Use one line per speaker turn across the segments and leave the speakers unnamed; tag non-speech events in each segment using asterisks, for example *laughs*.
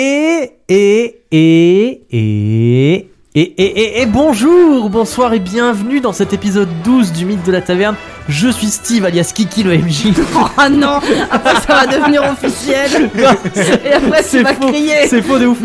Et, et, et, et, et, et, et, et bonjour, bonsoir et bienvenue dans cet épisode 12 du Mythe de la Taverne. Je suis Steve alias Kiki le MJ.
Ah
Oh non Après ça va devenir officiel Et après tu
C'est
vas
faux,
crier
c'est faux de ouf.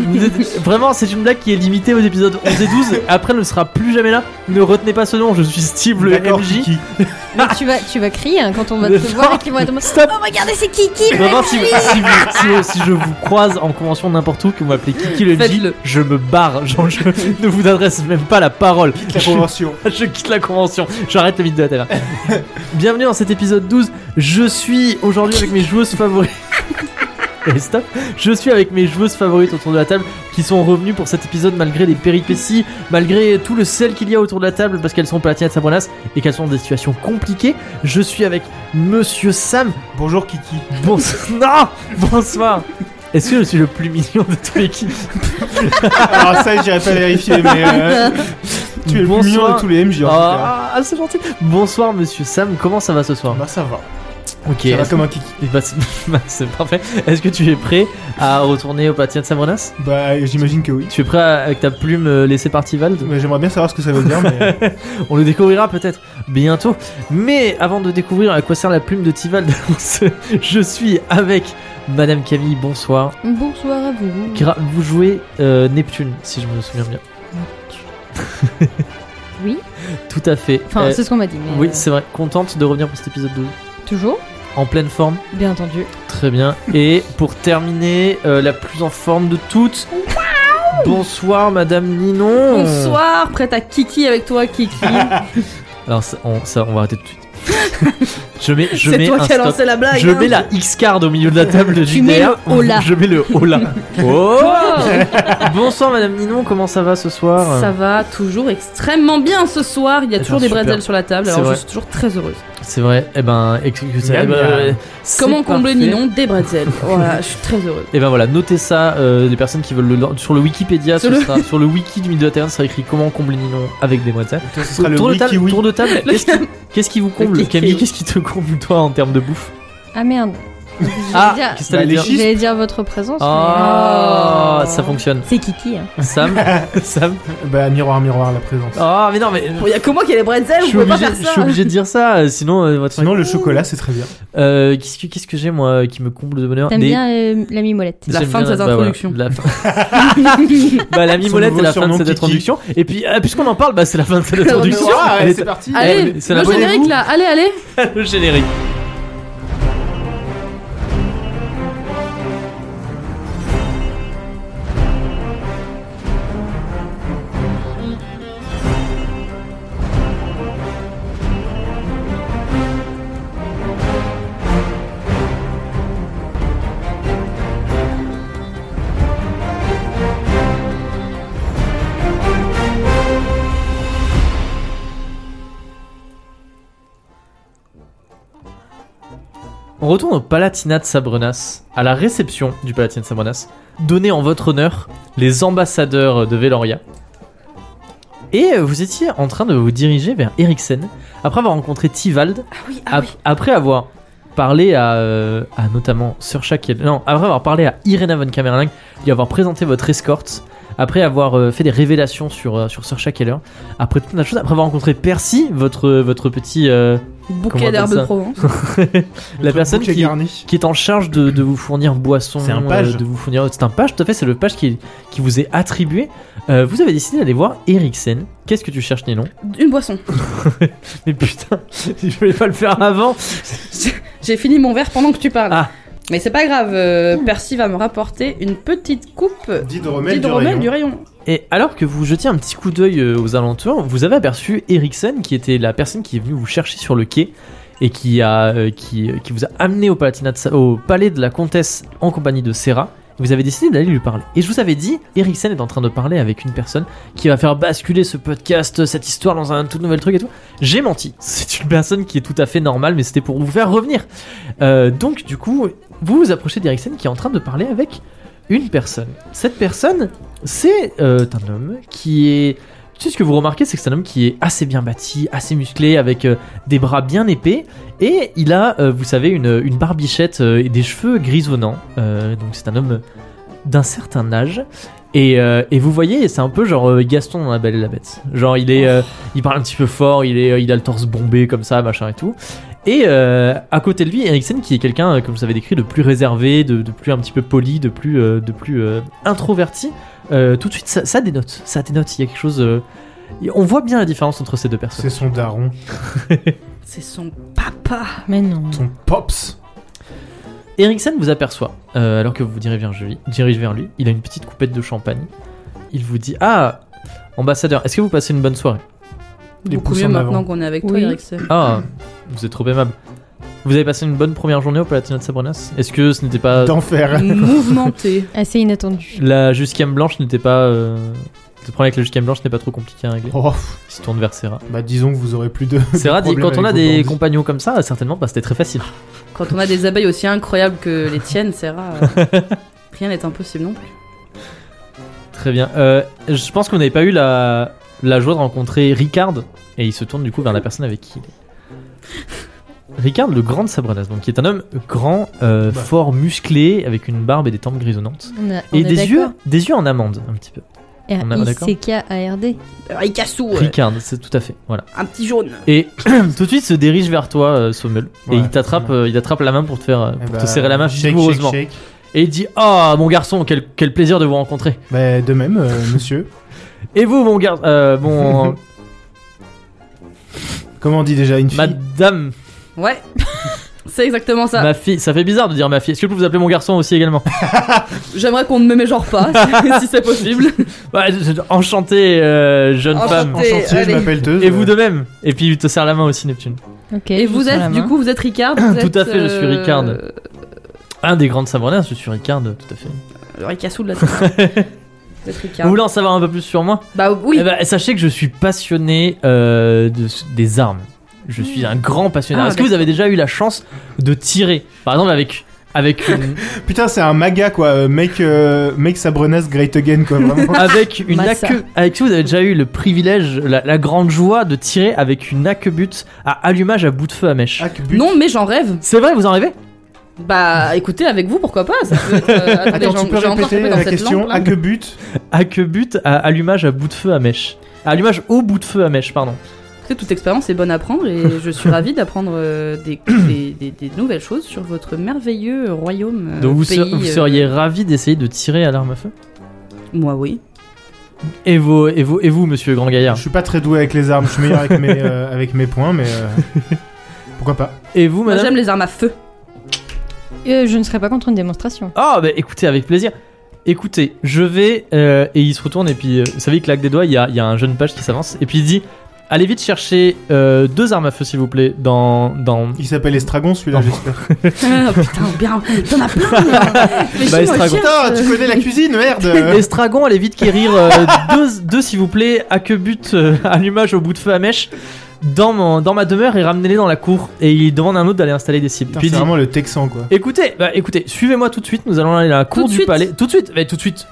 Vraiment, c'est une blague qui est limitée aux épisodes 11 et 12. Après, elle ne sera plus jamais là. Ne retenez pas ce nom, je suis Steve le
D'accord,
MJ.
Kiki.
Mais Ah, tu vas, tu vas crier hein, quand on va te
Stop.
voir et qu'ils vont être en mode,
Stop.
Oh regardez c'est Kiki le
Vraiment,
mec.
si, si vous- si- si je vous croise en convention n'importe où, que vous m'appelez Kiki le MJ,
Faites-le.
je me barre. Genre, je ne vous adresse même pas la parole.
La
Je-
convention.
*laughs* Je quitte la convention, j'arrête le vide de la
*laughs*
taverne. Bienvenue dans cet épisode 12. Je suis aujourd'hui avec mes joueuses *laughs* favorites. Et stop. Je suis avec mes joueuses favorites autour de la table qui sont revenues pour cet épisode malgré les péripéties, malgré tout le sel qu'il y a autour de la table parce qu'elles sont platines à Sabronas et qu'elles sont dans des situations compliquées. Je suis avec Monsieur Sam.
Bonjour *laughs* Kiki.
Bonsoir. *laughs* Non Bonsoir. Est-ce que je suis le plus mignon de tous les qui
Alors Ah, ça, j'irai pas vérifier, mais
*laughs*
euh, tu es le plus mignon de tous les MJ. en tout cas.
Ah, c'est gentil. Bonsoir Monsieur Sam, comment ça va ce soir
Bah ça va.
Ok.
ça va
est-ce
comme un Kiki.
Eh ben, c'est *laughs* bah, c'est parfait. Est-ce que tu es prêt à retourner au Patia de Sabrenas
Bah j'imagine que oui.
Tu es prêt à- avec ta plume euh, laissée par Tivald
Mais j'aimerais bien savoir ce que ça veut dire, mais
On le découvrira peut-être bientôt. Mais avant de découvrir à quoi sert la plume de Tivald, *laughs* on se- je suis avec Madame Camille. Bonsoir.
Bonsoir à vous
Gra- Vous jouez euh, Neptune, si je me souviens bien.
Oui
Tout à fait.
Enfin
Euh,
c'est ce qu'on m'a dit mais
oui,
euh,
c'est vrai. Contente de revenir pour cet épisode 12.
Toujours
En pleine forme.
Bien entendu
Très bien. Et pour terminer, euh, la plus en forme de toutes. Bonsoir Madame Ninon.
Bonsoir Prête à Kiki avec toi Kiki
Alors ça, on, ça, on va arrêter tout de suite. je mets, je
C'est
mets
toi
un
qui as
stop.
lancé la blague
Je
hein.
mets la X card au milieu de la table de
Tu mets
JDR.
le hola.
Je mets le hola. Oh
Oh
Bonsoir Madame Ninon, comment ça va ce soir
Ça va toujours extrêmement bien ce soir. Il y a
Eh
toujours
ben,
des
super.
bretelles sur la table,
C'est
alors
vrai.
je suis toujours très heureuse.
C'est vrai. Eh ben, excusez
Miam, miam.
Comment combler
Ninon
Ninon Des bretelles. voilà, je suis très heureuse.
Et ben voilà, notez ça, euh, les personnes qui veulent le sur le Wikipédia,
Sur
ce
le-
sera- sur le wiki du milieu de la Terre, ça sera écrit comment combler Ninon avec des moines de sel.
ce sera le
Tour de
Wiki
table,
oui.
tour de table, qu'est-ce qui, qu'est-ce qui vous comble
kiwi.
Camille, qu'est-ce qui te comble toi en termes de bouffe
Ah merde
Ah,
J'allais
qu'est-ce que
Bah,
t'allais
les
dire
chiffres.
dire, dire votre présence mais-
Ah, ça fonctionne.
C'est Kiki
*laughs*
hein.
Sam, Sam.
Bah miroir, miroir, la présence.
Oh, mais non, mais.
Bon, y a que moi qui ai les bretzels,
Je suis, obligé, je suis obligé de dire ça, euh, sinon, euh, votre-
Sinon le chocolat, c'est très bien.
Euh, qu'est-ce que, qu'est-ce que j'ai moi euh, qui me comble de bonheur
T'aimes
Des-
bien euh, la mimolette
La
j'aime
fin de
bien-
cette
bah, voilà,
introduction.
la fin- bah, la mimolette
nouveau
et la fin de
surnom,
cette
Kiki.
introduction. Et puis, euh, puisqu'on en parle, bah, c'est la fin de cette introduction.
Ah,
Elle
allez,
est-
c'est parti.
Allez,
Eh, c'est
le
la bonne-
générique là, allez, allez
le générique. On retourne au Palatinat de Sabrenas, à la réception du Palatinat de Sabrenas, donnée en votre honneur les ambassadeurs de Veloria. Et euh, vous étiez en train de vous diriger vers Eriksen, après avoir rencontré Tivald,
Ah oui,
ap- après avoir parlé à, euh, à notamment Surcha, qui est- non, après avoir parlé à Irena von Kamerling, lui avoir présenté votre escorte, après avoir euh, fait des révélations sur, euh, sur Surcha Keller, après toute la chose, après avoir rencontré Percy, votre, votre petit... euh, Comment on
Bouquet
appelle
d'herbe
ça
de Provence.
la personne
qui est
qui-
garni.
qui est en charge de, de vous fournir boisson,
C'est un page.
de vous fournir. C'est un page, tout à fait, c'est le page qui, qui vous est attribué. Euh, vous avez décidé d'aller voir Eriksen. Qu'est-ce que tu cherches, Nénon
Une boisson.
Mais putain, *laughs* je voulais pas le faire avant.
J'ai fini mon verre pendant que tu parles.
Ah.
Mais c'est pas grave, euh, Percy va me rapporter une petite coupe
D'hydromel du
d'hydromel
rayon.
du rayon.
Et alors que vous jetiez un petit coup d'œil euh, aux alentours, vous avez aperçu Eriksen, qui était la personne qui est venue vous chercher sur le quai et qui, a, euh, qui, qui vous a amené au, Palatinat de Sa- au palais de la comtesse en compagnie de Serra. Vous avez décidé d'aller lui parler. Et je vous avais dit, Eriksen est en train de parler avec une personne qui va faire basculer ce podcast, cette histoire dans un tout nouvel truc et tout. J'ai menti. C'est une personne qui est tout à fait normale, mais c'était pour vous faire revenir. Euh, donc, du coup, vous vous approchez d'Eriksen qui est en train de parler avec une personne. Cette personne, c'est euh, un homme qui est. Tu sais ce que vous remarquez, c'est que c'est un homme qui est assez bien bâti, assez musclé, avec euh, des bras bien épais, et il a, euh, vous savez, une, une barbichette euh, et des cheveux grisonnants. Euh, donc c'est un homme d'un certain âge. Et, euh, et vous voyez, c'est un peu genre euh, Gaston dans La Belle et la Bête. Genre, il est, euh, il parle un petit peu fort, il est, euh, il a le torse bombé comme ça, machin et tout. Et euh, à côté de lui, Eriksen qui est quelqu'un, euh, comme je vous avais décrit, de plus réservé, de, de plus un petit peu poli, de plus, euh, de plus euh, introverti. Euh, tout de suite, ça, ça dénote, ça dénote. Il y a quelque chose. euh, et on voit bien la différence entre ces deux personnes.
C'est son daron,
C'est son papa.
Mais non.
ton pops.
Eriksen vous aperçoit, euh, alors que vous vous dirigez vers, lui, dirigez vers lui. Il a une petite coupette de champagne. Il vous dit Ah, ambassadeur, est-ce que vous passez une bonne soirée
Les
Beaucoup
pouces
mieux
en avant.
maintenant qu'on est avec toi,
Oui.
Eric.
Ah, vous êtes trop aimable. Vous avez passé une bonne première journée au Palatinat de Sabrenas Est-ce que ce n'était pas.
*laughs*
D'enfer.
Mouvementé.
Assez inattendu.
La jusquième blanche n'était pas. euh, Le problème avec la jusquième blanche n'est pas trop compliqué à régler.
*laughs* Oh, pff,
Il se tourne vers Serra.
bah disons que vous aurez plus de.
Serra
de
dit
problèmes
quand on a
avec vos
des
bandits.
compagnons comme ça, certainement, bah, c'était très facile.
Quand on a des abeilles aussi incroyables que les tiennes, Sarah,
*laughs*
euh, rien n'est impossible non plus.
Très bien. Euh, je pense qu'on n'avait pas eu la... la joie de rencontrer Ricard. Et il se tourne du coup vers la personne avec qui il est.
*laughs*
Ricard, le grand de Sabrenas, donc qui est un homme grand, euh,
Bah.
fort, musclé, avec une barbe et des tempes grisonnantes.
On a- on
Et
est
des
d'accord
yeux, des yeux en amande, un petit peu. on est d'accord
R-I-C-K-A-R-D.
Alors, Ikasu, euh,
Ricard, c'est tout à fait. Voilà.
un petit jaune.
Et *clears throat* tout de suite se dirige vers toi, euh, Sommel.
Ouais,
et il t'attrape,
vraiment.
euh, il attrape la main pour te faire, euh,
Eh
pour
bah,
te serrer la main
shake, shake,
vigoureusement.
shake.
Et il dit Ah, mon garçon, quel, quel plaisir de vous rencontrer.
Bah, de même, euh, monsieur.
Et vous, mon garçon, euh,
*laughs*
mon
Comment on dit déjà une fille
madame,
Ouais. *laughs* C'est exactement ça.
ma fille. Ça fait bizarre de dire ma fille. Est-ce que je peux vous appeler mon garçon aussi également
J'aimerais qu'on ne me mégenre pas, *laughs* si c'est possible.
*laughs* Ouais, je- je- Enchanté, euh, jeune
Enchanté.
femme.
Enchanté,
Enchanté,
allez.
je m'appelle euh. Teuse.
Et vous de même. Et puis il te serre la main aussi, Neptune.
Ok.
Et
je
vous
sens la
êtes, du
main.
coup, vous êtes euh, Ricard
*coughs* Tout à fait, je suis Ricard. Un des grandes savonnaises, je suis Ricard, tout à fait.
Le Ricassou de
*laughs*
la Sarah. Vous êtes Ricard.
Vous voulez en savoir un peu plus sur moi
Bah oui.
Eh ben, sachez que je suis passionné euh, de- des armes. Je suis un grand passionné.
Ah,
Est-ce que vous avez déjà eu la chance de tirer Par exemple, avec. Avec
*laughs*
une,
Putain, c'est un maga quoi. euh, Make, euh, make Sabrenas great again quoi.
*laughs*
Vraiment.
avec une
Massa.
acque- Avec si vous avez déjà eu le privilège, la, la grande joie de tirer avec une hackebut à allumage à bout de feu à mèche.
Ah, que but.
Non, mais j'en rêve.
C'est vrai, vous en rêvez
Bah écoutez, avec vous, pourquoi pas ça peut
*laughs*
être, euh, attendez,
Attends,
j'en-
tu peux
j'ai encore tapé
répéter
dans
la
cette
question
lampe, là.
À que but
Hackebut à allumage à bout de feu à mèche. À allumage au bout de feu à mèche, pardon.
Écoutez, toute expérience est bonne à prendre et
*laughs*
je suis ravie d'apprendre euh, des, des- des- des nouvelles choses sur votre merveilleux royaume. euh,
Donc vous,
pays,
ser- vous
euh,
seriez ravi d'essayer de tirer à l'arme à feu
Moi, oui.
et, vos, et, vos, et vous, monsieur Grand Gaillard
Je suis pas très doué avec les armes, je suis meilleur avec mes, euh, avec mes points, mais euh, *laughs* pourquoi pas
Et vous,
Moi,
Oh, madame
j'aime les armes
*laughs*
à feu. *laughs*
Euh, je ne serais pas contre une démonstration.
Ah, bah écoutez, avec plaisir. Écoutez, je vais. euh, et il se retourne, et puis, euh, vous savez, il claque des doigts, il y a, il y a un jeune page qui s'avance, et puis il dit Allez vite chercher euh, deux armes à feu, s'il vous plaît, dans. dans...
Il s'appelle Estragon celui-là, j'espère.
Ah, putain, bien. T'en as
*laughs*
plein. là. Fais chier, moi,
Estragon.
je euh. cherche.
Putain, tu connais la cuisine,
*laughs*
merde
Estragon, allez vite quérir euh, deux, deux s'il vous plaît, à que but, euh, allumage au bout de feu à mèche, dans, mon, dans ma demeure et ramenez-les dans la cour. Et il demande à un autre d'aller installer des cibles.
Putain,
puis il
C'est
dit,
vraiment le
*laughs*
Texan quoi.
Écoutez, bah, écoutez, suivez-moi tout de suite. Nous allons aller à la cour
de
du
suite
palais. Tout de suite, mais tout de suite.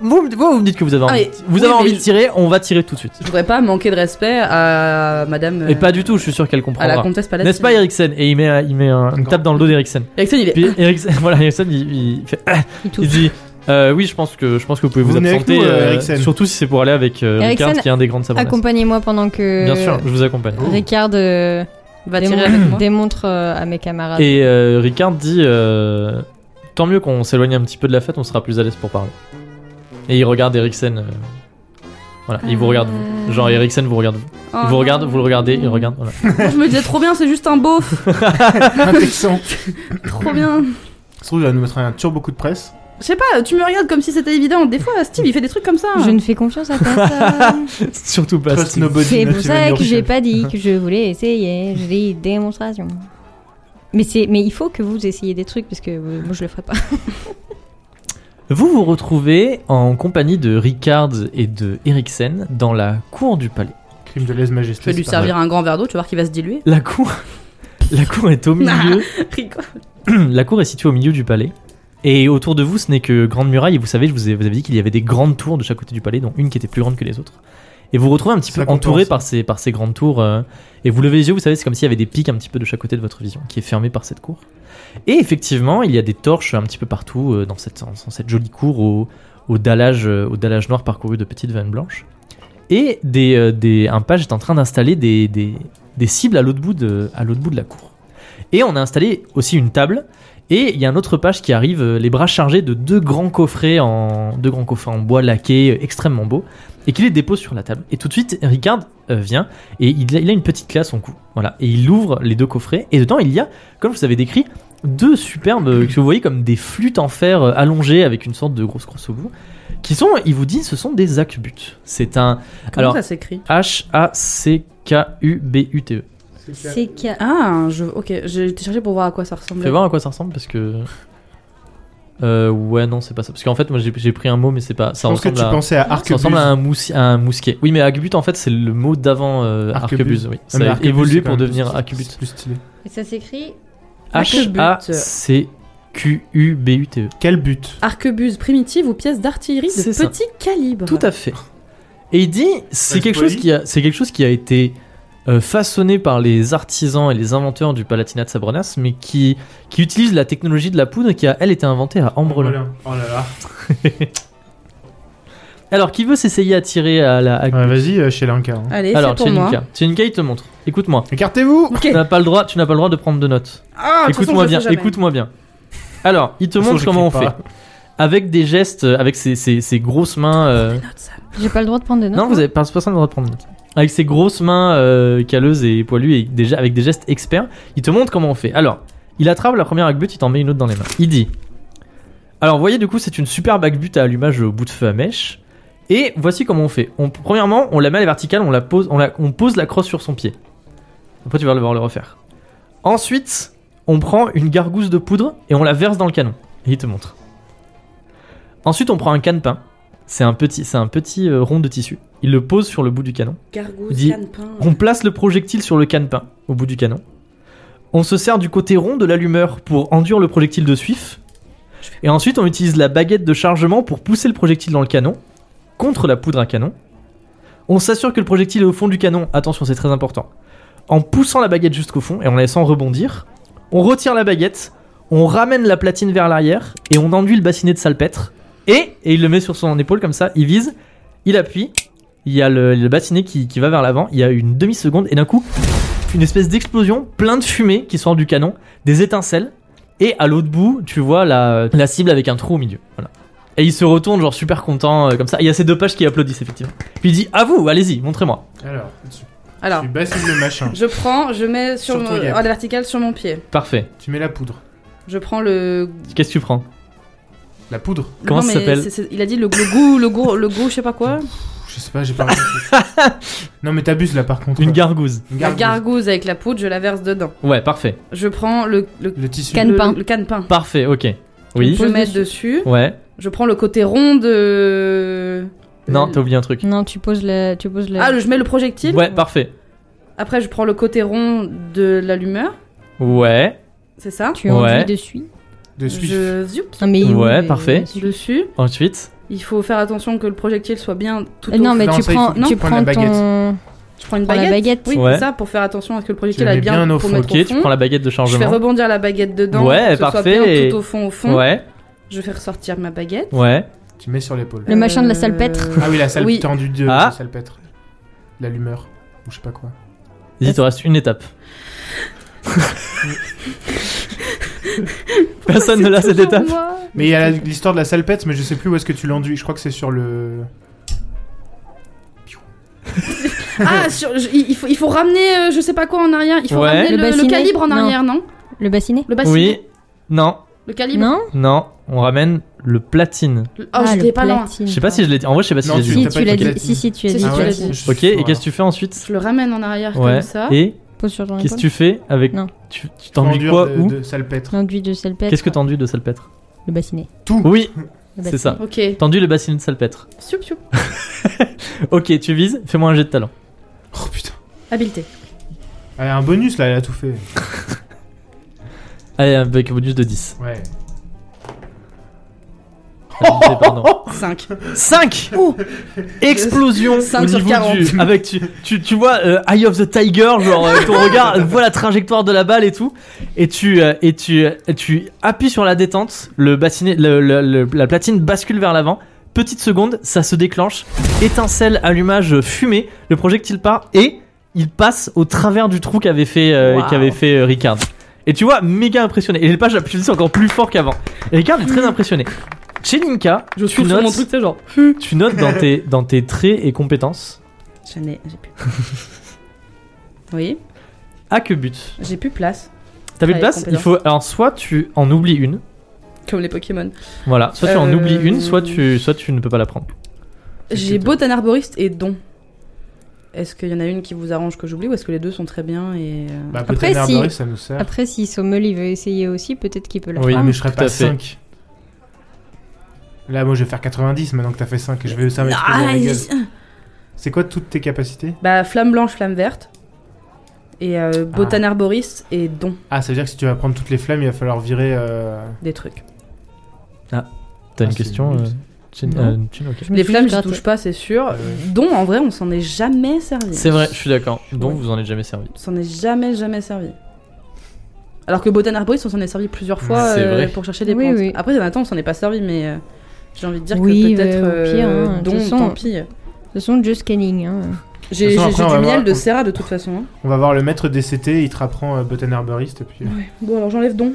Vous, me- vous, vous me dites que vous avez
Ah,
envie.
mais-
vous
oui,
avez
mais
envie
je-
de tirer, on va tirer tout de suite.
Je voudrais pas manquer de respect à Madame. euh,
Et pas du tout, je suis sûr qu'elle
À la
comprendra.
comtesse Palade.
N'est-ce pas, Eriksen Et il met, un- il met un- une
Encore.
tape dans le dos d'Eriksen.
Erickson, il est.
Puis Eriksen, *laughs* voilà, Eriksen, il, il fait-
Il
il
touche.
dit euh, Oui, je pense, que, je pense que vous pouvez vous,
Vous venez avec
absenter.
nous, euh,
euh,
Eriksen.
surtout si c'est pour aller avec euh,
Eriksen,
Ricard, qui est un des grands savants.
Accompagnez-moi pendant
euh,
que
Bien sûr, je vous accompagne.
Ricard euh,
Va
démon-
tirer avec moi.
démontre euh, à mes camarades.
Et euh, Ricard dit euh, Tant mieux qu'on s'éloigne un petit peu de la fête, on sera plus à l'aise pour parler. Et il regarde Eriksen. euh, voilà, il vous regarde. vous. Genre, Eriksen vous regarde. vous.
Euh. Oh,
Il vous regarde, vous le regardez, il
non.
regarde. voilà.
Moi, Je me disais trop bien, c'est juste un beauf.
Un Texan.
trop bien.
Ça se trouve, il va nous mettre un turbo coup de presse.
Je sais pas, tu me regardes comme si c'était évident. Des fois, Steve, il fait des trucs comme ça.
Ah, Je ne fais confiance
*laughs*
à personne.
Surtout pas.
Trust
Steve.
nobody,
C'est
not
pour
even
ça
your
que j'ai
chef.
pas dit que je voulais essayer. Je dis démonstration. Mais, c'est, mais il faut que vous essayiez des trucs parce que euh, moi je le ferai pas.
Vous vous retrouvez en compagnie de Ricard et de Eriksen dans la cour du palais.
Crime de lèse-majesté.
Je vais lui
c'est pas mal.
servir un grand verre d'eau, tu vas voir qu'il va se
*laughs*
diluer.
La cour, la cour est au
Ah.
milieu.
Rigole.
*clears throat* la cour est située au milieu du palais. Et autour de vous, ce n'est que grande muraille. Et vous savez, je vous, ai- vous avais dit qu'il y avait des grandes tours de chaque côté du palais, dont une qui était plus grande que les autres. Et vous vous retrouvez un petit
Ça
peu
compense.
entouré par ces, par ces grandes tours. euh, et vous levez les yeux, vous savez, c'est comme s'il y avait des pics un petit peu de chaque côté de votre vision, qui est fermée par cette cour. Et effectivement, il y a des torches un petit peu partout euh, dans, cette, dans cette jolie cour au, au, dallage, euh, au dallage noir parcouru de petites vannes blanches. Et des, euh, des, un page est en train d'installer des, des, des cibles à l'autre bout, de- à l'autre bout de la cour. Et on a installé aussi une table. Et il y a un autre page qui arrive, euh, les bras chargés de deux grands coffrets en, deux grands coffrets en bois laqué, euh, extrêmement beaux, et qui les dépose sur la table. Et tout de suite, Ricard euh, vient et il a, il a une petite classe en cou. Voilà. Et il ouvre les deux coffrets. Et dedans, il y a, comme je vous avais décrit, deux superbes, euh, que vous voyez comme des flûtes en fer euh, allongées avec une sorte de grosse crosse au bout, qui sont, il vous dit, ce sont des acubutes. C'est un
Comment
Alors-
ça s'écrit
H-A-C-K-U-B-U-T-E.
C'est qu'il y a-
Ah, je... ok, j'ai été chercher pour voir à quoi ça ressemblait.
Fais voir à quoi ça ressemble parce que. Euh, ouais, non, c'est pas ça. Parce qu'en fait, moi j'ai j'ai pris un mot, mais c'est pas.
Je
Ça
pense que
ressemble,
tu
à,
pensais à
ça
Arquebus.
ressemble à un, moussi- à un mousquet. Oui, mais Arcbut en fait, c'est le mot d'avant euh,
Arquebus.
Arquebus. oui.
Non, mais
Ça a
Arquebus, c'est
évolué
quand
pour
même
devenir
plus-
Arquebut.
c'est Plus stylé.
Et ça s'écrit
Arquebut.
H-A-C-Q-U-B-U-T-E.
Quel but
Arquebuse primitive ou pièce d'artillerie de
C'est ça.
petit calibre.
Tout à fait. Et il dit, c'est
Reste
quelque chose
poli.
qui a, c'est quelque chose qui a été euh, façonné par les artisans et les inventeurs du Palatinat de Sabronas, mais qui, qui utilise la technologie de la poudre qui a elle été inventée à Ambrelin.
Oh là là.
Alors, qui veut s'essayer à tirer à la à-
Ouais, Vas-y, euh, chez Lanka. hein.
Allez,
Alors,
c'est pour moi.
Tchelinka. Tchelinka, il te montre. Écoute-moi.
Écartez-vous
Ok.
Tu n'as pas le droit, tu n'as pas le droit de prendre de notes.
Ah, de toute façon, je
Écoute-moi
le
bien,
fais jamais.
écoute-moi bien. Alors, il te
De toute
montre
façon,
comment on
j'écris
fait. Avec des gestes, euh, avec ses, ses- ses grosses mains. euh,
Des notes, ça.
J'ai pas le droit de prendre de notes.
Non, vous avez pas personne n'a le droit de prendre de notes. Avec ses grosses mains euh, calleuses et poilues et déjà avec des gestes experts, il te montre comment on fait. Alors, il attrape la première hackbut, il t'en met une autre dans les mains. Il dit Alors, vous voyez, du coup, c'est une superbe hackbut à allumage au bout de feu à mèche. Et voici comment on fait. On, premièrement, on la met à la verticale, on, la pose, on, la- on pose la crosse sur son pied. Après, tu vas devoir le refaire. Ensuite, on prend une gargousse de poudre et on la verse dans le canon. Et il te montre. Ensuite, on prend un canne-pain. C'est un petit, c'est un petit euh, rond de tissu. Il le pose sur le bout du canon.
Gargouille,
Il dit-
canne-pain.
On place le projectile sur le canne-pain, au bout du canon. On se sert du côté rond de l'allumeur pour enduire le projectile de suif.
Je vais-
Et ensuite, on utilise la baguette de chargement pour pousser le projectile dans le canon, contre la poudre à canon. On s'assure que le projectile est au fond du canon, attention, c'est très important. En poussant la baguette jusqu'au fond et en la laissant rebondir, on retire la baguette, on ramène la platine vers l'arrière et on enduit le bassinet de salpêtre. Et, et il le met sur son épaule comme ça, il vise, il appuie, il y a le, le bassinet qui, qui va vers l'avant, il y a une demi-seconde et d'un coup, une espèce d'explosion, plein de fumée qui sort du canon, des étincelles, et à l'autre bout, tu vois la, la cible avec un trou au milieu. Voilà. Et il se retourne, genre super content, euh, comme ça. Et Il y a ces deux pages qui applaudissent, effectivement. Puis il dit À vous, allez-y, montrez-moi.
Alors, tu,
Alors,
tu bassines le
*laughs*
machin.
je prends, je mets sur,
Sur ton
mon...
gap.
à la verticale sur mon pied.
Parfait.
Tu mets la poudre.
Je prends le.
Qu'est-ce que tu prends
La poudre
Comment
Non,
ça
mais
s'appelle
c'est- c'est- Il a dit le, le goût, le goût, le goût, je sais pas quoi.
Pff, Je sais pas,
*laughs*
j'ai pas réfléchi. Non, mais t'abuses là par contre.
Une gargouze.
Une
La
gargouille.
gargouze avec la poudre, je la verse dedans.
Ouais, parfait.
Je prends le, le,
Le tissu.
Canne- Canne-pain.
le- le canne-pain.
Parfait, ok. Oui.
Je le mets dessus.
Ouais.
Je prends le côté rond de.
Non, t'as oublié un truc.
Non, tu poses le. Tu poses le...
Ah, le- je mets le projectile.
Ouais, parfait.
Après, je prends le côté rond de l'allumeur.
Ouais.
C'est ça
Tu enduis
Ouais.
dessus.
De suif.
Je zoup
Non, mais
Ouais,
mais-
parfait.
dessus.
Ensuite,
Il faut faire attention que le projectile soit bien tout
Euh, Non,
au-
mais
Non,
tu
ça, il
prends,
faut- non,
tu
prends la
prends
baguette.
ton.
Je prends une
prends la
baguette.
baguette.
Oui,
Ouais.
c'est ça, pour faire attention à ce que le
Tu
projectile
le
aille
mets
bien,
bien au
pour
fond.
mettre
ok,
au fond.
tu prends la baguette de
Je fais
chargement.
rebondir la baguette dedans.
Ouais,
pour que ce soit
parfait,
bien
et-
tout au fond, au fond.
Ouais,
Je fais ressortir ma baguette.
ouais.
Tu mets sur l'épaule.
Le machin de la
Euh,
salpêtre.
Ah oui, la salle
Oui.
tendue de
Ah.
de salpêtre. L'allumeur. Ou je sais pas quoi.
Il te reste une
*laughs*
étape. Personne ne *laughs* l'a cette étape.
Mais il y a la- l'histoire de la salpette, mais je sais plus où est-ce que tu l'enduis. Je crois que c'est sur le.
*laughs*
Ah, sur- je- il, il faut, il faut ramener, euh, je sais pas quoi en arrière. Il faut
Ouais.
ramener
Le
le, le
bassinet
calibre en
Non.
arrière, non,
Le bassinet.
Le bassinet
Oui, non,
Le calibre
Non
non. On ramène le platine.
Le- Oh,
Ah,
j'étais
le
pas loin.
platine.
Je sais pas si je l'ai dit. En vrai, je sais pas si
Non,
j'ai
tu
dit.
Si
T'as pas
tu l'as
dit
dit. Si si tu as
Si,
dit.
si,
Ah
tu
tu
l'as
l'as
dit.
dit.
Je-
Ok, et
voilà.
qu'est-ce que tu fais ensuite
Je le ramène en arrière
Ouais.
comme ça.
Et
Pose sur ton
qu'est-ce que
épaule.
tu fais avec
Non.
Tu tu t'enduis
Enduire
quoi
de,
où
de salpêtre.
L'enduit de salpêtre.
Qu'est-ce que t'enduis de salpêtre
Le bassinet.
Tout.
Oui,
Le
c'est
bassinet.
ça.
Ok.
Tendu le bassinet de salpêtre.
Soup, soup.
Ok, tu vises, fais-moi un jet de talent.
Oh putain.
Habileté.
Elle a Ah, un bonus là, elle a tout fait. *laughs*
Allez, avec un bonus de 10.
Ouais.
Invité, pardon.
5.
5 Explosion
Cinq
au
sur
niveau
40.
du. Avec, tu, tu, tu vois euh, Eye of the Tiger, genre euh, ton
*laughs*
regard voit la trajectoire de la balle et tout. Et tu, euh, et tu, euh, tu appuies sur la détente, le bassinet, le- le- le- la platine bascule vers l'avant. Petite seconde, ça se déclenche. Étincelle, allumage, fumée. Le projectile part et il passe au travers du trou qu'avait fait, euh,
Wow.
qu'avait fait euh, Ricard. Et tu vois, méga impressionné. Et le page appuie dessus encore plus fort qu'avant. Et Ricard est très impressionné. Chez Linka,
Je
tu
suis sur mon
notes-
truc,
*laughs*
c'est genre.
tu notes dans tes, dans tes traits et compétences
Je n'ai. J'ai plus. Oui,
à que but
j'ai plus place.
T'as vu de
Ouais,
place Il
compétences.
faut alors soit tu en oublies une,
Comme les Pokémon.
voilà, soit tu en
Euh,
oublies une, soit tu soit tu ne peux pas la prendre.
J'ai botan arboriste et don. Est-ce qu'il y en a une qui vous arrange que j'oublie ou est-ce que les deux sont très bien et. euh,
Bah,
Après,
peut-être
si-
Herberis, ça nous sert.
Après, si Sommel il veut essayer aussi, peut-être qu'il peut la
Oui,
ah,
prendre.
mais je serais
tout
pas
à fait.
5. Là, moi, je vais faire 90 maintenant que t'as fait 5 et je vais ça m'exploser
Ah,
la gueule.
il-
C'est quoi toutes tes capacités
Bah, flamme blanche, flamme verte. Et euh, botan arboriste et don
Ah, ça veut dire que si tu vas prendre toutes les flammes, il va falloir virer. euh,
des trucs.
T'as
Ah,
une
c'est
question
nul,
euh,
ça.
Chin-
Non.
euh, Chin, ok.
Je me
les
suis
flammes,
juste
je
grattée.
touche pas, c'est sûr.
Ah ouais.
Don, en vrai, on s'en est jamais servi.
C'est vrai, je suis d'accord. Donc
Ouais.
vous en êtes jamais servi.
On s'en est jamais, jamais servi. Alors que botan arboriste, on s'en est servi plusieurs fois
C'est
euh,
vrai.
pour chercher des
Oui,
plantes.
oui.
Après, il y en a tant, on s'en est pas servi, mais euh, j'ai envie de dire
Oui,
que peut-être.
mais au pire,
euh,
hein, de
don,
toute façon-
tant pis.
Ce sont Just Canning. Hein.
J'ai
De toute
j'ai-
façon,
j'ai
après, on
du
va
miel
voir.
de Serra de toute façon. hein.
On va voir le maître des CT, il te rapprend euh, Botan Herboriste, et, puis... euh,
Bon, alors j'enlève Don.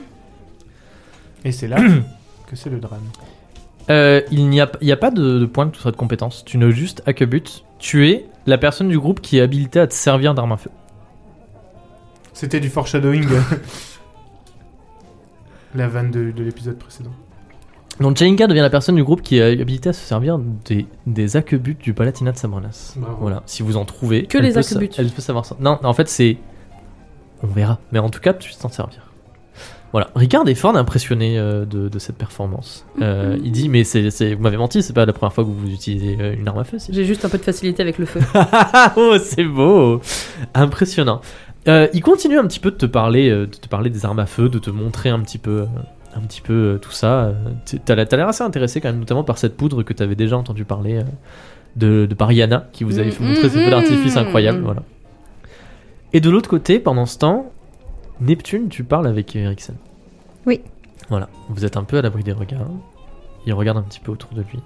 et
*coughs*
c'est là que c'est le drame.
Euh, il n'y a, il y a pas de, de point de tout ça de compétence. Tu notes juste à que but tu es la personne du groupe qui est habilitée à te servir d'arme à feu.
C'était du foreshadowing. *laughs* la vanne de, de l'épisode précédent.
Donc Chainka devient la personne du groupe qui est habilitée à se servir des, des aquebuts du Palatinat de Sabranas.
Bravo.
Voilà, si vous en trouvez.
Que
elle
les
peut sa-
aquebuts.
Elle peut savoir ça. Non, en fait, c'est. On verra. Mais en tout cas, tu sais t'en servir. Voilà, Ricard est fort impressionné euh, de, de cette performance.
Mm-hmm.
Euh, Il dit Mais c'est, c'est- vous m'avez menti, c'est pas la première fois que vous utilisez euh, une arme à feu. c'est-
J'ai juste un peu de facilité avec
*laughs*
le feu.
*laughs* oh, c'est beau Impressionnant. Euh, il continue un petit peu de te parler, euh, de te parler des armes à feu, de te montrer un petit peu, euh, un petit peu euh, tout ça. Euh, t'es- T'as l'air t'as l'air assez intéressé quand même, notamment par cette poudre que t'avais déjà entendu parler euh, de, de Pariana, qui vous avait fait
Mm,
montrer ce
mm,
feu d'artifice
mm,
incroyable.
mm.
Voilà. Et de l'autre côté, pendant ce temps, Neptune, tu parles avec Eriksen.
Oui.
Voilà, vous êtes un peu à l'abri des regards. Il regarde un petit peu autour de lui.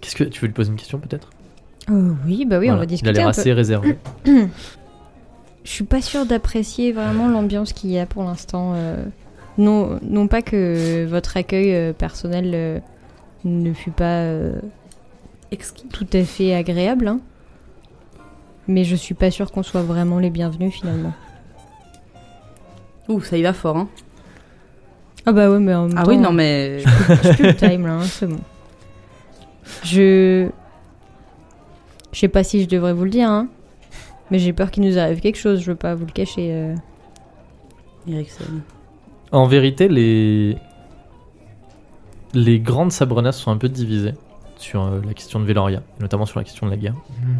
Qu'est-ce que tu veux lui poser une question peut-être
Oh, oui, bah oui, on
voilà.
va
Il
discuter
a l'air
un peu.
assez réservé.
Je suis pas sûre d'apprécier vraiment l'ambiance qu'il y a pour l'instant. euh, Non, non pas que votre accueil euh, personnel euh, ne fut pas euh,
Exquis.
tout à fait agréable, hein. mais je suis pas sûre qu'on soit vraiment les bienvenus finalement.
Ouh, ça y va fort, hein.
Ah bah ouais, mais en même
Ah
temps,
oui, non,
*laughs*
mais.
j'ai plus le time là, hein, c'est bon. Je... Je sais pas si je devrais vous le dire, hein, mais j'ai peur qu'il nous arrive quelque chose, je veux pas vous le cacher. euh.
Eriksen.
En vérité, les les grandes sabrenas sont un peu divisées sur euh, la question de Veloria, et notamment sur la question de la guerre,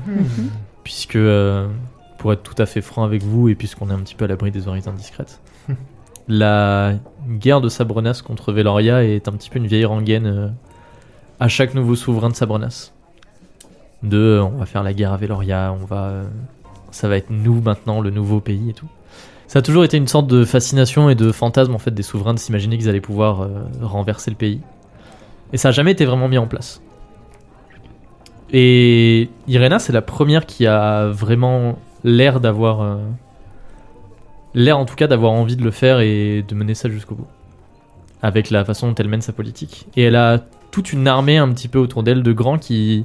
Mhm.
puisque euh, pour être tout à fait franc avec vous et puisqu'on est un petit peu à l'abri des oreilles indiscrètes, la guerre de Sabrenas contre Veloria est un petit peu une vieille rengaine euh, à chaque nouveau souverain de Sabrenas. De euh, on va faire la guerre à Veloria, on va euh, ça va être nous maintenant le nouveau pays et tout. Ça a toujours été une sorte de fascination et de fantasme en fait des souverains de s'imaginer qu'ils allaient pouvoir euh, renverser le pays. Et ça a jamais été vraiment mis en place. Et Irena, c'est la première qui a vraiment l'air d'avoir euh, l'air en tout cas d'avoir envie de le faire et de mener ça jusqu'au bout. Avec la façon dont elle mène sa politique. Et elle a toute une armée un petit peu autour d'elle de grands qui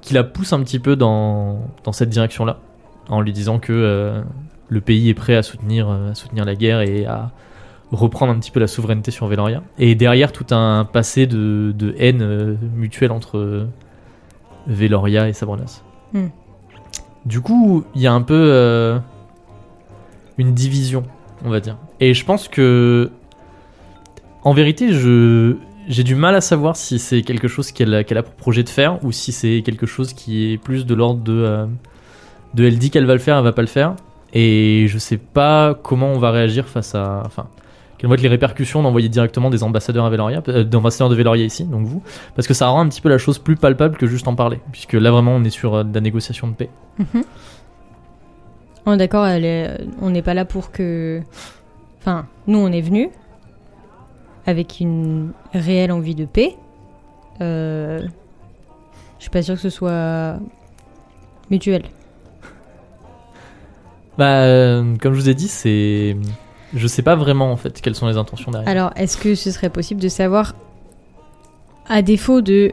qui la poussent un petit peu dans, dans cette direction-là en lui disant que euh, le pays est prêt à soutenir, euh, à soutenir la guerre et à reprendre un petit peu la souveraineté sur Veloria. Et derrière, tout un passé de, de haine euh, mutuelle entre euh, Veloria et Sabrenas.
Hmm.
Du coup, il y a un peu euh, une division, on va dire. Et je pense que, en vérité, je... J'ai du mal à savoir si c'est quelque chose qu'elle a- qu'elle a pour projet de faire ou si c'est quelque chose qui est plus de l'ordre de, euh, de elle dit qu'elle va le faire, elle va pas le faire. Et je sais pas comment on va réagir face à. Enfin, qu'elle voit que les répercussions d'envoyer directement des ambassadeurs à Veloria, euh, d'ambassadeurs de Veloria ici, donc vous, parce que ça rend un petit peu la chose plus palpable que juste en parler, puisque là vraiment on est sur euh, de la négociation de paix.
Mhm. On est Ah, d'accord, elle est- on n'est pas là pour que. Enfin, nous, on est venus avec une réelle envie de paix. Euh, Je suis pas sûre que ce soit mutuel.
Bah, euh, comme je vous ai dit, c'est. Je sais pas vraiment en fait quelles sont les intentions derrière.
Alors, est-ce que ce serait possible de savoir, à défaut de...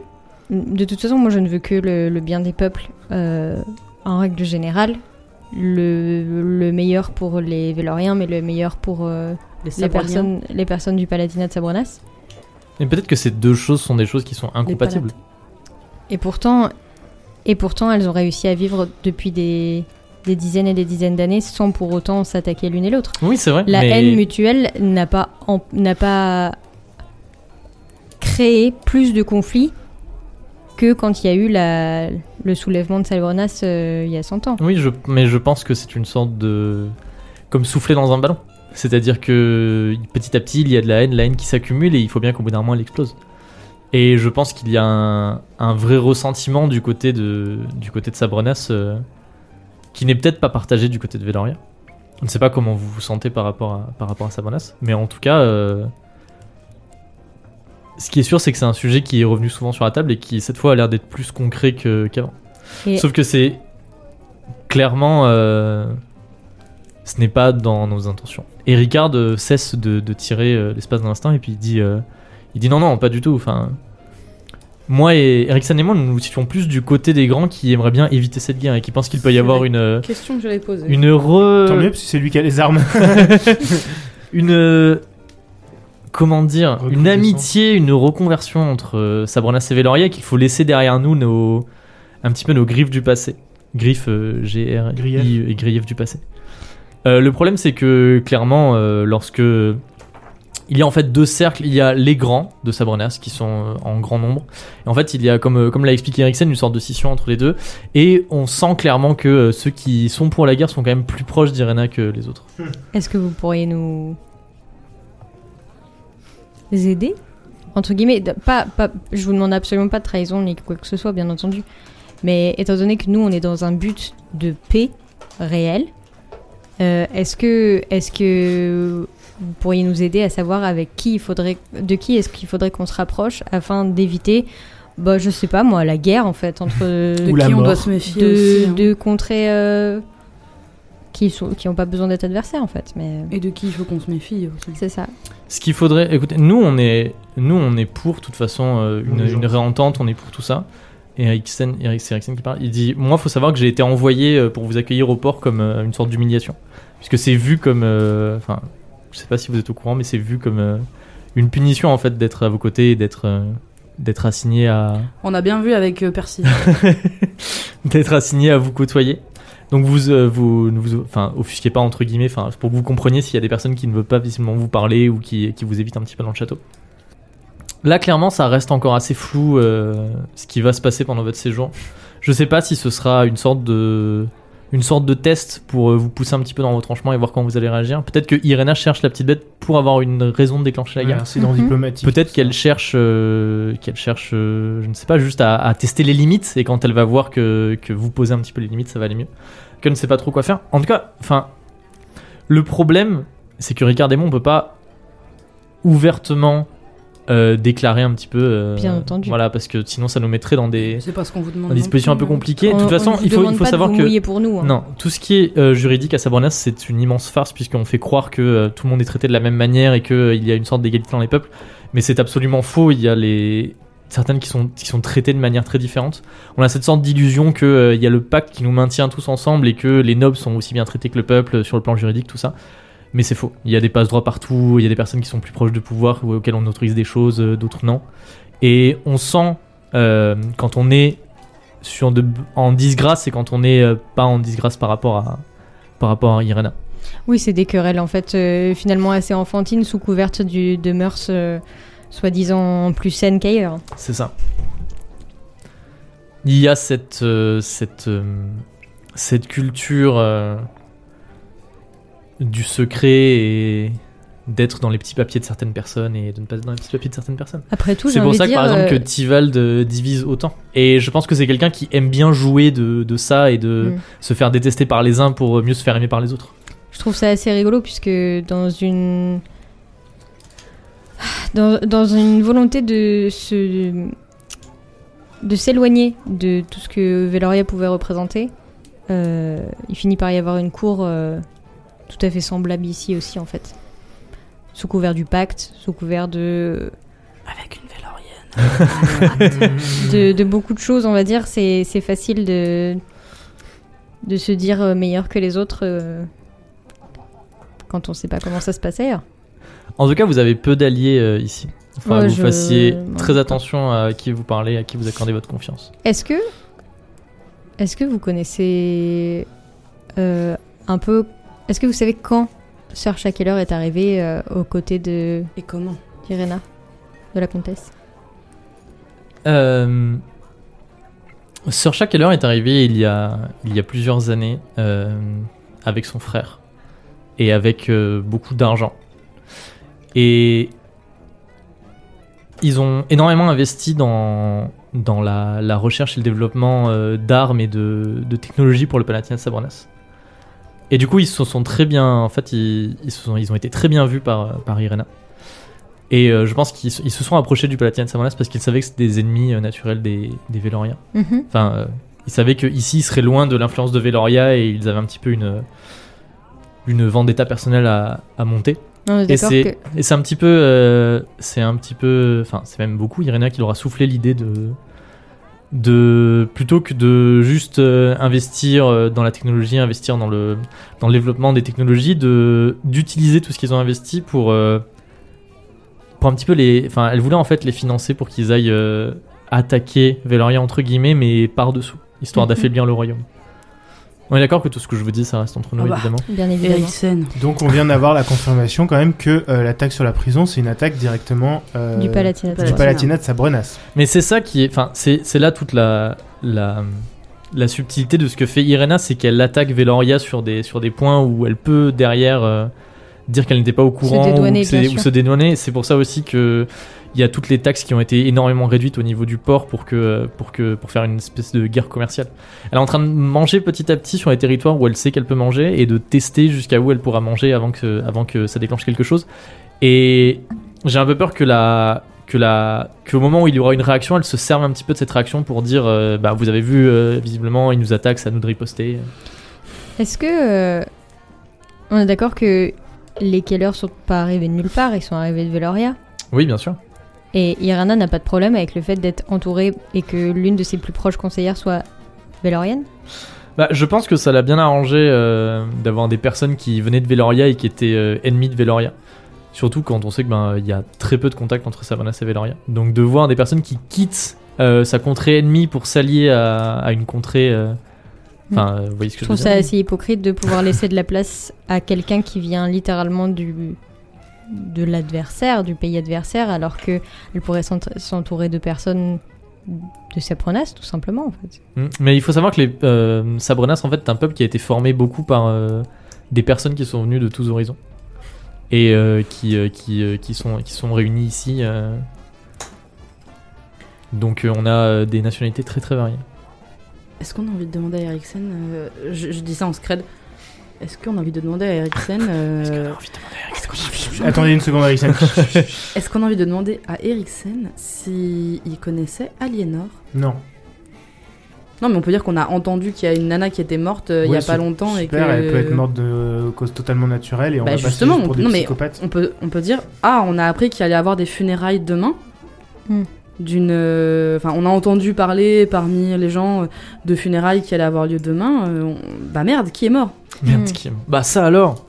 De toute façon, moi, je ne veux que le, le bien des peuples, euh, en règle générale. Le, le meilleur pour les Véloriens, mais le meilleur pour euh,
Les
les,
Sabraniens.
personnes, les personnes du Palatinat de Sabronas.
Et peut-être que ces deux choses sont des choses qui sont incompatibles.
Et pourtant, et pourtant, elles ont réussi à vivre depuis des, des dizaines et des dizaines d'années sans pour autant s'attaquer l'une et l'autre.
Oui, c'est vrai.
La
mais-
haine mutuelle n'a pas, en- n'a pas créé plus de conflits que quand il y a eu la, le soulèvement de Salvornas euh, il y a 100 ans.
Oui, je- mais je pense que c'est une sorte de. comme souffler dans un ballon. C'est-à-dire que petit à petit, il y a de la haine, la haine qui s'accumule et il faut bien qu'au bout d'un moment, elle explose. Et je pense qu'il y a un, un vrai ressentiment du côté de, du côté de Sabronas euh, qui n'est peut-être pas partagé du côté de Veloria. Je ne sais pas comment vous vous sentez par rapport à, par rapport à Sabronas, mais en tout cas, euh, ce qui est sûr, c'est que c'est un sujet qui est revenu souvent sur la table et qui, cette fois, a l'air d'être plus concret que- qu'avant.
Et-
Sauf que c'est clairement, euh, ce n'est pas dans nos intentions. Et Ricard euh, cesse de, de tirer euh, l'espace d'un instant et puis il dit, euh, il dit non non pas du tout. Enfin, moi et Eriksen et moi nous nous situons plus du côté des grands qui aimeraient bien éviter cette guerre et qui pensent qu'il peut y
C'est
avoir
vrai.
une euh,
Question que j'allais poser.
une re-
Tant mieux, parce que c'est lui qui a les armes.
une euh, comment dire une
Recrudescence.
amitié, une reconversion entre euh, Sabronas et Veloria qu'il faut laisser derrière nous nos un petit peu nos griffes du passé. Griffes euh, G R
Griefs.
I et griefs du passé. Euh, le problème c'est que clairement euh, lorsque il y a en fait deux cercles, il y a les grands de Sabronas qui sont euh, en grand nombre. Et en fait, il y a comme euh, comme l'a expliqué Eriksen une sorte de scission entre les deux et on sent clairement que euh, ceux qui sont pour la guerre sont quand même plus proches d'Irena que les autres.
Est-ce que vous pourriez nous aider Entre guillemets, d- pas, pas, je vous demande absolument pas de trahison ni quoi que ce soit, bien entendu. Mais étant donné que nous, on est dans un but de paix réel, euh, est-ce que, est-ce que vous pourriez nous aider à savoir avec qui il faudrait, de qui est-ce qu'il faudrait qu'on se rapproche afin d'éviter, bah, je sais pas moi, la guerre en fait entre
De
Ou la
qui on doit
mort.
se méfier aussi,
de,
hein.
de contrées euh, qui sont qui ont pas besoin d'être adversaires en fait mais
Et de qui il faut qu'on se méfie aussi.
c'est ça
Ce qu'il faudrait, écoutez, nous on est, nous on est pour de toute façon euh,
On
une,
est gentil.
une réentente, on est pour tout ça. Et Eriksen, Eric- c'est Eriksen qui parle. Il dit, moi faut savoir que j'ai été envoyé euh, pour vous accueillir au port comme euh, une sorte d'humiliation, puisque c'est vu comme, euh, enfin, je sais pas si vous êtes au courant, mais c'est vu comme euh, une punition en fait d'être à vos côtés et d'être euh, d'être assigné à
On a bien vu avec euh, Percy.
d'être assigné à vous côtoyer. Donc vous, euh, vous ne vous enfin, offusquez pas entre guillemets, enfin, pour que vous compreniez s'il y a des personnes qui ne veulent pas visiblement vous parler ou qui, qui vous évitent un petit peu dans le château. Là, clairement, ça reste encore assez flou euh, ce qui va se passer pendant votre séjour. Je sais pas si ce sera une sorte de une sorte de test pour euh, vous pousser un petit peu dans vos tranchements et voir comment vous allez réagir. Peut-être que Irena cherche la petite bête pour avoir une raison de déclencher la guerre.
C'est dans
Mhm.
diplomatique.
Peut-être qu'elle cherche, euh, qu'elle cherche, euh, je ne sais pas, juste à, à tester les limites. Et quand elle va voir que, que vous posez un petit peu les limites, ça va aller mieux. Qu'elle ne sait pas trop quoi faire. En tout cas, enfin, le problème, c'est que Ricard et moi, on peut pas ouvertement euh, déclarer un petit peu. euh,
Bien entendu. Mhm.
Voilà, parce que sinon, ça nous mettrait dans des,
C'est pas ce qu'on vous demande. hein.
dans des dispositions un peu compliquées. De toute façon, il faut, il faut savoir que.
pour nous hein.
Non, tout ce qui est euh, juridique à Sabornas, c'est une immense farce puisqu'on fait croire que euh, tout le monde est traité de la même manière et qu'il y a une sorte d'égalité dans les peuples. Mais c'est absolument faux. Il y a les certaines qui sont qui sont traitées de manière très différente. On a cette sorte d'illusion que euh, il y a le pacte qui nous maintient tous ensemble et que les nobles sont aussi bien traités que le peuple euh, sur le plan juridique, tout ça. Mais c'est faux. Il y a des passe-droits partout. Il y a des personnes qui sont plus proches du pouvoir ou auxquelles on autorise des choses, euh, d'autres non. Et on sent euh, quand on est sur de- en disgrâce et quand on n'est euh, pas en disgrâce par rapport à par rapport à Irena.
oui c'est des querelles en fait euh, finalement assez enfantines sous couverte du, de mœurs euh, soi-disant plus saines qu'ailleurs
C'est ça. Il y a cette euh, cette euh, cette culture euh, du secret et d'être dans les petits papiers de certaines personnes et de ne pas être dans les petits papiers de certaines personnes.
Après tout, j'ai
C'est pour
envie
ça
de
que par
dire,
exemple que
euh,
Tivald euh, divise autant. Et je pense que c'est quelqu'un qui aime bien jouer de, de ça et de
Mm.
se faire détester par les uns pour mieux se faire aimer par les autres.
Je trouve ça assez rigolo puisque dans une dans, dans une volonté de se de s'éloigner de tout ce que Veloria pouvait représenter, euh, il finit par y avoir une cour euh, tout à fait semblable ici aussi en fait, sous couvert du pacte, sous couvert de
Avec une Vélorienne.
de, de beaucoup de choses, on va dire, c'est c'est facile de, de se dire euh, meilleur que les autres euh, quand on sait pas comment ça se passe ailleurs.
En tout cas, vous avez peu d'alliés euh, ici. Enfin,
Ouais,
vous
je-
fassiez
ouais.
très attention à qui vous parlez, à qui vous accordez votre confiance.
Est-ce que, est-ce que vous connaissez euh, un peu, est-ce que vous savez quand Sir Shackler est arrivé euh, aux côtés de
Et comment
Irena, de la comtesse
Euh, Sir Shackler est arrivé il y a, il y a plusieurs années euh, avec son frère et avec euh, beaucoup d'argent. Et ils ont énormément investi dans, dans la, la recherche et le développement euh, d'armes et de, de technologies pour le Palatinat de Sabornas. Et du coup, ils se sont très bien. En fait, ils, ils, se sont- ils ont été très bien vus par, par Irena. Et euh, je pense qu'ils se- ils se sont approchés du Palatinat de Sabornas parce qu'ils savaient que c'était des ennemis euh, naturels des, des Véloriens.
Mm-hmm.
Enfin, euh, ils savaient qu'ici, ils seraient loin de l'influence de Véloria et ils avaient un petit peu une, une vendetta personnelle à, à monter.
Non, on est
Et
d'accord
c'est
que
et c'est un petit peu. euh, c'est un petit peu. Enfin, c'est même beaucoup Irena qui leur a soufflé l'idée de. De, plutôt que de juste euh, investir euh, dans la technologie, investir dans le, dans le développement des technologies, de, d'utiliser tout ce qu'ils ont investi pour, euh, pour un petit peu les. Enfin, elle voulait en fait les financer pour qu'ils aillent euh, attaquer Veloria entre guillemets, mais par-dessous, histoire
Mhm.
d'affaiblir le royaume. On est d'accord que tout ce que je vous dis, ça reste entre nous,
Ah bah.
évidemment.
bien évidemment.
Eriksen.
Donc on vient d'avoir la confirmation quand même que euh, l'attaque sur la prison, c'est une attaque directement euh,
Du Palatinat.
du Palatinat de Sabrenas.
Mais c'est ça qui est. Enfin, c'est c'est là toute la, la, la subtilité de ce que fait Irena, c'est qu'elle attaque Veloria sur des, sur des points où elle peut derrière euh, dire qu'elle n'était pas au courant
dédouaner,
ou, que c'est-
bien
ou
sûr.
se dédouaner. C'est pour ça aussi que il y a toutes les taxes qui ont été énormément réduites au niveau du port pour, que, pour, que, pour faire une espèce de guerre commerciale. Elle est en train de manger petit à petit sur les territoires où elle sait qu'elle peut manger et de tester jusqu'à où elle pourra manger avant que, avant que ça déclenche quelque chose. Et j'ai un peu peur que la que la qu'au moment où il y aura une réaction, elle se serve un petit peu de cette réaction pour dire euh, bah vous avez vu euh, visiblement il nous attaque, ça nous de riposter.
Est-ce que euh, on est d'accord que les Keller sont pas arrivés de nulle part, ils sont arrivés de Veloria
Oui, bien sûr.
et Irana n'a pas de problème avec le fait d'être entourée et que l'une de ses plus proches conseillères soit Vélorienne
Bah, je pense que ça l'a bien arrangé euh, d'avoir des personnes qui venaient de Veloria et qui étaient euh, ennemies de Veloria. Surtout quand on sait que ben il y a très peu de contacts entre Savanas et Veloria. Donc de voir des personnes qui quittent euh, sa contrée ennemie pour s'allier à, à une contrée euh, enfin euh, vous voyez ce que
Je
je veux
trouve
dire
ça assez hypocrite de pouvoir laisser de la place à quelqu'un qui vient littéralement du de l'adversaire, du pays adversaire, alors que elle pourrait s'ent- s'entourer de personnes de sa pronace, tout simplement en fait.
Mm. Mais il faut savoir que les euh, Sabrenas, en fait, est un peuple qui a été formé beaucoup par euh, des personnes qui sont venues de tous horizons et euh, qui, euh, qui, euh, qui, sont, qui sont réunies ici. euh. Donc, euh, on a euh, des nationalités très très variées.
Est-ce qu'on a envie de demander à Eriksen euh, je, je dis ça en scred. Est-ce qu'on a envie de demander à Eriksen euh, Est-ce qu'on a envie de demander à
Attendez une seconde, *laughs* Ericsson.
Eriksen Est-ce qu'on a envie de demander à Eriksen si il connaissait Aliénor
non.
Non, mais on peut dire qu'on a entendu qu'il y a une nana qui était morte euh, il y
Ouais,
a pas
su-
longtemps et que.
super, elle peut être morte de cause totalement naturelle et on
Bah,
va passer
justement,
juste pour
on-
des
non, mais-
psychopathes.
On peut, on peut dire Ah, on a appris qu'il allait y avoir des funérailles demain.
Hmm.
D'une. euh, Enfin, on a entendu parler parmi les gens euh, de funérailles qui allaient avoir lieu demain. euh, on- Bah merde, qui est mort
Merde,
Mm.
qui- Bah, ça alors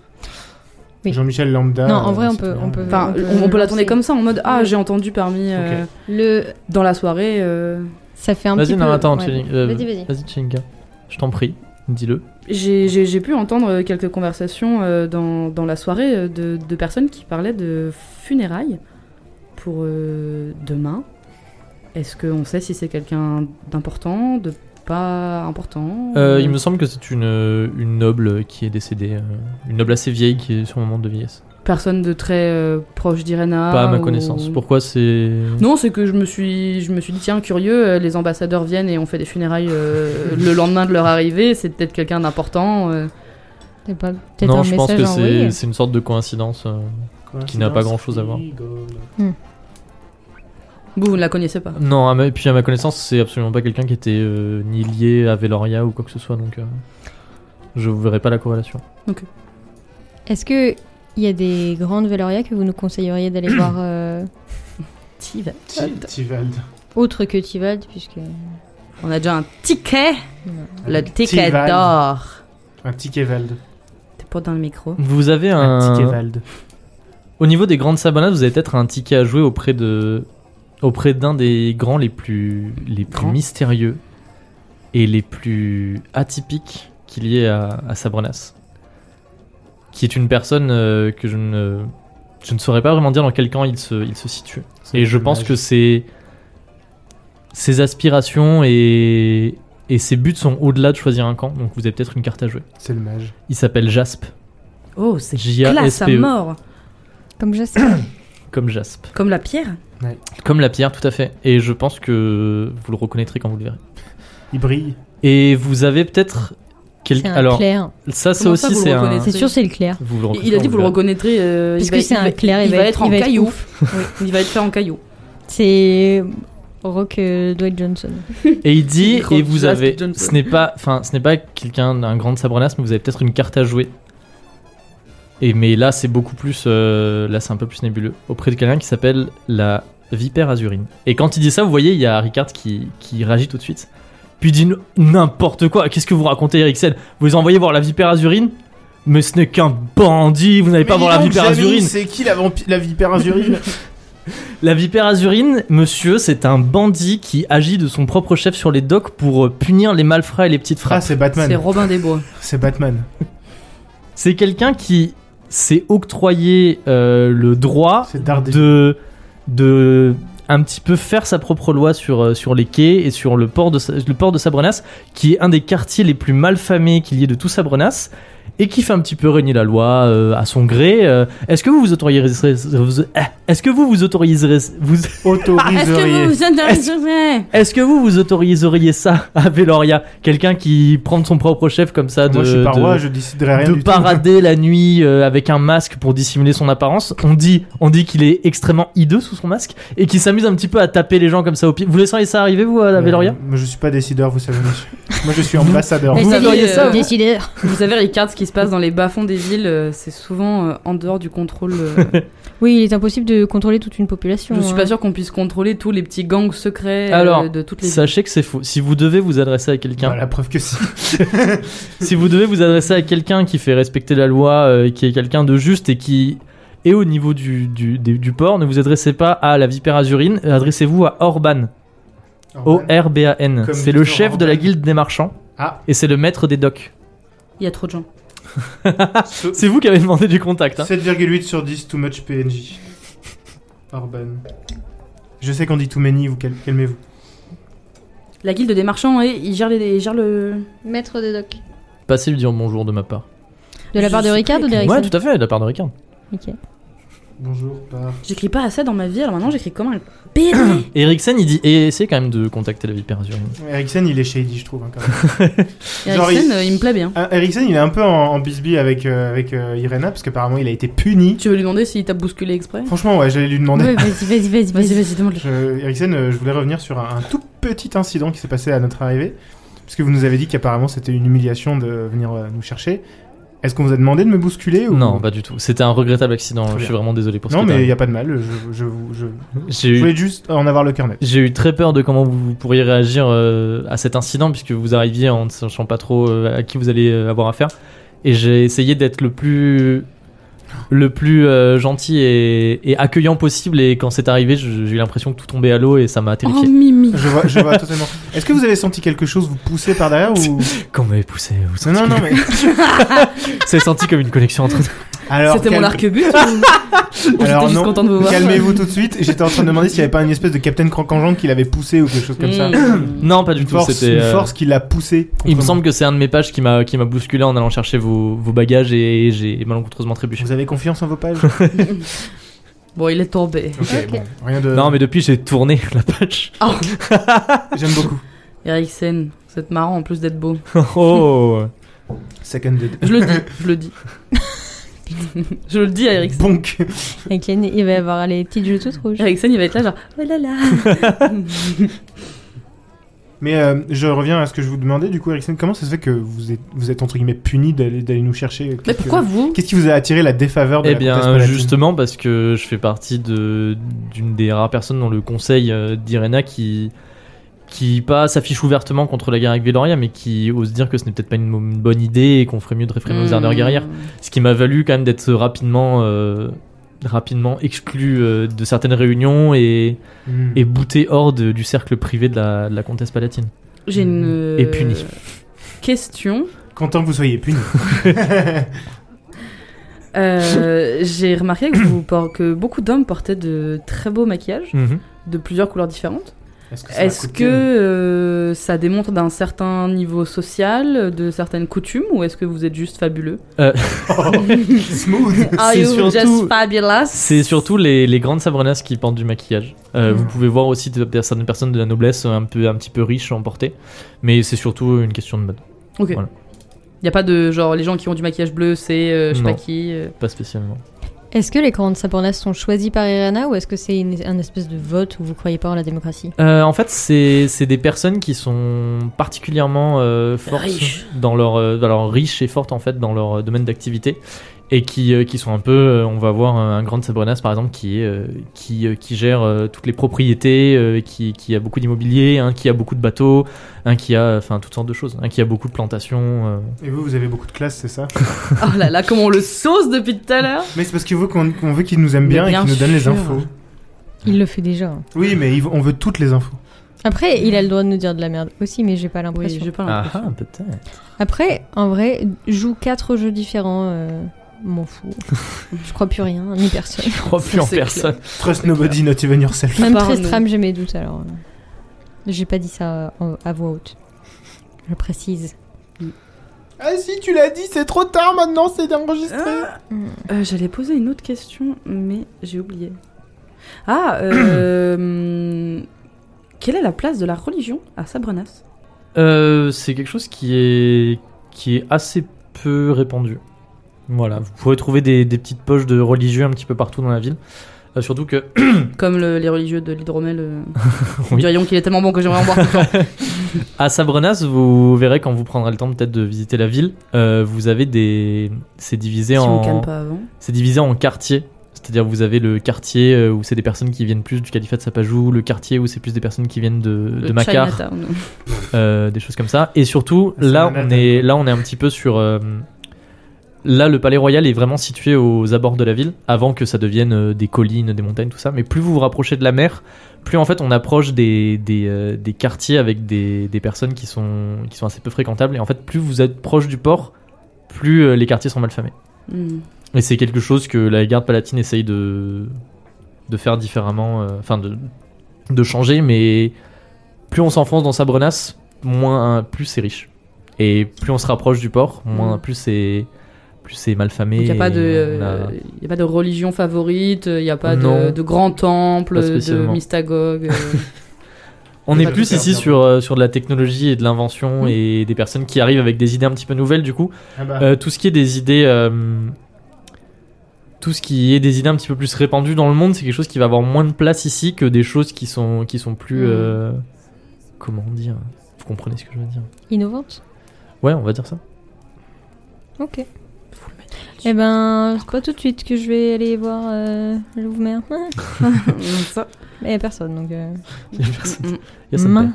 oui.
Jean-Michel Lambda.
Non, en vrai,
euh,
on
c'est
peut-
bien.
on peut-
Enfin,
peut
on, on peut l'attendre
lancer.
comme ça en mode Ah, j'ai entendu parmi. euh,
Le
Dans la soirée. euh,
ça fait un petit
Vas-y,
peu
non, attends,
ouais.
Tchelinga, euh,
Vas-y, Hmm. vas-y.
vas-y, Tchelinga. Je t'en prie, dis-le.
J'ai- J'ai j'ai pu entendre quelques conversations euh, dans, dans la soirée euh, de, de personnes qui parlaient de funérailles pour euh, demain. Est-ce qu'on sait si c'est quelqu'un d'important, de pas important
Euh, euh, Il me semble que c'est une, une noble qui est décédée, euh, une noble assez vieille qui est sur le moment de vieillesse.
personne de très euh, proche d'Irena.
Pas à
Ah,
ma
ou-
oh.
connaissance. Pourquoi c'est.
Non, c'est que je me suis, je me suis dit tiens curieux, euh, les ambassadeurs viennent et on fait des funérailles euh, le lendemain de leur arrivée. C'est peut-être quelqu'un d'important. euh.
C'est pas peut-être
Non,
un
je pense
message
que
envoyé.
c'est c'est une sorte de coïncidence. euh. Qui n'a pas grand-chose à voir.
Vous, vous ne la connaissez pas.
Non, à ma- et puis à ma connaissance, c'est absolument pas quelqu'un qui était euh, ni lié à Veloria ou quoi que ce soit, donc euh, je verrai pas la corrélation.
Est-ce que il y a des grandes Veloria que vous nous
*coughs*
conseilleriez d'aller voir euh,
Tiv-
Tivald.
autre que Tivald, puisque
On a déjà un ticket. Le ticket
Tivald.
d'or.
Un petit Kevald.
T'es pas dans le micro.
Vous avez
Un petit
un.
Kevald.
Au niveau des grandes sabanades, vous avez peut-être un ticket à jouer auprès de. auprès d'un des grands les plus. les plus
Grand.
mystérieux et les plus atypiques qu'il y ait à, à Sabrenas. Qui est une personne euh, que je ne. je ne saurais pas vraiment dire dans quel camp il se, il se situe. Et je pense que ses, ses aspirations et, et ses buts sont au-delà de choisir un camp, donc vous avez peut-être une carte à jouer.
C'est le mage.
Il s'appelle Jasp,
Oh, c'est classe à
J-A-S-P-E.
mort.
comme je sais.
comme Jasp.
Comme la pierre.
Comme la pierre, tout à fait. Et je pense que vous le reconnaîtrez quand vous le verrez.
Il brille.
Et vous avez peut-être... *coughs* quel-
C'est un
Alors, hein.
clair.
ça, c'est
Comment
aussi...
ça, vous le
c'est un-
reconnaissez
C'est sûr, c'est le clair.
Vous le
Il a dit vous le
reconnaissez.
reconnaîtrez. euh,
Parce
il va-
que c'est
il
un
va-
clair,
Il va être en
il va
caillou.
ouf.
Oui, Il va être fait en caillou.
C'est rock euh, Dwight Johnson.
Et il dit,
Grand
et vous
Jasp
avez,
Johnson.
ce n'est pas, enfin, ce n'est pas quelqu'un d'un grand sabrenas, mais vous avez peut-être une carte à jouer. Et mais là, c'est beaucoup plus, euh, là, c'est un peu plus nébuleux. Auprès de quelqu'un qui s'appelle la vipère azurine. Et quand il dit ça, vous voyez, il y a Ricard qui, qui réagit tout de suite. Puis il dit n- n'importe quoi. Qu'est-ce que vous racontez, Eriksen Vous les envoyez voir la vipère azurine Mais ce n'est qu'un bandit. Vous n'allez pas voir la vipère azurine.
C'est qui la, vampi- la vipère azurine
La vipère azurine, monsieur, c'est un bandit qui agit de son propre chef sur les docks pour euh, punir les malfrats et les petites
Ah,
frappes.
c'est
C'est
Batman.
Robin des Bois.
C'est Batman.
C'est quelqu'un qui s'est octroyé euh, le droit
C'est Daredevil.
de, de un petit peu faire sa propre loi sur, euh, sur les quais et sur le port, de, Sa- le port de Sabrenas, qui est un des quartiers les plus malfamés qu'il y ait de tout Sabrenas, et qui fait un petit peu régner la loi euh, à son gré. Euh, Est-ce que vous vous autoriseriez... Est-ce que vous vous autoriseriez... Vous, *laughs*
Autoriseriez.
intéressez
Est-ce que vous vous autoriseriez ça à Veloria Quelqu'un qui prend de son propre chef comme ça de,
Moi, je suis pas
de-
roi, je déciderai rien
de
du tout. *laughs*
parader la nuit euh, avec un masque pour dissimuler son apparence On dit, on dit qu'il est extrêmement hideux sous son masque et qu'il s'amuse un petit peu à taper les gens comme ça au pied. Vous laisseriez ça arriver vous à la Veloria
Euh, mais je suis pas décideur, vous savez, monsieur. Moi, je suis ambassadeur.
Bah,
Mais
Vous
ça y est,
verriez ça,
euh,
vous
Décideur.
Vous savez, Ricard, ce qui se passe dans les bas-fonds des villes, euh, c'est souvent euh, en dehors du contrôle.
*laughs*
euh,
Oui, il est impossible de contrôler toute une population.
Je suis
hein.
pas sûr qu'on puisse contrôler tous les petits gangs secrets euh,
Alors,
de toutes les villes.
Sachez que c'est faux. Si vous devez vous adresser à quelqu'un,
Bah, la preuve que si.
*laughs* si vous devez vous adresser à quelqu'un qui fait respecter la loi, euh, qui est quelqu'un de juste et qui est au niveau du, du, des- du port, ne vous adressez pas à la vipère azurine, adressez-vous à Orban. O-R-B-A-N.
Comme
C'est le
Victor
chef de la
Orban.
guilde des marchands.
Ah.
Et c'est le maître des docks.
Il y a trop de gens.
Ce-
C'est vous qui avez demandé du contact. Hein.
7,8 sur 10, too much PNJ. Orban. Je sais qu'on dit too many, vous cal- calmez-vous.
La guilde des marchands, et ils gèrent, les, ils gèrent le.
Maître de doc.
Passez lui dire bonjour de ma part.
De la
Je
part de
sais
Ricard
plus
ou
avec-
Ouais,
d'Erickson
tout à fait, de la part de Ricard.
Ok.
Bonjour, par.
J'écris pas assez dans ma vie, alors maintenant j'écris comme un
*coughs*
bébé.
Eriksen, il dit et essayez quand même de contacter la vipère azurine.
Eriksen, il est shady, je trouve. hein, quand même. Genre,
Ericsson, euh, il me plaît bien.
Ah, Eriksen, il est un peu en, en bisbille avec, euh, avec euh, Irena, parce qu'apparemment, il a été puni.
Tu veux lui demander s'il t'a bousculé exprès
Franchement, ouais, j'allais lui demander.
Ouais, vas-y, vas-y,
Vas-y,
vas-y, vas-y.
vas-y, demande-le.
Je- Eriksen, euh, je voulais revenir sur un, un tout petit incident qui s'est passé à notre arrivée. Parce que vous nous avez dit qu'apparemment c'était une humiliation de venir euh, nous chercher. Est-ce qu'on vous a demandé de me bousculer ou...
Non, pas du tout. C'était un regrettable accident.
Très
Je suis
bien.
vraiment désolé pour ce
Non,
qui est
mais il
arrivé.
a pas de mal. Je, je, vous- je-
J'ai
je
eu,
voulais juste en avoir le cœur net.
j'ai eu très peur de comment vous pourriez réagir euh, à cet incident, puisque vous arriviez en ne sachant pas trop euh, à qui vous allez euh, avoir affaire. Et j'ai essayé d'être le plus. Le plus euh, gentil et, et accueillant possible, et quand c'est arrivé, je- j'ai eu l'impression que tout tombait à l'eau et ça m'a
Oh
terrifié.
Mimi
Je vois, je vois totalement. Est-ce que vous avez senti quelque chose vous pousser
*laughs*
par derrière ou
Quand vous m'avez poussé, vous
Non,
sentez
non, non,
que-
mais
*laughs* c'est senti comme une connexion entre nous.
Alors,
C'était mon
calme- *laughs*
arc-but ou... ou
Alors
J'étais juste
non,
content de vous voir.
Calmez-vous tout de suite. J'étais en train de demander s'il n'y avait pas une espèce de Captain Crocangeon qui l'avait poussé ou quelque chose comme ça.
Mm.
Non, pas du
Une
tout.
force,
C'était.
une
euh,
force qui l'a poussé.
Il me
contre
semble que c'est un de mes pages qui m'a qui m'a bousculé en allant chercher vos, vos bagages et j'ai malencontreusement
moi.
trébuché.
Vous avez confiance en
*laughs*
vos pages
Bon, il est tombé.
ok, bon, rien de.
Non, mais depuis j'ai tourné *laughs* la page.
J'aime beaucoup.
Eriksen, c'est marrant en plus d'être beau.
Oh.
Seconded. *laughs*
Je le dis, je le dis. *laughs* je le dis à Eriksen.
Bonk.
Avec les- il va y avoir les petites jeux toutes rouges.
Eriksen, il va être là, genre, oh là là.
Mais euh, je reviens à ce que je vous demandais, du coup, Ericsson, comment ça se fait que vous êtes, vous êtes entre guillemets puni d'aller d'aller nous chercher
Mais
quelques-
pourquoi vous
Qu'est-ce qui vous a attiré la défaveur
*laughs*
de
Eh
la comtesse
bien,
palatine
justement, parce que je fais partie de d'une des rares personnes dans le conseil euh, d'Irena qui qui pas s'affiche ouvertement contre la guerre avec Véloria, mais qui ose dire que ce n'est peut-être pas une, mo- une bonne idée et qu'on ferait mieux de réfréner
Hmm.
nos ardeurs guerrières. Ce qui m'a valu quand même d'être rapidement euh, rapidement exclu euh, de certaines réunions et,
Hmm.
et bouté hors de- du cercle privé de la, de la comtesse palatine.
J'ai une. euh,
Et puni.
Question.
Content que vous soyez puni.
Euh, J'ai remarqué que, vous por- que beaucoup d'hommes portaient de très beaux maquillages, de plusieurs couleurs différentes.
Est-ce que, ça m'a
Est-ce
coûté
que *laughs* euh, ça démontre d'un certain niveau social, de certaines coutumes, ou est-ce que vous êtes juste *laughs* fabuleux
Oh, smooth
Are
C'est
you
surtout-
just fabulous
C'est surtout les, les grandes savronesses qui portent du maquillage. Euh,
Mhm.
Vous pouvez voir aussi de- de- certaines personnes de la noblesse euh, un, peu, un petit peu riches en porter, mais c'est surtout une question de mode,
Ok.
Voilà.
Y a pas de genre les gens qui ont du maquillage bleu, c'est euh, je sais pas
Non.
qui. euh. *laughs*
pas spécialement.
*laughs* Est-ce que les grandes sabornas sont choisies par Irena ou est-ce que c'est une- un espèce de vote où vous croyez pas en la démocratie
Euh, en fait, c'est c'est des personnes qui sont particulièrement euh, fortes
Riches.
dans leur, euh, dans leur- riches et fortes en fait dans leur euh, domaine d'activité et qui, euh, qui sont un peu, euh, on va voir un, un grand Sabrenas par exemple qui, est, euh, qui, euh, qui gère euh, toutes les propriétés, euh, qui, qui a beaucoup d'immobilier, un qui a beaucoup de bateaux, un qui a, enfin toutes sortes de choses, un qui a beaucoup de plantations. euh,
Et vous, vous avez beaucoup de classe, c'est ça
Oh là là, comment on le sauce depuis tout à l'heure
Mais c'est parce qu'il veut qu'on qu'on veut qu'ils nous aiment
Mais
bien,
bien
et qu'ils nous donnent les
sûr.
infos.
Il le fait déjà. hein.
Oui, mais ils- on veut toutes les infos.
Après, il a le droit de nous dire de la merde aussi, mais j'ai pas
Oui,
l'impression.
j'ai pas
Ah
l'impression.
ah,
*laughs*
peut-être.
Après, en vrai, joue quatre jeux différents. euh, M'en *laughs* fous. Je crois plus rien, ni personne.
Je crois plus
Ça,
en
c'est clair.
personne.
Trust nobody, not even yourself.
Même
part nous.
Tristram, j'ai mes doutes alors. euh, J'ai pas dit ça en- à voix haute. Je précise.
Ah si, tu l'as dit, c'est trop tard maintenant, c'est enregistré.
Euh, J'allais poser une autre question, mais j'ai oublié. Ah, euh, *clears throat* quelle est la place de la religion à Sabrenas
Euh, c'est quelque chose qui est, qui est assez peu répandu. Voilà, vous pouvez trouver des, des petites poches de religieux un petit peu partout dans la ville. Euh, surtout que *clears throat*
Comme le- les religieux de l'hydromel, euh,
*laughs* Oui.
dirions qu'il est tellement bon que j'aimerais en boire tout le temps.
à Sabrenas, vous verrez quand vous prendrez le temps peut-être de visiter la ville, euh, vous avez des, c'est divisé
Si on
en,
canne pas avant.
c'est divisé en quartiers. C'est-à-dire vous avez le quartier euh, où c'est des personnes qui viennent plus du califat de Sapajou, le quartier où c'est plus des personnes qui viennent de,
Le
de Makar,
Chinatown.
euh, des choses comme ça. Et surtout,
C'est
là on,
Manhattan,
est,
quoi.
là, on est un petit peu sur. euh, là, le palais royal est vraiment situé aux abords de la ville, avant que ça devienne euh, des collines, des montagnes, tout ça. Mais plus vous vous rapprochez de la mer, plus en fait on approche des, des, euh, des quartiers avec des, des personnes qui sont, qui sont assez peu fréquentables. Et en fait, plus vous êtes proche du port, plus euh, les quartiers sont mal famés.
Hmm.
Et c'est quelque chose que la garde palatine essaye de, de faire différemment, euh, enfin de, de changer, mais plus on s'enfonce dans Sabrenas, moins, plus c'est riche. Et plus on se rapproche du port, moins
Mm.
plus c'est plus c'est malfamé.
Il n'y a, pas de,
et on a-
euh, y a pas de religion favorite, il n'y a pas de,
Non.
de grand temple,
Pas
de
spécialement.
mystagogue.
*laughs*
euh.
On
y a
est
pas de
plus
super
ici
bien.
sur, euh, sur de la technologie et de l'invention
Mm.
et des personnes qui arrivent avec des idées un petit peu nouvelles du coup.
Ah bah,
Euh, tout ce qui est des idées, euh, tout ce qui est des idées un petit peu plus répandues dans le monde, c'est quelque chose qui va avoir moins de place ici que des choses qui sont qui sont plus,
Mhm.
euh, comment dire, vous comprenez ce que je veux dire
Innovante
Ouais, on va dire
*laughs*
ça.
Ok. Eh ben, c'est pas tout de suite que je vais aller voir euh, le Louvre-Mer.
Ça.
*laughs* Mais y a personne donc. euh,
Il y a personne.
Hmm.
Il y a ça de
mince.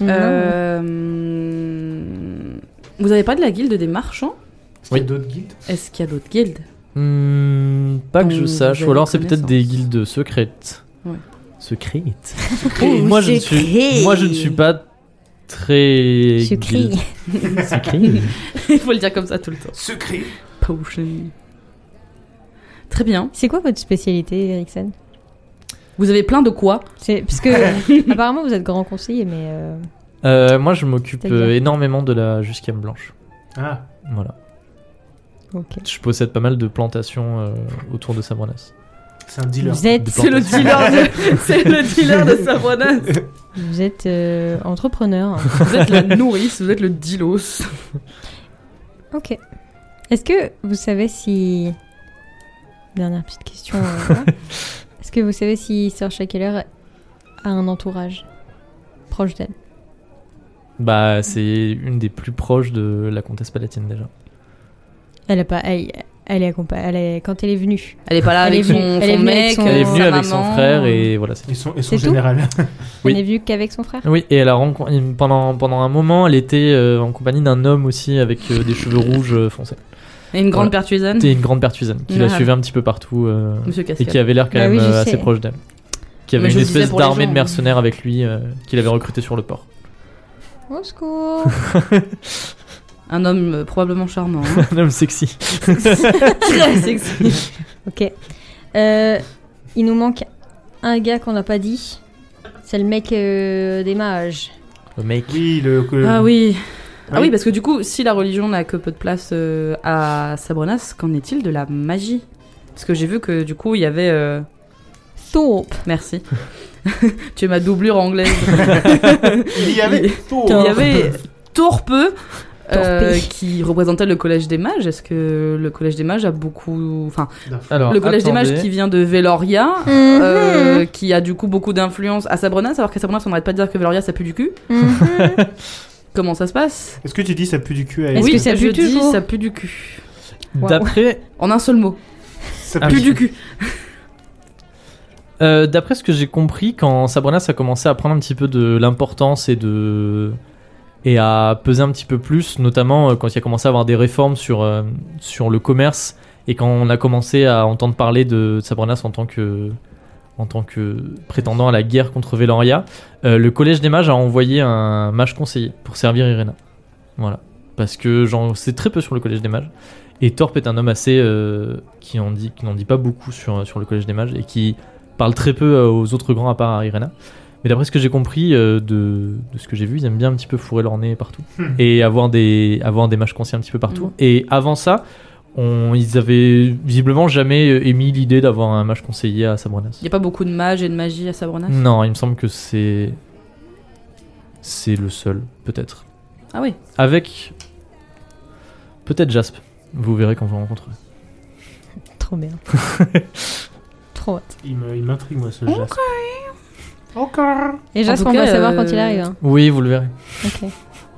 Non.
Euh, Vous avez pas de la guilde des marchands
est-ce qu'il y a
oui.
d'autres guides
Est-ce qu'il y a d'autres guildes
paix. Hmm, pas que
Dont
je
vous
sache.
avez
Ou alors c'est peut-être
connaissance.
des guildes secrètes.
Ouais.
Secrètes.
*laughs*
Oh, moi je ne suis, moi je ne suis pas très.
Je
*laughs*
crie.
Secrète.
Il faut le dire comme ça tout le temps.
Secret
Potion. Très bien.
C'est quoi votre spécialité, Eriksen
Vous avez plein de quoi
C'est parce que apparemment vous êtes grand conseiller, mais euh,
Euh, moi, je m'occupe
C'est-à-dire
euh, énormément de la jusquiame blanche.
Ah,
Voilà.
ok.
Je possède pas mal de plantations euh, autour de Sabrenas.
c'est un dealer.
Vous êtes,
De
*laughs*
*laughs* C'est le
plantations.
dealer de, c'est *laughs* le dealer de Sabronas.
vous êtes euh, entrepreneur.
Vous êtes la nourrice, vous êtes le dealos.
ok. Est-ce que vous savez si dernière petite question euh, voilà. Est-ce que vous savez si Sir Shackler a un entourage proche d'elle
Bah, c'est une des plus proches de la comtesse palatine déjà.
Elle a pas. Elle, elle est accompa- elle est- quand elle est venue.
Elle est pas là
Elle
avec
est venue-
son,
elle est
son
venue avec
mec,
son-
Elle est
euh,
venue
sa
avec son
maman.
frère et voilà, c'est
Et son, et
C'est
son
tout
général.
Oui.
Elle n'est venue qu'avec son frère.
Oui, et elle a rencontré pendant, pendant un moment, elle était euh, en compagnie d'un homme aussi avec euh, des cheveux rouges euh, foncés.
Et une grande
Voilà.
pertuisane.
C'était une grande pertuisane qui la
Ah.
suivait un petit peu partout euh,
Monsieur
et qui
Cascade.
avait l'air quand
Bah
même
oui, je
euh,
sais.
assez proche d'elle. Qui avait
Mais je
une
le disais
espèce
pour les
d'armée
gens.
de mercenaires avec lui euh, qu'il avait recruté sur le port. *laughs*
Au secours
Un homme euh, probablement charmant.
*laughs*
hein.
Un homme sexy.
Très sexy.
Ok. *laughs* Euh, il nous manque un gars qu'on n'a pas dit. C'est le mec euh, des mages.
Le mec.
*laughs* Oui, le. que-
Ah oui. Ah
oui.
oui, parce que du coup, si la religion n'a que peu de place euh, à Sabronas, qu'en est-il de la magie Parce que j'ai vu que du coup, il y avait. euh,
Thorpe.
Merci. *laughs* tu es ma
*laughs*
doublure anglaise.
Il y avait.
Il y avait Torpe, euh,
Torpé.
qui représentait le collège des mages. Est-ce que le collège des mages a beaucoup. Enfin,
Alors,
le collège des mages
Ah, attendez.
qui vient de Veloria.
Mhm.
euh, qui a du coup beaucoup d'influence à Sabronas, alors qu'à Sabronas on n'arrête pas de dire que Veloria ça pue du cul. Comment ça se passe
Est-ce que tu dis ça pue du cul à
Est-ce
Oui,
que ça
je
pue
dis,
toujours
ça pue du cul.
Waouh.
D'après
En un seul mot.
Ça
Ah
pue
pue
oui.
du cul.
Euh, D'après ce que j'ai compris, quand Sabrenas a commencé à prendre un petit peu de l'importance et de et à peser un petit peu plus, notamment euh, quand il y a commencé à avoir des réformes sur euh, sur le commerce et quand on a commencé à entendre parler de Sabrenas en tant que en tant que prétendant à la guerre contre Veloria, euh, le collège des mages a envoyé un mage conseiller pour servir Irena. Voilà, parce que j'en sais très peu sur le collège des mages. Et Torp est un homme assez euh, qui en dit qui n'en dit pas beaucoup sur sur le collège des mages et qui parle très peu euh, aux autres grands à part à Irena. Mais d'après ce que j'ai compris euh, de, de ce que j'ai vu, ils aiment bien un petit peu fourrer leur nez partout
Hmm.
et avoir des avoir des matchs conscients un petit peu partout.
Mhm.
Et avant ça, on, ils avaient visiblement jamais euh, émis l'idée d'avoir un match conseiller à Sabrenas.
Il n'y a pas beaucoup de mages et de magie à
Ah,
Sabronas.
Non, il me semble que c'est c'est le seul peut-être.
Ah oui.
Avec peut-être Jasp. Vous verrez quand vous rencontrez.
*laughs* Trop bien. Trop hâte.
Il me- il m'intrigue, moi, ce geste. Encore.
Et
En
Jasper,
tout
on va
cas,
savoir
euh,
quand il arrive. hein.
Oui, vous le verrez.
Ok.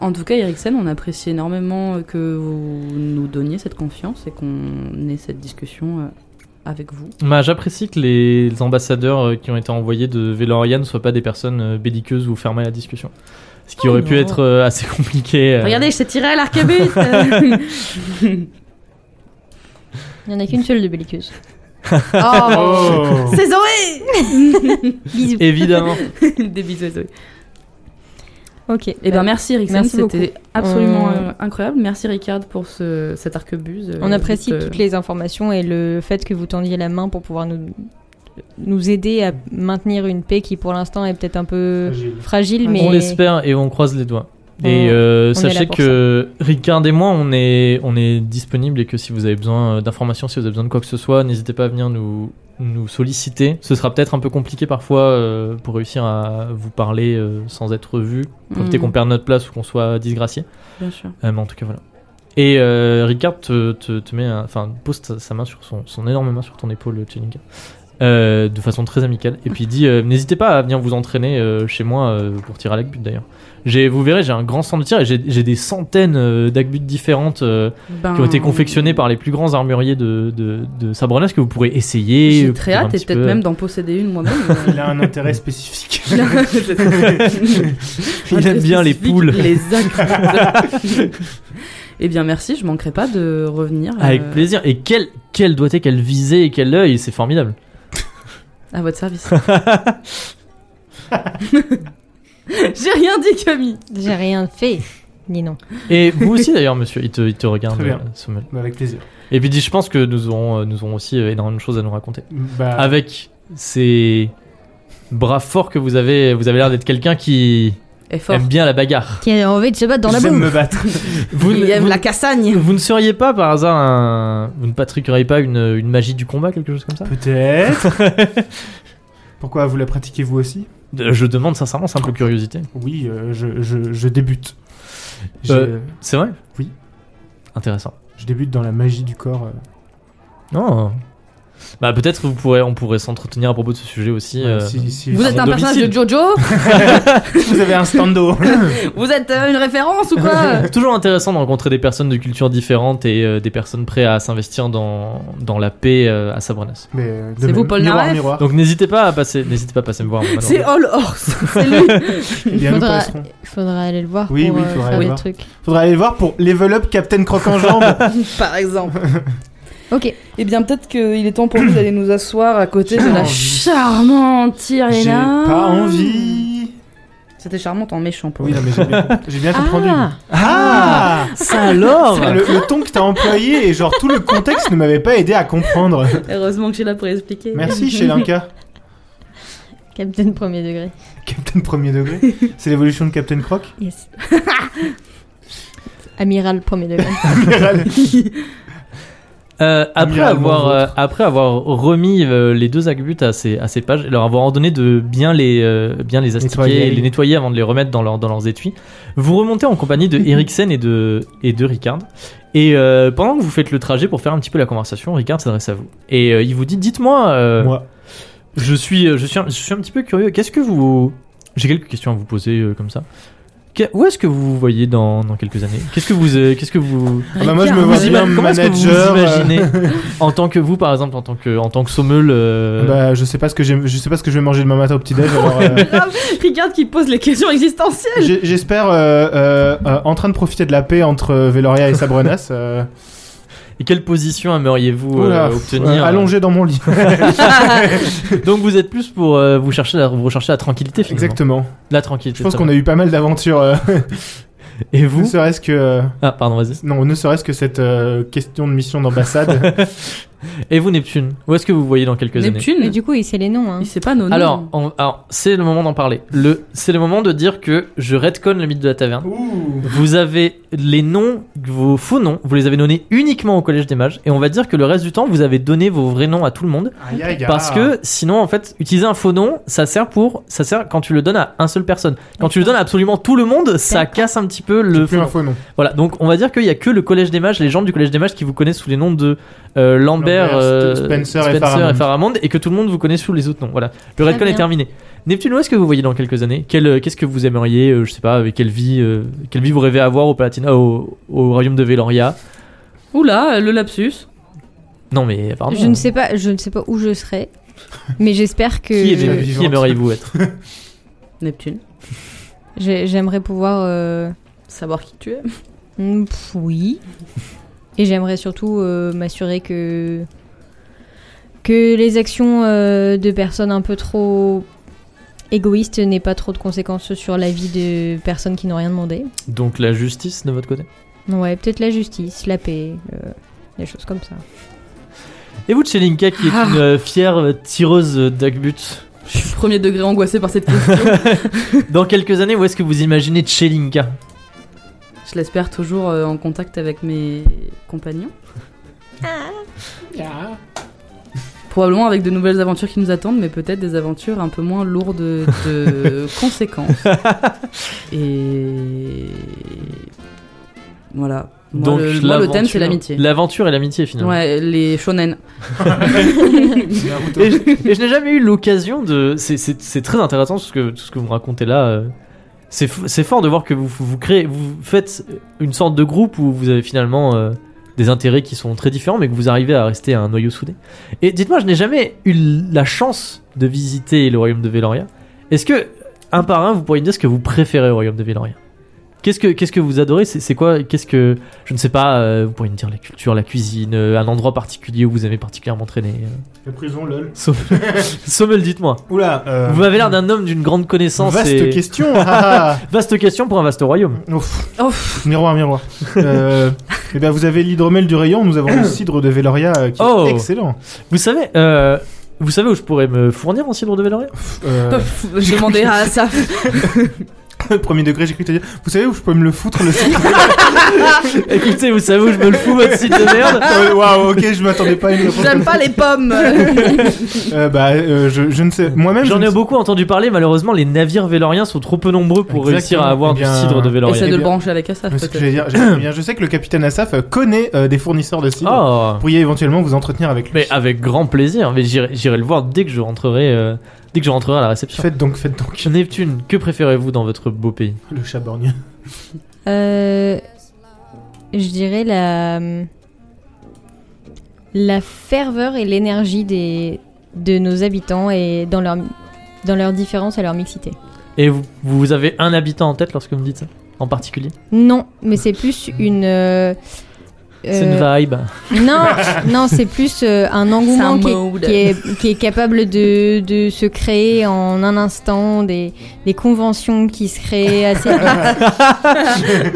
En tout cas, Eriksen, on apprécie énormément euh, que vous nous donniez cette confiance et qu'on ait cette discussion euh, avec vous.
Bah, J'apprécie que les ambassadeurs euh, qui ont été envoyés de Vélorian ne soient pas des personnes euh, belliqueuses ou fermées à la discussion. Ce qui
Oh
aurait pu
non.
être euh, assez *laughs* compliqué. euh.
Regardez, je t'ai tiré
*laughs*
à Euh, l'arcabut
Il n'y en a qu'une seule de belliqueuse.
Oh
Oh.
C'est Zoé
Bisous.
Évidemment.
*laughs* Des bisous à Zoé.
Ok.
Eh ben merci Eriksen,
Merci
c'était absolument
On-
euh, incroyable. Merci Ricard pour ce, cet arquebuse. euh,
On apprécie
cette, euh,
toutes les informations et le fait que vous tendiez la main pour pouvoir nous, nous aider à maintenir une paix qui pour l'instant est peut-être un peu
Fragile.
fragile,
On
mais
On l'espère et on croise les doigts. Et
On-
euh,
on est là
sachez
pour
que Ricard et moi, on est, on est disponible et que si vous avez besoin euh, d'informations, si vous avez besoin de quoi que ce soit, n'hésitez pas à venir nous, nous solliciter. Ce sera peut-être un peu compliqué parfois euh, pour réussir à vous parler euh, sans être vu, pour éviter
Mm.
Mhm.
qu'on perde notre place ou qu'on soit disgracié.
Bien sûr.
Euh, mais en tout cas, voilà. Et euh, Ricard te, te, te met, un- enfin, pose ta- sa main sur son, son énorme main sur ton épaule, Chelinka, euh, de façon très amicale. Et puis il dit, euh, n'hésitez pas à venir vous entraîner euh, chez moi euh, pour tirer à l'agbutte d'ailleurs. J'ai, vous verrez, j'ai un grand centre de tir et j'ai, j'ai des centaines euh, d'agbuttes différentes euh,
Ben,
qui ont été confectionnées par les plus grands armuriers de, de, de Sabrenas que vous pourrez essayer.
J'ai
euh,
très
pour un
hâte et
petit
peut-être
peu-
même d'en posséder
*laughs*
une moi-même. Euh,
Il a un intérêt spécifique.
*laughs*
*laughs* Il aime euh, bien les poules.
Les actes. *laughs* Eh bien, merci, je manquerai pas de revenir euh,
Avec plaisir. Et quel, quel doigt et quel visée et quel œil, c'est formidable.
à votre service. *laughs* J'ai rien dit, Camille.
j'ai rien fait. ni non.
Et vous aussi d'ailleurs, monsieur, il te, il te regarde,
Très bien.
euh, Sommel.
Bah, *laughs* avec plaisir.
Et puis il dit, je pense que nous aurons, euh, nous aurons aussi euh, énormément de choses à nous raconter.
Bah,
Avec ces bras forts que vous avez, vous avez l'air d'être quelqu'un qui
Et fort.
aime bien la
*laughs*
bagarre.
Qui a envie de se battre dans la
j'aime
boue
me battre.
Vous,
Il
ne-
aime
vous-
la cassagne.
vous ne seriez pas par hasard un... Vous ne pratiqueriez pas une, une magie du combat, quelque chose comme ça
Peut-être. Pourquoi vous la pratiquez vous aussi
Euh, Je demande sincèrement, simple curiosité.
Oui, euh, je, je- je débute. Je,
Euh. C'est vrai
Oui.
Intéressant.
je débute dans la magie du corps. euh.
Oh. Bah peut-être vous pourrez, on pourrait s'entretenir à propos de ce sujet aussi.
Ouais,
euh,
si- si-
Vous
à
êtes
si-
mon
un personnage
domicile.
de Jojo
vous avez un stando.
Vous êtes euh, une référence ou
*laughs*
*laughs*
quoi
*laughs* Toujours intéressant de rencontrer des personnes de cultures différentes et euh, des personnes prêtes à s'investir dans, dans la paix euh, à Sabranas.
Mais, euh, de
C'est
même.
vous, Paul
miroir,
Naref
miroir.
Donc n'hésitez pas à passer, n'hésitez pas à passer me voir. moi,
C'est
non.
All
*laughs*
Horse. C'est lui.
Eh
Il
bien, nous
faudra,
passerons.
faudra aller le voir
Oui,
pour
oui,
euh,
faudra
faire
aller
des
voir.
trucs.
Faudra aller voir pour level up Captain Croc en jambe.
Par exemple.
Ok,
Eh bien, peut-être qu'il est temps pour vous d'aller nous asseoir à côté de
J'ai
la
envie.
charmante
J'ai
Irena.
pas envie.
C'était charmante en méchant pour
Oui, non, mais j'ai bien, compris- j'ai bien compris. Ah,
Ça alors
le, le ton que t'as employé et genre tout le contexte ne m'avait pas aidé à comprendre.
Heureusement que j'ai là pour expliquer.
*laughs*
*laughs*
Merci chez Linka.
Captain premier degré.
Captain premier degré. C'est l'évolution de Captain Croc.
*laughs*
Yes. Amiral premier degré.
Euh, après,
Admiralement
avoir, euh,
vôtre.
après avoir remis euh, les deux agbutes à ces, à ces pages, leur avoir ordonné de bien les, euh, bien les astiquer
Nettoyer.
et les nettoyer avant de les remettre dans, leur, dans leurs étuis, vous remontez en compagnie de Eriksen et de, et de Ricard. Et euh, pendant que vous faites le trajet pour faire un petit peu la conversation, Ricard s'adresse à vous. Et euh, il vous dit Dites-moi, euh,
Moi,
je, suis, euh, je, suis un, je suis un petit peu curieux, qu'est-ce que vous. J'ai quelques questions à vous poser euh, comme ça. Que- Où est-ce que vous vous voyez dans, dans quelques années Qu'est-ce que vous. euh, qu'est-ce que vous...
Ah bah moi je me
Vous
vois
ima-
bien
comment est-ce que vous
manager.
vous
euh,
imaginez en tant que vous par exemple en tant que en tant que sommeul euh,
Bah je sais pas ce que j'aime- je sais pas ce que je vais manger demain matin au euh, petit
*laughs*
déj.
Regarde qui pose les questions existentielles.
J'espère euh, euh, euh, en train de profiter de la paix entre euh, Veloria et Sabrenas. euh,
et quelle position aimeriez-vous euh,
oula,
obtenir
euh, allongé dans
*laughs*
mon lit.
donc vous êtes plus pour euh, vous chercher la, vous recherchez la tranquillité finalement
Exactement.
la tranquillité
Je pense
ça
qu'on
va.
a eu pas mal d'aventures. euh, *laughs*
et
ne
vous
serait-ce que euh,
ah pardon vas-y
non, ne serait-ce que cette euh, question de mission *laughs* d'ambassade.
et vous Neptune où est-ce que vous vous voyez dans quelques années
Neptune,
Mais du coup, il sait les noms. Hein.
il sait pas nos noms.
alors, on- alors, c'est le moment d'en parler. Le, c'est le moment de dire que je redconne le mythe de la taverne.
Ouh.
Vous avez les noms, vos faux noms, vous les avez donnés uniquement au Collège des Mages, et on va dire que le reste du temps, vous avez donné vos vrais noms à tout le monde,
Aïe, aïe, ah. aïe.
Parce que sinon, en fait, utiliser un faux nom, ça sert pour, ça sert quand tu le donnes à un seule personne. Quand tu le donnes à absolument tout le monde, ça casse un petit peu le
C'est
faux
plus un
nom.
faux nom.
Voilà. Donc, on va dire qu'il y a que le collège des mages, les gens du collège des mages qui vous connaissent sous les noms de euh, Lambert,
Lambert,
euh,
Spencer et Faramond.
et Faramond, et que tout le monde vous connaît sous les autres noms. Voilà. Le
Très
redcon est
bien.
terminé. Neptune, où est-ce que vous voyez dans quelques années Quel, euh, Qu'est-ce que vous aimeriez, euh, je sais pas, avec quelle vie, euh, quelle vie vous rêvez avoir au Palatina, au, au royaume de Veloria
Oula, le lapsus.
Ah Non, mais pardon.
Je ne sais pas, je ne sais pas où je serai, mais j'espère que
Qui, aimez-
la
je-
qui
vivante.
aimeriez-vous être
Neptune.
j'ai- j'aimerais pouvoir. euh,
Savoir qui tu es.
mm, pff, oui. Et j'aimerais surtout euh, m'assurer que que les actions euh, de personnes un peu trop égoïstes n'aient pas trop de conséquences sur la vie de personnes qui n'ont rien demandé.
Donc la justice de votre côté
Ouais, peut-être la justice, la paix, euh, des choses comme ça.
Et vous, Tchelinka, qui est
Ah.
une euh, fière euh, tireuse euh, d'Agbut,
Je suis premier degré angoissé par cette question.
dans quelques années, où est-ce que vous imaginez Tchelinka
Je l'espère toujours euh, en contact avec mes compagnons.
Ah.
Probablement avec de nouvelles aventures qui nous attendent, mais peut-être des aventures un peu moins lourdes de conséquences. Et voilà. Moi, le, moi, le thème, c'est l'amitié.
L'aventure et l'amitié, finalement.
Ouais, les shonen.
*laughs*
hein.
Et, je- et je n'ai jamais eu l'occasion de. c'est- C'est c'est très intéressant tout ce que, tout ce que vous racontez là. euh. C'est f- c'est fort de voir que vous, vous créez, vous faites une sorte de groupe où vous avez finalement euh, des intérêts qui sont très différents, mais que vous arrivez à rester à un noyau soudé. Et dites-moi, je n'ai jamais eu la chance de visiter le royaume de Veloria. Est-ce que, un par un, vous pourriez me dire ce que vous préférez au royaume de Veloria Qu'est-ce que, qu'est-ce que vous adorez C'est c'est quoi Qu'est-ce que je ne sais pas euh, Vous pourriez me dire la culture, la cuisine, euh, un endroit particulier où vous avez particulièrement traîné. euh.
La prison, lol.
Sauf, Sommel, dites-moi.
Oula, euh,
Vous avez l'air d'un homme d'une grande connaissance.
vaste
et... *laughs*
question. ah,
Vaste question pour un vaste royaume.
ah. Ouf. Miroir, miroir. euh, eh ben, vous avez l'hydromel du rayon. Nous avons *coughs* le cidre de Veloria euh, qui
Oh.
est excellent.
Vous savez, euh, vous savez où je pourrais me fournir en cidre de
*laughs*
Véloria
Euh,
Je demandais à ça.
*laughs* premier degré, j'ai cru te dire. Vous savez où je peux me le foutre
*laughs*
le cidre
Écoutez, vous savez où je me le fous votre cidre de
*laughs*
merde
Euh, Waouh, ok, je m'attendais pas à une réponse
J'aime
comme
pas les pommes.
ça. Euh, bah, euh, je, je ne sais. Moi-même, je
J'en
ne
ai
sais-
beaucoup entendu parler, malheureusement les navires véloriens sont trop peu nombreux pour
Exactement.
réussir à avoir
Eh bien,
du cidre de Véloria.
Essaye de
Eh
le
bien.
brancher avec Asaf.
Je sais ce que
peut-être.
j'allais dire. J'allais dire, Je sais que le capitaine Asaf euh, connaît euh, des fournisseurs de cidre.
Oh
Vous pourriez éventuellement vous entretenir avec lui.
Mais ah, avec grand plaisir, mais j'irai j'irai le voir dès que je rentrerai, euh, dès que je rentrerai à la réception.
Faites donc, faites donc.
Neptune, que préférez-vous dans votre beau pays
Le
*laughs*
chat borgne.
Euh, je dirais la la ferveur et l'énergie des de nos habitants et dans leur dans leurs différences et leur mixité.
Et vous, vous avez un habitant en tête lorsque vous me dites ça En particulier
Non, mais c'est plus une euh,
C'est une
euh,
vibe.
non, non, c'est plus euh, un
C'est un
engouement qui est-
mode.
qui est, qui est capable de, de se créer en un instant, des, des conventions qui se
*laughs*
créent assez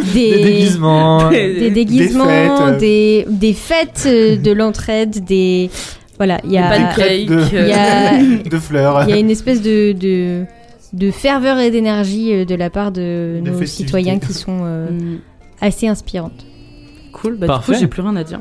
vite,
Des *laughs* déguisements.
Des-
des
Des
déguisements,
fêtes, euh.
des, des fêtes, euh, de l'entraide, des... Voilà, il y
Des
a,
pancakes, euh,
Des crêpes
il
*laughs*
y, a, il
De fleurs.
y a une espèce de, de, de ferveur et d'énergie euh, de la part de
Des
nos
festivités.
citoyens qui sont euh,
Hmm.
assez inspirantes.
Cool, bah
Parfait.
du coup j'ai plus rien à
*laughs*
dire.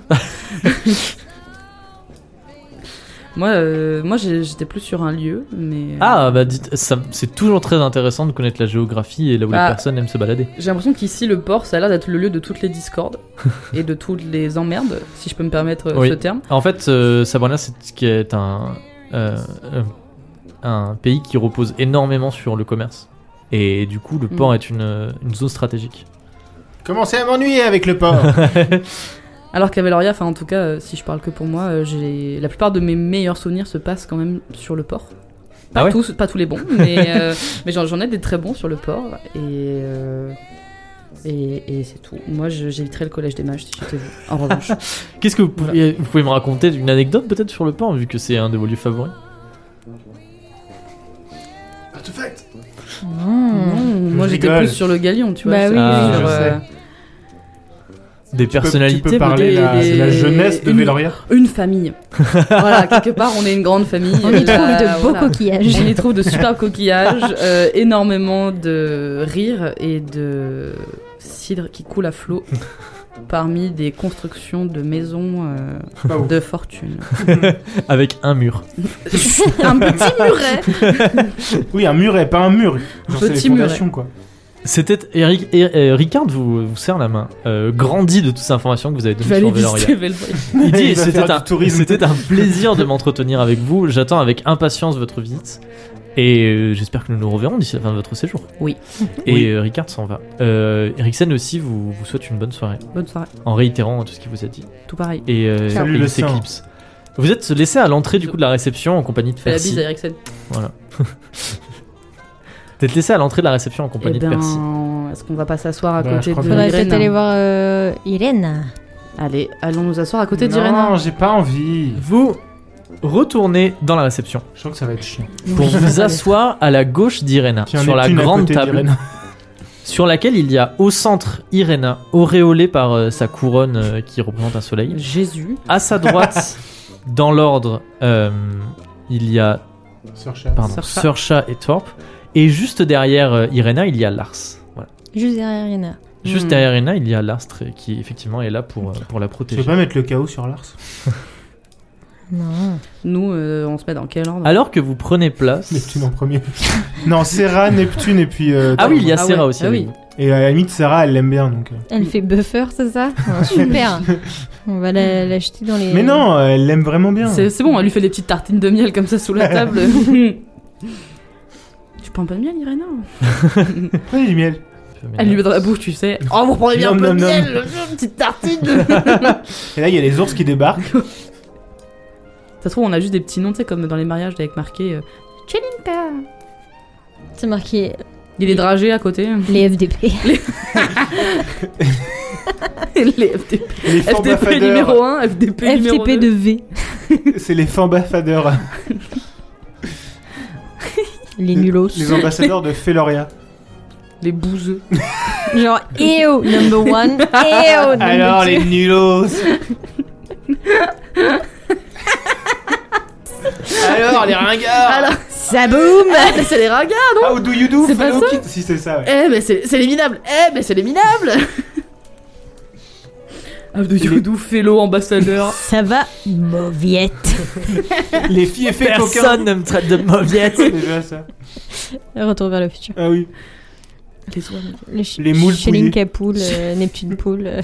moi, euh, moi j'ai- j'étais plus sur un lieu, mais euh,
Ah bah dites, ça- c'est toujours très intéressant de connaître la géographie et là où
Bah.
les personnes aiment se balader.
j'ai l'impression qu'ici le port ça a l'air d'être le lieu de toutes
*laughs*
les discordes et de toutes les emmerdes, si je peux me permettre euh,
Oui.
ce terme.
En fait, euh, Sabrina, c'est ce qui est un, euh, euh, un pays qui repose énormément sur le commerce. Et du coup, le
Mm.
port est une, euh, une zone stratégique.
Commencez à m'ennuyer avec
*laughs*
le porc.
Alors qu'à Veloria, enfin en tout cas, euh, si je parle que pour moi, euh, j'ai la plupart de mes meilleurs souvenirs se passent quand même sur le port. Pas
Ah ouais
tous, pas tous les bons, mais euh, *laughs* mais j'en j'en ai des très bons sur le port et. euh, Et, et c'est tout. Moi, je- j'éviterais le collège des mages si j'étais vous. En
*laughs*
revanche,
Qu'est-ce que vous pouvez, vous pouvez me raconter une anecdote peut-être sur le port, vu que c'est un de vos lieux favoris
Artefact.
Non, moi
Je
j'étais
rigole.
plus sur le galion, tu vois.
Hmm. Bah
sur-
oui,
Ah,
sur,
je
euh,
Des
Tu peux-
personnalités
Tu peux parler
peut-être
la,
des-
la jeunesse de
une-
Véloria.
une famille. voilà, quelque part on est une grande famille.
On y
euh,
trouve de beaux
voilà.
coquillages.
*laughs*
On y trouve de super coquillages, euh, énormément de rire et de cidre qui coule à
*laughs*
flot parmi des constructions de maisons euh,
Pas ouf.
de fortune. *laughs*
avec un mur.
un petit muret.
Oui, un muret, pas un mur. Genre, c'est les
petit
fondations, quoi.
C'était Eric, Er- euh, Ricard vous, vous serre la main, euh, grandi de toutes ces informations que vous avez
Je
données
vais
sur Veloria.
aller visiter Velvoy.
Il dit
*laughs* Il va faire
c'était
du
un,
tourisme.
c'était un plaisir de m'entretenir avec vous. J'attends avec impatience votre visite. Et euh, j'espère que nous nous reverrons d'ici la fin de votre séjour.
Oui.
Et
Oui.
euh, Ricard s'en va. Euh, Eriksen aussi vous, vous souhaite une bonne soirée.
Bonne soirée.
En réitérant tout ce qu'il vous a dit.
Tout pareil.
Et euh,
Salut
et
le
il
saint.
s'éclipse. Vous êtes laissé à l'entrée du coup de la réception en compagnie de
Fais la bise
Percy.
à Ericsson.
Vous êtes laissé à l'entrée de la réception en
Eh
compagnie de
ben,
Percy.
est-ce qu'on va pas s'asseoir à
Bah, je
côté
crois
de
bien.
Faudrait peut-être
Irène
aller voir euh, Irène.
Allez, allons nous asseoir à côté d'Irena.
Non, j'ai pas envie.
ben.
Vous retournez dans la réception
Je sens que ça va être chiant.
pour
Oui. *laughs*
vous asseoir à la gauche d'Irena
Tiens,
sur la
Neptune à
grande
côté
table. *laughs*
d'Irène.
sur laquelle il y a au centre Irena, auréolée par euh, sa couronne euh, qui représente un soleil.
Jésus.
À sa droite,
*laughs*
dans l'ordre, euh, il y a
Sœur Chat.
pardon,
Sir Chat.
Sir Chat et Thorpe. Et juste derrière euh, Irena, il y a Lars. Voilà.
Juste derrière Irène.
Juste
Hmm.
derrière Irena, il y a Lars très- qui effectivement est là pour, euh, pour la
Je vais
protéger.
pas mettre le chaos sur Lars. *laughs*
Non.
Nous, euh, on se met dans quel ordre
Alors que vous prenez place...
Neptune en premier. *laughs* non, Serra, Neptune et puis. euh,
Ah oui, il y a
Ah ouais,
Serra aussi.
ah
avec
oui.
vous.
Et à la limite, Serra, elle l'aime bien donc. euh.
Elle fait buffer, c'est ça Ah, Super On va la- l'acheter dans les...
Mais non, euh, elle l'aime vraiment bien.
C'est c'est bon, elle lui fait des petites tartines de miel comme ça sous la table. tu prends pas de miel, Irena
Prenez du miel.
Elle lui met dans la bouche, tu sais. Oh, vous prenez bien
Nom,
un peu
nom,
de
nom.
miel, une petite tartine.
Et là, il y a les ours qui débarquent.
ça se trouve, on a juste des petits noms, tu sais, comme dans les mariages avec marqué euh, Chelinta.
C'est marqué
Il y a les dragées à côté.
Les FDP.
les FDP.
Les
FDP numéro 1, FDP numéro 2.
FTP de V.
C'est les fambafadeurs.
Les nulos.
Les ambassadeurs
*laughs*
de Féloria.
Les bouseux.
Genre, EO number one,
*laughs*
Oh,
EO number
Alors
two.
les nulos Alors les
*laughs*
ringards
Alors,
Zaboum
Ah. Eh, c'est les ragas
How do you do
C'est pas
fellow
ça
kids Si c'est ça, ouais.
Eh, mais c'est c'est les minables Eh, mais c'est les minables Abdou Youdou, fellow ambassadeur.
Ça va, mauviette.
Eh.
les filles et fait coquin
Personne *laughs* ne me traite de
*laughs*
mauviette.
C'est déjà ça.
Retour vers le futur.
Ah oui.
Les oies.
Les, ch-
Les moules
Chelinka Pool,
*laughs*
euh, Neptune Pool. euh,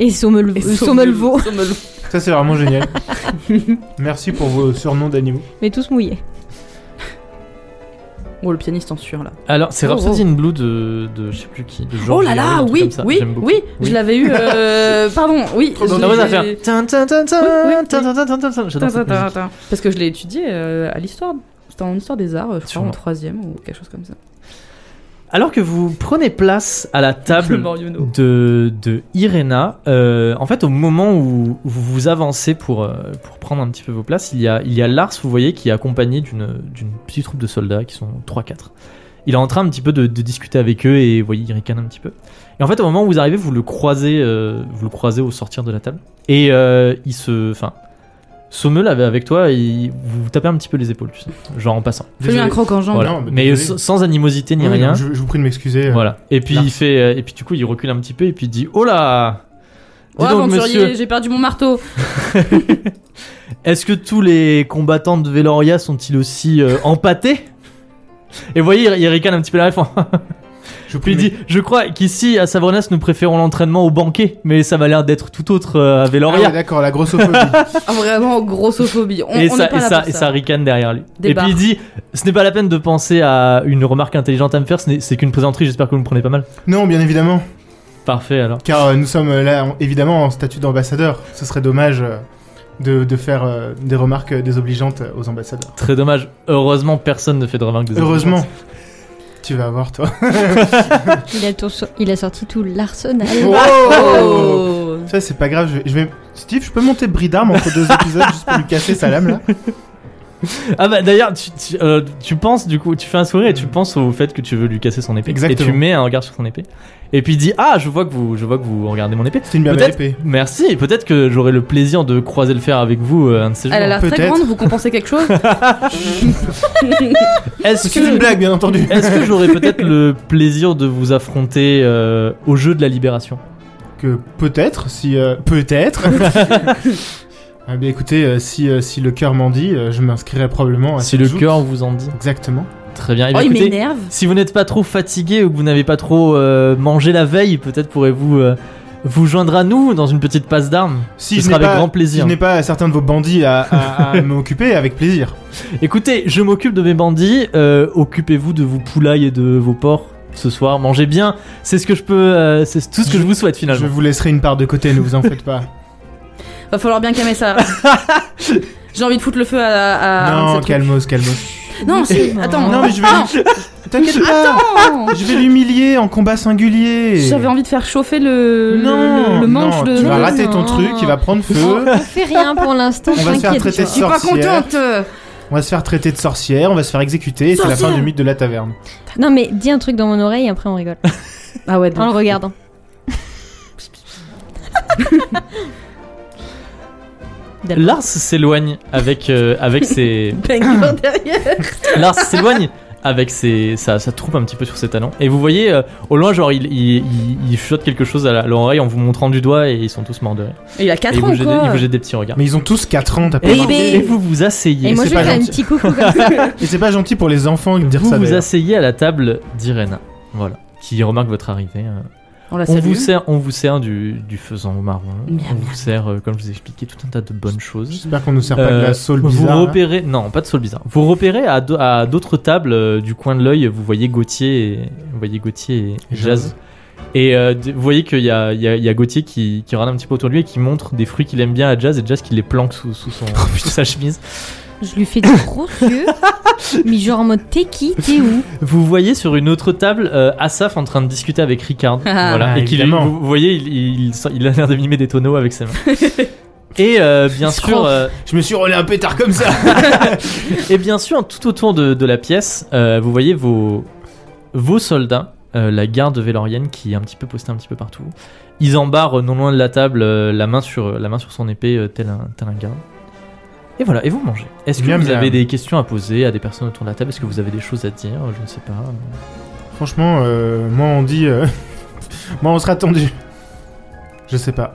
et Sommelvo. euh, Sommelvo.
Sommelvo.
Ça c'est
*laughs*
vraiment génial. Merci pour vos surnoms d'animaux.
Mais tous mouillés.
Oh, le pianiste en sueur là.
Alors, c'est
Oh,
Rhapsody
oh.
in Blue de, de je sais plus qui. De George
oh là
Orwell,
là,
un truc
oui,
comme ça.
oui,
J'aime beaucoup.
oui, je l'avais eu.
*laughs*
euh, pardon, oui.
Trop
je
bonne
Non,
l'ai-
vas-y, faire. Tin, tin, tin, tin,
Oui, oui,
tin, tin, tin, tin, tin, tin. J'adore cette musique.
Parce que je l'ai étudié euh, à l'histoire. C'était en histoire des arts, euh, je crois,
Sûrement.
en troisième ou quelque chose comme ça.
Alors que vous prenez place à la
Le
table
Moriono.
de, de Irena, euh, en fait, au moment où vous vous avancez pour, euh, pour prendre un petit peu vos places, il y a, il y a Lars, vous voyez, qui est accompagné d'une d'une petite troupe de soldats qui sont 3-4. Il est en train un petit peu de, de discuter avec eux et vous voyez, il ricane un petit peu. Et en fait, au moment où vous arrivez, vous le croisez, euh, vous le croisez au sortir de la table. Et euh, il se. Enfin. Sommel avait avec toi, il, vous vous tapez un petit peu les épaules, tu sais, genre en passant.
Fais-lui un
Désolé.
croc en jambe.
Voilà.
non, mais
mais
désolé.
sans sans animosité ni
Oui,
rien.
Je, je vous prie de m'excuser.
Voilà. Et puis
Lars.
il fait, euh, et puis du coup il recule un petit peu et puis il dit Oh là Dis
Oh,
donc,
aventurier,
monsieur,
j'ai perdu mon marteau.
est-ce que tous les combattants de Veloria sont-ils aussi euh, empâtés Et vous voyez, il, il ricane un petit peu la réponse.
Je vous
Puis
prie
il
de
dit Je crois qu'ici à Savronas nous préférons l'entraînement au banquet, mais ça m'a l'air d'être tout autre euh, à
Ah ouais,
Veloria.
d'accord, la grossophobie.
Ah, vraiment, grossophobie. On,
et
on
ça,
est pas
et,
là
ça,
pour
et ça ricane derrière lui.
Des
et
barres.
puis il dit Ce n'est pas la peine de penser à une remarque intelligente à me faire, ce n'est- c'est qu'une plaisanterie, j'espère que vous me prenez pas mal.
non, bien évidemment.
Parfait alors.
Car euh, nous sommes euh, là, en- évidemment, en statut d'ambassadeur. Ce serait dommage euh, de, de faire euh, des remarques euh, désobligeantes euh, aux ambassadeurs.
Très dommage. Heureusement, personne ne fait de remarques des
Heureusement. Tu vas avoir, toi.
Il a, tout so- il a sorti tout l'arsenal.
Oh
*laughs* Ça, c'est pas grave. Je, je vais... Steve, je peux monter bris d'armes entre deux épisodes juste pour lui casser sa lame, là
Ah bah d'ailleurs, tu, tu, euh, tu penses du coup, tu fais un sourire et tu penses au fait que tu veux lui casser son épée.
Exactement.
Et tu mets un regard sur son épée. Et puis il dit ah je vois que vous je vois que vous regardez mon épée.
C'est une bien belle
Peut-être.
épée.
Merci. et Peut-être que j'aurai le plaisir de croiser le fer avec vous euh, un de ces jours.
Elle a l'air très
Peut-être.
grande, vous compensez quelque
*laughs*
chose Oh,
Est-ce
C'est une
que
blague, bien entendu.
est-ce que j'aurai peut-être le plaisir de vous affronter euh, au jeu de la libération
Que peut-être, si. euh,
*laughs*
peut-être Ah, bien, écoutez, euh, si, euh, si le cœur m'en dit, euh, je m'inscrirai probablement à
Si
cette
le
joute.
cœur vous en dit.
Exactement.
Très bien. Eh
Oh,
bien,
il
écoutez,
m'énerve.
si vous n'êtes pas trop fatigué ou que vous n'avez pas trop euh, mangé la veille, peut-être pourrez-vous euh, vous joindre à nous dans une petite passe d'armes.
Si
Ce
je
sera
n'ai
avec
pas-
grand plaisir.
Si je n'ai pas certains de vos bandits à, à-
*laughs*
à m'occuper, avec plaisir.
Écoutez, je m'occupe de mes bandits, euh, occupez-vous de vos poulailles et de vos porcs ce soir, mangez bien, c'est ce que je peux, euh, c'est tout ce que je, vous souhaite
Je
finalement.
vous laisserai une part de côté, ne vous en faites
*laughs*
pas.
Va falloir bien calmer
*laughs*
ça. J'ai envie de foutre le feu à. à- à un de
non,
ces trucs. *laughs*
calmos, calmos.
Non,
*laughs*
si, attends.
Non, mais je vais. T'inquiète pas
Attends.
Je vais l'humilier en combat singulier
J'avais envie de faire chauffer le, le-
Non,
le, le manche
non,
de. Ah.
Tu vas
Non,
rater ton
non.
truc, il va prendre feu.
On fait rien pour l'instant,
On va se faire
t'inquiète,
traiter
tu
de
vois.
Pas
Sorcière.
*laughs*
contente euh.
On va se faire traiter de sorcière, on va se faire exécuter, et c'est la fin
Sorcière
du mythe de la taverne.
Non mais dis un truc dans mon oreille et après
*laughs*
on rigole.
Ah ouais,
En le
donc.
regardant. D'accord.
Lars s'éloigne avec, euh, avec ses.
*clears throat*
Lars s'éloigne avec ses, sa, sa troupe un petit peu sur ses talons. Et vous voyez, euh, au loin, genre, il, il, il, il chuchote quelque chose à la- à l'oreille en vous montrant du doigt et ils sont tous morts de rire.
Et Il a
Et
4
ils
ans
vous jetez- ils
quoi.
vous jettent des petits regards.
Mais ils ont tous 4 ans, t'as
Eh,
pas
Et,
remarqué
et vous vous asseyez.
Et moi
c'est
je
pas
fais un
gentil.
petit coucou
*laughs*
comme ça.
eh.
Et c'est pas gentil pour les enfants de dire
vous
ça.
vous
d'ailleurs.
asseyez à la table d'Irena. Voilà. Qui remarque votre arrivée. euh,
On la
On vous
salue.
sert, on vous sert du, du faisan au marron.
Bah, Miam,
on vous sert, euh, comme je vous ai expliqué, tout un tas de bonnes choses.
J'espère qu'on nous sert pas de
Euh,
la saule
vous
bizarre. hein. là.
repérez, non, pas de sol bizarre. Vous repérez à, do- à d'autres tables euh, du coin de l'œil, vous voyez Gauthier, et, vous voyez Gauthier et
Et
Jazz.
Jazz.
Et euh, d- vous voyez qu'il y a, il y a- il y a Gauthier qui, qui regarde un petit peu autour de lui et qui montre des fruits
*laughs* Oh,
qu'il aime bien à Jazz et Jazz qui les planque sous, sous son, sous sa chemise.
Je lui fais des gros yeux. Mais genre en mode t'es qui T'es où
Vous voyez sur une autre table euh, Asaf en train de discuter avec Ricard.
Ah.
voilà.
Ah,
et qu'il
évidemment.
vous, vous voyez, il, il- il a l'air de mimer des tonneaux avec ses mains. Et euh, bien
Il se
sûr,
croit.
euh,
Je me suis relé un pétard comme ça.
et bien sûr, tout autour de, de la pièce, euh, vous voyez vos vos soldats, euh, la garde vélorienne qui est un petit peu postée un petit peu partout. Ils embarrent non loin de la table, euh, la main sur la main sur son épée, euh, tel un tel un garde. Et voilà, et vous mangez. Est-ce que
Bien,
vous
bien.
avez des questions à poser à des personnes autour de la table Est-ce que vous avez des choses à dire Je ne sais pas.
Franchement, euh, moi on dit. euh, *laughs* moi on sera attendu. Je sais pas.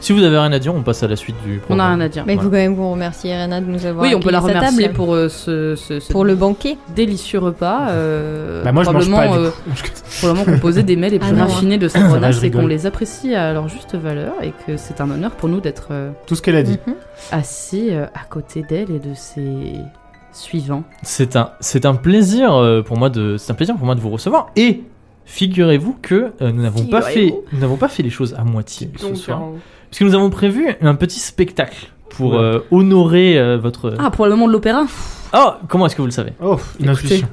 Si vous avez rien à dire, on passe à la suite du
On
programme.
a rien à dire.
Mais il faut
Voilà.
quand même qu'on remercie Irena de nous avoir
Oui, on peut la
accueillis à sa
remercier
table
pour euh, ce, ce- ce
pour le banquet.
délicieux repas. euh,
Bah, moi, je mange
probablement,
pas, du
euh, probablement composé des mets les plus
*laughs* Ah
*laughs*
non.
raffinés de
Ça va,
Sabrina,
je
c'est qu'on
rigole.
les apprécie à leur juste valeur et que c'est un honneur pour nous d'être euh,
Tout ce qu'elle
*laughs*
a dit.
Mhm.
assis euh, à côté d'elle et de ses suivants.
C'est un, c'est un plaisir euh, pour moi de, c'est un plaisir pour moi de vous recevoir. Et figurez-vous que euh, nous n'avons pas fait,
Figurez-vous.
nous n'avons pas fait les choses à moitié ce soir, puisque nous avons prévu un petit spectacle pour
Ouais.
euh, honorer euh, votre.
Ah, pour le moment de l'opéra
Ah, comment est-ce que vous le savez
Oh, une
Écoutez.
intuition.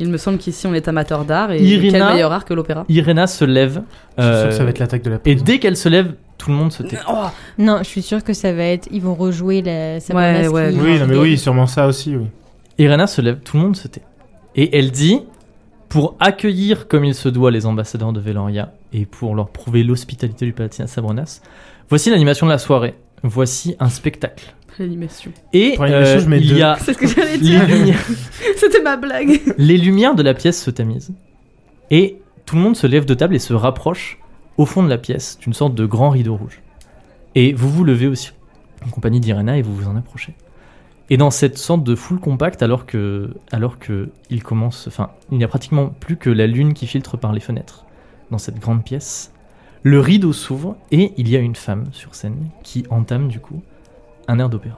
Il me semble qu'ici on est amateur d'art et
Irina-
quel meilleur art que l'opéra
Irena se lève.
Je suis sûr que
euh,
ça va être l'attaque de la
et
prison.
dès qu'elle se lève, tout le monde se tait.
Oh,
Non, je suis sûre que ça va être. Ils vont rejouer la Sabrina
Ouais,
ce
ouais.
qui-
Oui, non, mais oui, sûrement ça aussi, oui.
Irena se lève, tout le monde se tait. Et elle dit Pour accueillir comme il se doit les ambassadeurs de Veloria et pour leur prouver l'hospitalité du Palatinat Sabronas, voici l'animation de la soirée. Voici un spectacle.
L'animation.
Et
Pour l'animation,
euh,
je mets
il y
deux.
a
*laughs*
c'est ce que j'allais
les,
dire.
*laughs* lumi-
C'était ma blague.
les lumières de la pièce se tamisent. Et tout le monde se lève de table et se rapproche au fond de la pièce d'une sorte de grand rideau rouge. Et vous vous levez aussi en compagnie d'Irena et vous vous en approchez. Et dans cette sorte de foule compacte, alors que, alors que il commence, enfin, il n'y a pratiquement plus que la lune qui filtre par les fenêtres dans cette grande pièce, le rideau s'ouvre et il y a une femme sur scène qui entame du coup un air d'opéra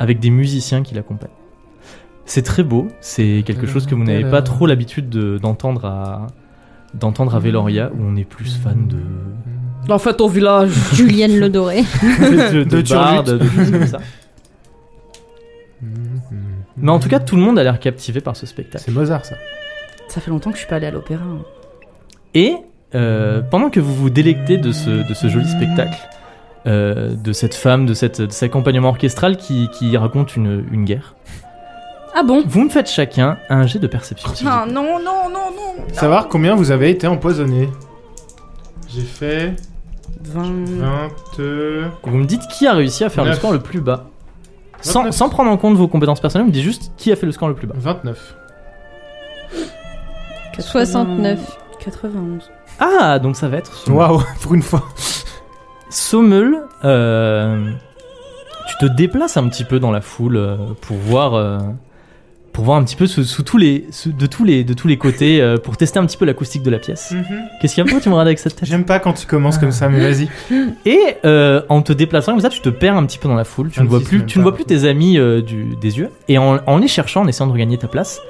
avec des musiciens qui l'accompagnent. C'est très beau, c'est quelque chose que vous n'avez pas trop l'habitude de- d'entendre à d'entendre à Veloria où on est plus fan de
*laughs*
En fait, au village
*laughs* Julienne *laughs* Lodoré.
de, de
turlute.
bardes, de choses comme ça. Mais en tout cas, tout le monde a l'air captivé par ce spectacle.
C'est Mozart, ça.
Ça fait longtemps que je suis pas allée à l'opéra. hein.
Et euh, pendant que vous vous délectez de ce, de ce joli spectacle, euh, de cette femme, de, cette, de cet accompagnement orchestral qui, qui raconte une, une guerre,
Ah bon
vous me faites chacun un jet de perception. s'il vous plaît.
Ah, non, non, non, non.
Savoir combien vous avez été empoisonné. J'ai fait euh,
20...
20.
Vous me dites qui a réussi à faire le
Neuf.
score le plus bas. Sans,
29.
sans prendre en compte vos compétences personnelles, vous me dites juste qui a fait le score le plus bas.
29.
69.
91.
Ah, donc ça va être Sommel.
Waouh, *laughs* pour une fois.
Sommel, euh, tu te déplaces un petit peu dans la foule euh, pour voir, euh, pour voir un petit peu sous, sous tous les, sous- de tous les, de tous les côtés, euh, pour tester un petit peu l'acoustique de la
Hmm.
pièce. Qu'est-ce qu'il y a Pourquoi tu me regardes avec cette tête
J'aime pas quand tu commences comme ça, mais vas-y.
Et euh, en te déplaçant comme ça, tu te perds un petit peu dans la foule. Tu ne vois
26,
plus,
même
tu ne
pas.
vois plus tes amis euh, du, des yeux. Et en, en les cherchant, en essayant de regagner ta place,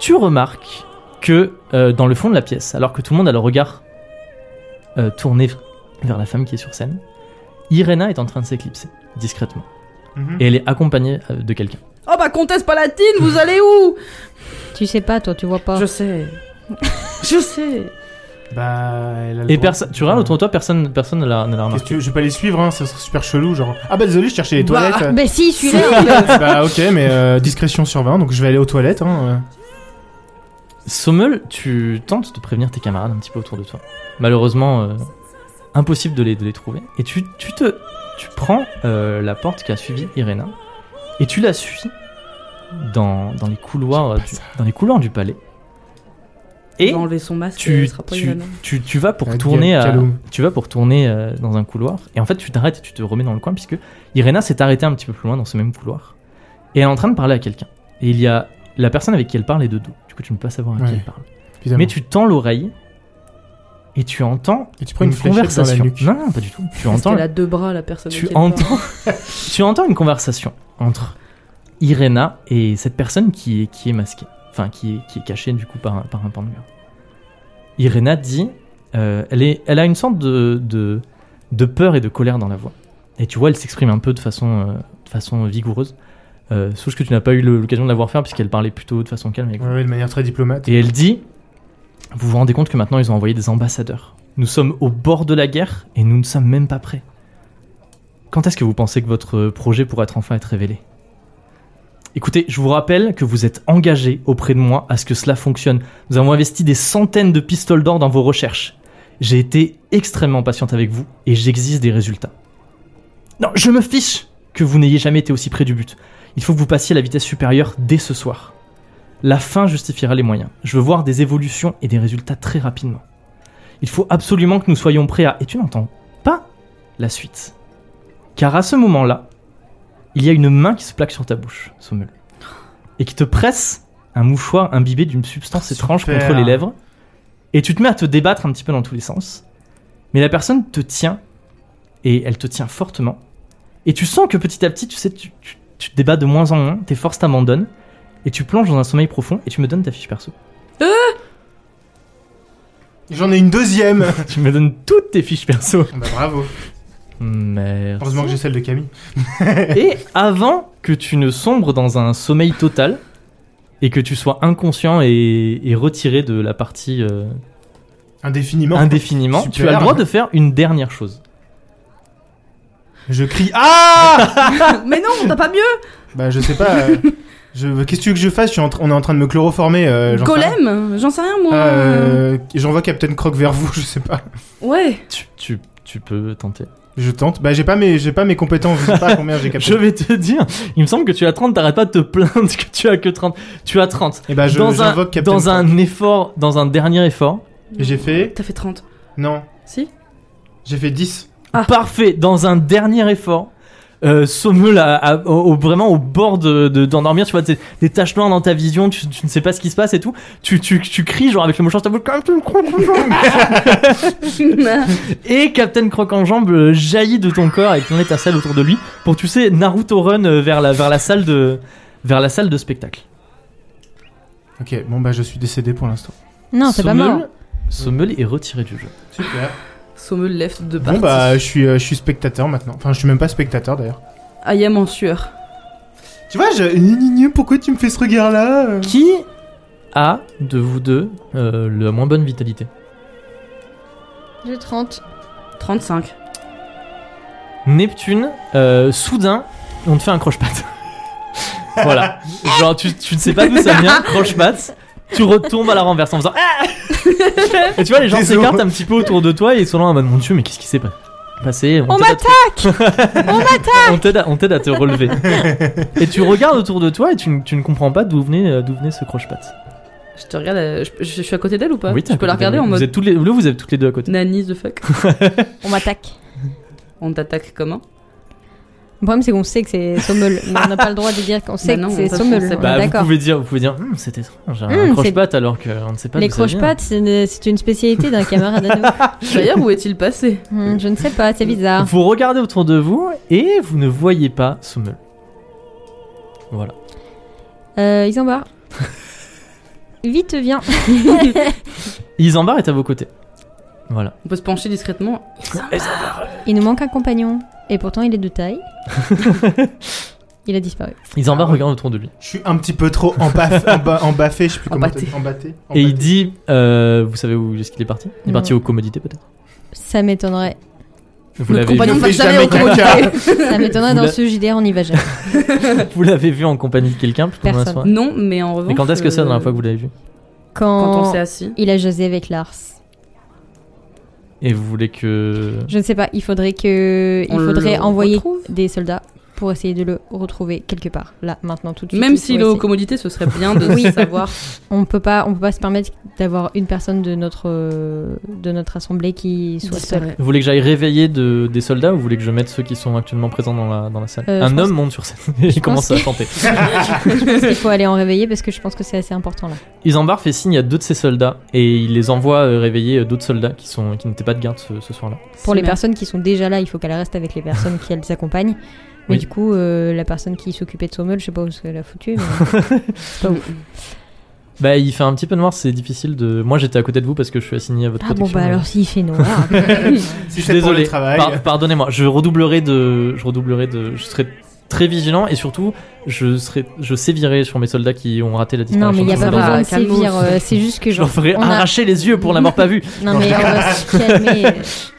tu remarques que euh, dans le fond de la pièce, alors que tout le monde a le regard euh, tourné v- vers la femme qui est sur scène, Irena est en train de s'éclipser discrètement.
Mhm.
Et elle est accompagnée euh, de quelqu'un.
Oh bah comtesse palatine, vous allez où
Tu sais pas, toi, tu vois pas.
Je sais.
*laughs*
je sais.
Bah, elle a le
Et
droit.
personne, tu regardes autour de toi, personne, personne ne l'a ne l'a
Qu'est-ce
remarqué.
que tu veux, Je vais pas les suivre, hein, ça serait super chelou. Genre, ah bah désolé, je cherchais les
Bah,
*laughs*
toilettes.
Bah si, je suis là.
bah ok, mais euh, discrétion sur 20, donc je vais aller aux toilettes. Hein.
Sommel, tu tentes de prévenir tes camarades un petit peu autour de toi. Malheureusement, euh, impossible de les, de les trouver. Et tu, tu te, tu prends euh, la porte qu'a suivi Irena et tu la suis dans, dans les couloirs, euh, du, dans les couloirs du palais. Et
Il va enlever son masque et
tu,
il sera pas
tu,
une nana.
tu, tu vas pour
Ah,
tourner
Gal-
à-
Galoum.
tu vas pour tourner euh, dans un couloir et en fait tu t'arrêtes et tu te remets dans le coin puisque Irena s'est arrêtée un petit peu plus loin dans ce même couloir et elle est en train de parler à quelqu'un et il y a la personne avec qui elle parle est de dos du coup tu ne peux pas savoir à qui
Ouais.
elle parle
Évidemment.
mais tu tends l'oreille et tu entends
Et tu prends
une,
une, fléchette dans la
conversation.
nuque.
Non, non, pas du tout. Tu
Parce
entends,
qu'elle a deux bras, la personne.
tu
qui est pas-
entends, *laughs* tu entends une conversation entre Irena et cette personne qui est, qui est masquée, enfin qui est, qui est cachée du coup par, un- par un pan de mur. Irena dit, euh, elle, est, elle a une sorte de, de, de peur et de colère dans la voix. Et tu vois, elle s'exprime un peu de façon, euh, de façon vigoureuse. Euh, sauf que tu n'as pas eu le- l'occasion de la voir faire puisqu'elle parlait plutôt de façon calme avec
Ouais, ouais, de manière très diplomate.
et elle dit Vous vous rendez compte que maintenant ils ont envoyé des ambassadeurs. Nous sommes au bord de la guerre et nous ne sommes même pas prêts. Quand est-ce que vous pensez que votre projet pourra être enfin être révélé Écoutez, je vous rappelle que vous êtes engagé auprès de moi à ce que cela fonctionne. Nous avons investi des centaines de pistoles d'or dans vos recherches. J'ai été extrêmement patiente avec vous et j'exige des résultats. Non, je me fiche que vous n'ayez jamais été aussi près du but. Il faut que vous passiez à la vitesse supérieure dès ce soir. La fin justifiera les moyens. Je veux voir des évolutions et des résultats très rapidement. Il faut absolument que nous soyons prêts à... Et tu n'entends pas la suite. Car à ce moment-là, il y a une main qui se plaque sur ta bouche, Sommel. Et qui te presse un mouchoir imbibé d'une substance étrange
Super.
contre les lèvres. Et tu te mets à te débattre un petit peu dans tous les sens. Mais la personne te tient. Et elle te tient fortement. Et tu sens que petit à petit, tu sais, tu, tu- tu te débats de moins en moins. Tes forces t'abandonnent et tu plonges dans un sommeil profond et tu me donnes ta fiche perso.
J'en ai une *laughs* deuxième
tu me donnes toutes tes fiches
*laughs*
perso.
Bah bravo.
Merci.
Heureusement que j'ai celle de Camille.
Et avant que tu ne sombres dans un sommeil total et que tu sois inconscient et, et retiré de la partie euh,
Indéfiniment.
indéfiniment,
Super.
tu as le droit de faire une dernière chose.
Je crie Ah
*laughs* Mais non, t'as pas mieux
Bah je sais pas. euh, je... Qu'est-ce que tu veux que je fasse Je suis en train- On est en train de me chloroformer. euh, j'en sais rien.
Golem J'en sais rien, moi.
Euh, J'envoie Captain Croc vers vous, *laughs* je sais pas.
Ouais.
Tu, tu- tu peux tenter.
Je tente. Bah j'ai pas mes j'ai pas mes compétences, je sais pas combien
*laughs*
j'ai
Je
Captain.
vais te dire, il me semble que tu as 30, t'arrêtes pas de te plaindre *laughs* que tu as que 30. Tu as 30.
Et bah je
dans un,
j'invoque Captain
dans
Croc.
un effort, dans un dernier effort,
Et J'ai fait
T'as fait 30.
non,
*laughs* Si
j'ai fait 10.
Ah.
Parfait, dans un dernier effort. Euh, Sommel a- a- au- au- vraiment au bord de de- d'endormir, tu vois des, des taches noires dans ta vision, tu, tu ne sais pas ce qui se passe et tout. Tu, tu, tu cries genre avec le mouchoir sur ta bouche, Captain Croc en
*laughs*
jambe Et Captain Croc en jambe euh, jaillit de ton corps avec ton étincelle autour de lui pour tu sais Naruto run euh, vers la vers la salle de vers la salle de spectacle.
OK, bon bah je suis décédé pour l'instant.
*laughs* Non, c'est pas
Sommel-
mort.
Sommel est retiré du jeu.
Super.
Sommel left de
Bon
partie.
bah je suis euh, je suis spectateur maintenant. Enfin, je suis même pas spectateur d'ailleurs.
I am en sueur.
Tu vois, je Gni, gni, gni, pourquoi tu me fais ce euh regard
Mmh.
là
Qui a de vous deux euh, la moins bonne vitalité
J'ai 30.
35.
Neptune, euh, soudain, on te fait un croche-patte. *laughs* voilà. Genre, tu, tu ne sais pas d'où ça vient, croche-patte. Tu retombes à la renverse en faisant. Ah et tu vois, les gens
Désolé.
s'écartent un petit peu autour de toi et ils sont là en mode Mon dieu, mais qu'est-ce qui s'est pas- passé
On
t'aide à te- *laughs* On t'aide à- On t'aide à te relever. et tu regardes autour de toi et tu, ne- tu ne comprends pas d'où venait, euh, d'où venait ce croche-patte.
Je te regarde, euh, je, je suis à côté d'elle ou pas
Oui, t'es à
Je peux la
côté
regarder
d'elle.
en
Vous
mode
êtes toutes les, vous êtes toutes les deux à côté.
nannies the fuck. *laughs*
On m'attaque.
On t'attaque comment
Le problème, c'est qu'on sait que c'est Sommel, mais on n'a pas le droit de dire qu'on sait
Bah non,
que c'est
on sait-
Sommel.
on sait
on est
Bah, vous
D'accord.
pouvez dire, vous pouvez dire, Hum, c'est étrange,
Hum,
un
c'est-
croche-patte alors qu'on ne sait pas hein.
Les
d'où ça vient.
croche-pattes, c'est une- c'est une spécialité d'un camarade à nous.
D'ailleurs, où est-il passé
*laughs* Hmm, je ne sais pas, c'est bizarre.
Vous regardez autour de vous et vous ne voyez pas Sommel. Voilà.
Euh, ils en barrent. *laughs* Vite, *laughs* viens.
Isambard est à vos côtés. Voilà.
On peut se pencher discrètement.
Il nous manque un compagnon. Et pourtant, il est
*laughs*
de taille. il a disparu.
Isambard
Ah ouais.
regarde autour de lui.
Je suis un petit peu trop en *laughs* baff- en ba- en baffé, je sais plus comment
Embâté.
t'as- embatté.
Et il
Embâté.
dit, euh, vous savez où est-ce qu'il est parti Il est parti aux commodités peut-être.
Ça m'étonnerait.
Vous l'avez
Notre compagnon
vu,
ne va
Ne fais
jamais
jamais
au
caca.
caca.
Ça m'étonnerait
Vous
dans
la-
ce JDR, on n'y va jamais.
vous l'avez vu en compagnie de quelqu'un plutôt dans la
Personne.
soirée.
*laughs* Non, mais en revanche.
Mais quand est-ce que c'est la dernière
euh,
fois que vous l'avez vu
Quand,
Quand on s'est assis.
il a jasé avec Lars.
Et vous voulez que
Je ne sais pas, il faudrait que il
On
faudrait
le
envoyer
retrouve
des soldats pour essayer de le retrouver quelque part là maintenant tout de suite.
Même
il faut
s'il est aux
essayer.
commodités, ce serait bien de
*laughs* Oui.
savoir.
on peut pas on peut pas se permettre d'avoir une personne de notre euh, de notre assemblée qui soit seule.
vous voulez que j'aille réveiller de- des soldats ou vous voulez que je mette ceux qui sont actuellement présents dans la, dans la salle
Euh, je
Un
pense-
homme monte sur scène *laughs* et il commence à
pense-
chanter.
Il faut aller en réveiller parce que je pense que c'est assez important là.
Isambard fait signe à deux de ses soldats et il les envoie euh, réveiller euh, d'autres soldats qui sont qui n'étaient pas de garde ce- ce soir-là.
Pour les
Merde.
personnes qui sont déjà là, il faut qu'elles restent avec les personnes qui elles accompagnent. Mais
Oui.
du coup, euh, la personne qui s'occupait de son meule, je sais pas où elle a foutu. *laughs* mais-
Bah, il fait un petit peu noir, c'est difficile de. Moi, j'étais à côté de vous parce que je suis assigné à votre
Ah bon,
protection.
bah alors s'il fait noir.
Si
Je suis
c'est pour le
désolé.
travail.
Par- Pardonnez-moi, je redoublerai de. Je redoublerai de. Je serai très vigilant et surtout, je, serai, je sévirai sur mes soldats qui ont raté la
Non,
disparition.
mais *laughs* il n'y a
de
pas
soldats.
va,
besoin de
calmos.
sévir. euh, C'est juste *laughs* que
Je leur
genre.
ferai
on a-
arracher les yeux pour l'avoir pas
*laughs*
vu.
Non,
Non,
mais
je
on va se calmer.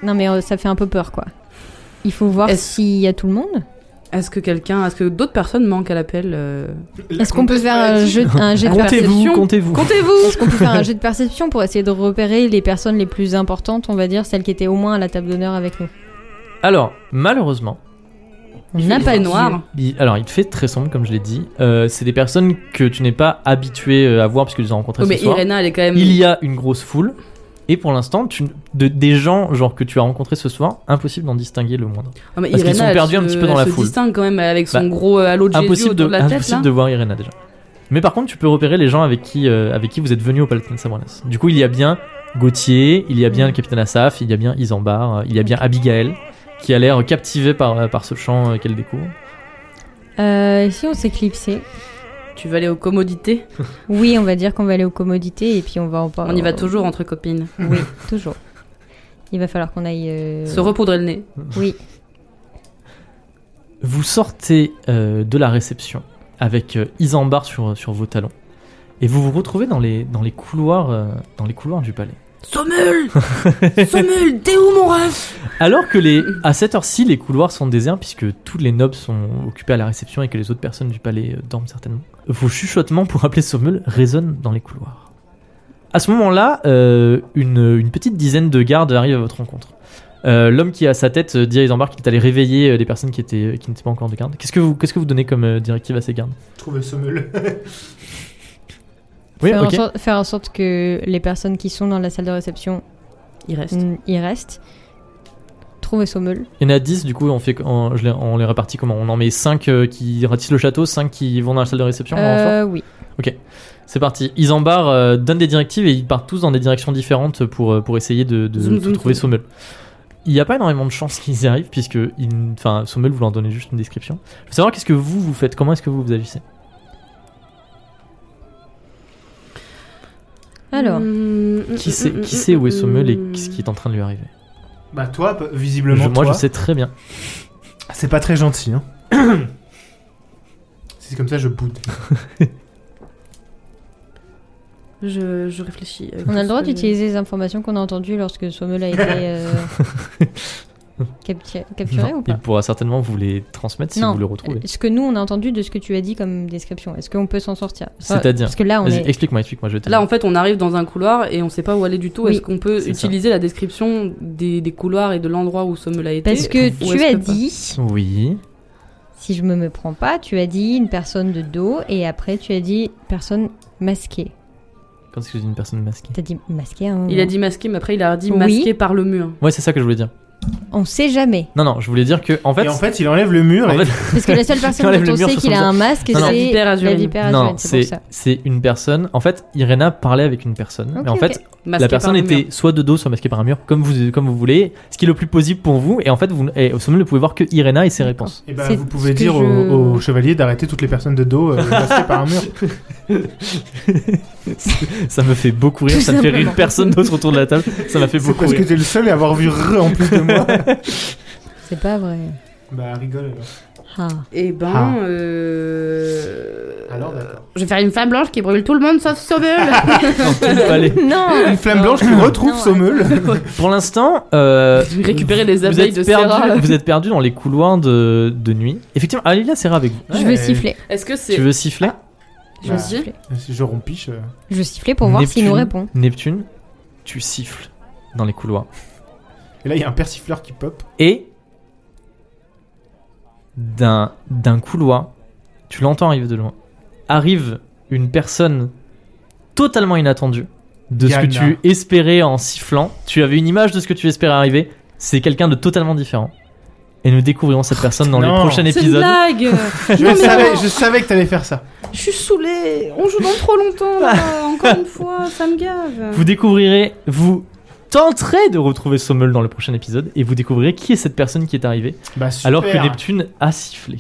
Non, mais euh, ça fait un peu peur, quoi. Il faut voir
Est-ce-
s'il y a tout le monde.
Est-ce que quelqu'un, est-ce que d'autres personnes manquent à l'appel euh,
Est-ce qu'on peut faire un jeu, un jet
Comptez-vous,
de
Comptez-vous,
perception.
comptez-vous.
Comptez-vous
Est-ce qu'on peut faire *laughs* un jet de perception pour essayer de repérer les personnes les plus importantes, on va dire, celles qui étaient au moins à la table d'honneur avec nous
Alors, malheureusement,
On n'a pas
est
le
noir.
Il- alors, il fait très sombre, comme je l'ai dit. Euh, c'est des personnes que tu n'es pas habitué euh, à voir puisque tu les as rencontrées
Oh,
ce
mais
soir.
Irena, elle est quand même.
Il y a une grosse foule. Et pour l'instant, tu, de, des gens genre que tu as rencontrés ce soir, impossible d'en distinguer le moindre.
Ah, mais
parce qu'ils
Irena,
sont
elle
perdus un
se-
petit peu dans
elle
la
se
foule.
distingue quand même avec son
Bah,
gros euh, halo de Jésus
Impossible,
autour
de,
de la tête
impossible
là.
de voir Irena déjà. Mais par contre, tu peux repérer les gens avec qui, euh, avec qui vous êtes venus au Palatin de Sabranas. Du coup, il y a bien Gauthier, il y a bien le capitaine Asaf, il y a bien Isambard, euh, il y a bien Abigail, qui a l'air captivée par, euh, par ce chant euh, qu'elle découvre.
Euh, si on s'éclipsait,
Tu vas aller aux commodités.
oui, on va dire qu'on va aller aux commodités et puis on va en parler.
On y va toujours entre copines.
Oui, toujours. Il va falloir qu'on aille. euh,
Se repoudrer le nez.
Oui.
Vous sortez euh, de la réception avec euh, Isambard sur, sur vos talons et vous vous retrouvez dans les, dans les, couloirs, euh, dans les couloirs du palais.
*laughs* Sommel Sommel, t'es où mon ref
Alors que les, à cette heure-ci, les couloirs sont déserts puisque tous les nobles sont occupés à la réception et que les autres personnes du palais euh, dorment certainement, vos chuchotements pour appeler Sommel résonnent dans les couloirs. À ce moment-là, euh, une, une petite dizaine de gardes arrivent à votre rencontre. Euh, L'homme qui est à sa tête euh, dit à Isambard qu'il est allé réveiller euh, des personnes qui étaient qui n'étaient pas encore de garde. Qu'est-ce que vous qu'est-ce que vous donnez comme euh, directive à ces gardes
Trouver Sommel.
Oui,
faire,
ok.
en sorte, faire en sorte que les personnes qui sont dans la salle de réception
Il reste.
mm, y restent. Trouver Sommel.
Il y en a 10, du coup, on, fait, on, je les, on les répartit comment On en met 5 qui ratissent le château, 5 qui vont dans la salle de réception en renfort
Euh, oui.
C'est parti. Ils embarrent, euh, donnent des directives et ils partent tous dans des directions différentes pour, euh, pour essayer de, de-
Zoom,
de
zoom,
trouver
zoom.
Sommel. Il n'y a pas énormément de chances qu'ils y arrivent, puisque ils, enfin, Sommel, vous leur donnez juste une description. Je veux savoir qu'est-ce que vous, vous faites Comment est-ce que vous, vous agissez
Mm.
Alors, Mm,
Qui sait, qui sait où est Sommel et ce qui est en train de lui arriver
*laughs* Bah toi, p-
Je-
visiblement
Moi, je
toi.
sais très bien.
C'est pas très gentil. Hein. c'est comme ça, je boude.
Je, je réfléchis. euh,
on a le droit d'utiliser les informations qu'on a entendues lorsque Sommel a été
*laughs*
euh, capti- capturé
Non,
ou pas
il pourra certainement vous les transmettre si
Non.
vous le retrouvez.
Ce que nous on a entendu de ce que tu as dit comme description, est-ce qu'on peut s'en sortir Enfin,
C'est-à-dire
Parce que là on
Vas-y,
est.
explique-moi, explique-moi. Je vais t'aider.
Là, en fait, on arrive dans un couloir et on sait pas où aller du tout.
Oui.
Est-ce qu'on peut
C'est ça.
utiliser la description des, des couloirs et de l'endroit où Sommel a été
Parce que
ou
tu
est-ce
as
que pas
dit,
Oui.
si je me me prends pas, tu as dit une personne de dos et après tu as dit personne masquée.
Quand est-ce que j'ai dit une personne masquée
T'as dit masquée hein, à un moment.
Il a dit masqué, mais après il a dit
Oui.
masqué par le mur.
Ouais, c'est ça que je voulais dire.
On sait jamais.
Non, non, je voulais dire que en fait,
et en fait, il enlève le mur.
en
et...
fait-
Parce que
*laughs*
la seule personne
Enlève le
dont on
mur
sait
sur
qu'il
son-
a un masque,
Non, non.
c'est
La vipère azurine.
La vipère
non,
azurine, c'est pour
c'est
ça.
c'est une personne. En fait, Irena parlait avec une personne,
Ok,
mais en
ok.
fait,
Masqué
la
par
personne
le
était
mur.
soit de dos, soit masquée par un mur, comme vous comme vous voulez, ce qui est le plus possible pour vous. Et en fait, vous et, au sommet, vous ne pouvez voir que Irena et ses réponses.
Et bah,
C'est
vous pouvez
ce que
dire au-
je-
au, chevalier d'arrêter toutes les personnes de
*laughs*
dos euh, masquées par un mur.
Ça me fait beaucoup rire,
Tout
ça ne fait rire
simplement.
personne d'autre autour de la table. Ça m'a fait
C'est
beaucoup
parce que
rire.
t'es le seul à avoir vu re en plus de
*laughs*
moi.
C'est pas vrai.
bah rigole
Ah.
Eh ben.
Ah.
euh,
alors. bah, Alors d'accord.
Je vais faire une femme blanche qui brûle tout le monde sauf Sommel
*laughs* Dans tout le palais.
Non
Une flamme blanche qui retrouve
Non,
Sommel. *laughs*
Pour l'instant, euh,
Récupérer les
vous
abeilles
êtes
de Serra.
perdu. Vous êtes perdu dans les couloirs de, de nuit. Effectivement, Alila Serra avec vous.
Je
Ouais.
veux siffler.
Est-ce que
Tu
c'est.
veux siffler
Je veux
Bah,
siffler.
Si je rompiche. euh,
Je veux siffler pour voir s'il nous
Neptune-
répond.
Neptune, tu siffles dans les couloirs.
Et là, il y a un persifleur qui pop.
Et d'un d'un couloir, tu l'entends arriver de loin, arrive une personne totalement inattendue de ce que
Yana.
tu espérais en sifflant. Tu avais une image de ce que tu espérais arriver. C'est quelqu'un de totalement différent. Et nous découvrirons cette personne dans
Oh, Non.
le prochain
C'est une
épisode.
blague
Je,
mais
savais,
non.
je savais que t'allais faire ça.
Je suis saoulée On joue dans trop longtemps, là. encore une fois, ça me gave
Vous découvrirez, vous tenterez de retrouver Sommel dans le prochain épisode et vous découvrirez qui est cette personne qui est arrivée.
Bah, super.
alors que Neptune a sifflé.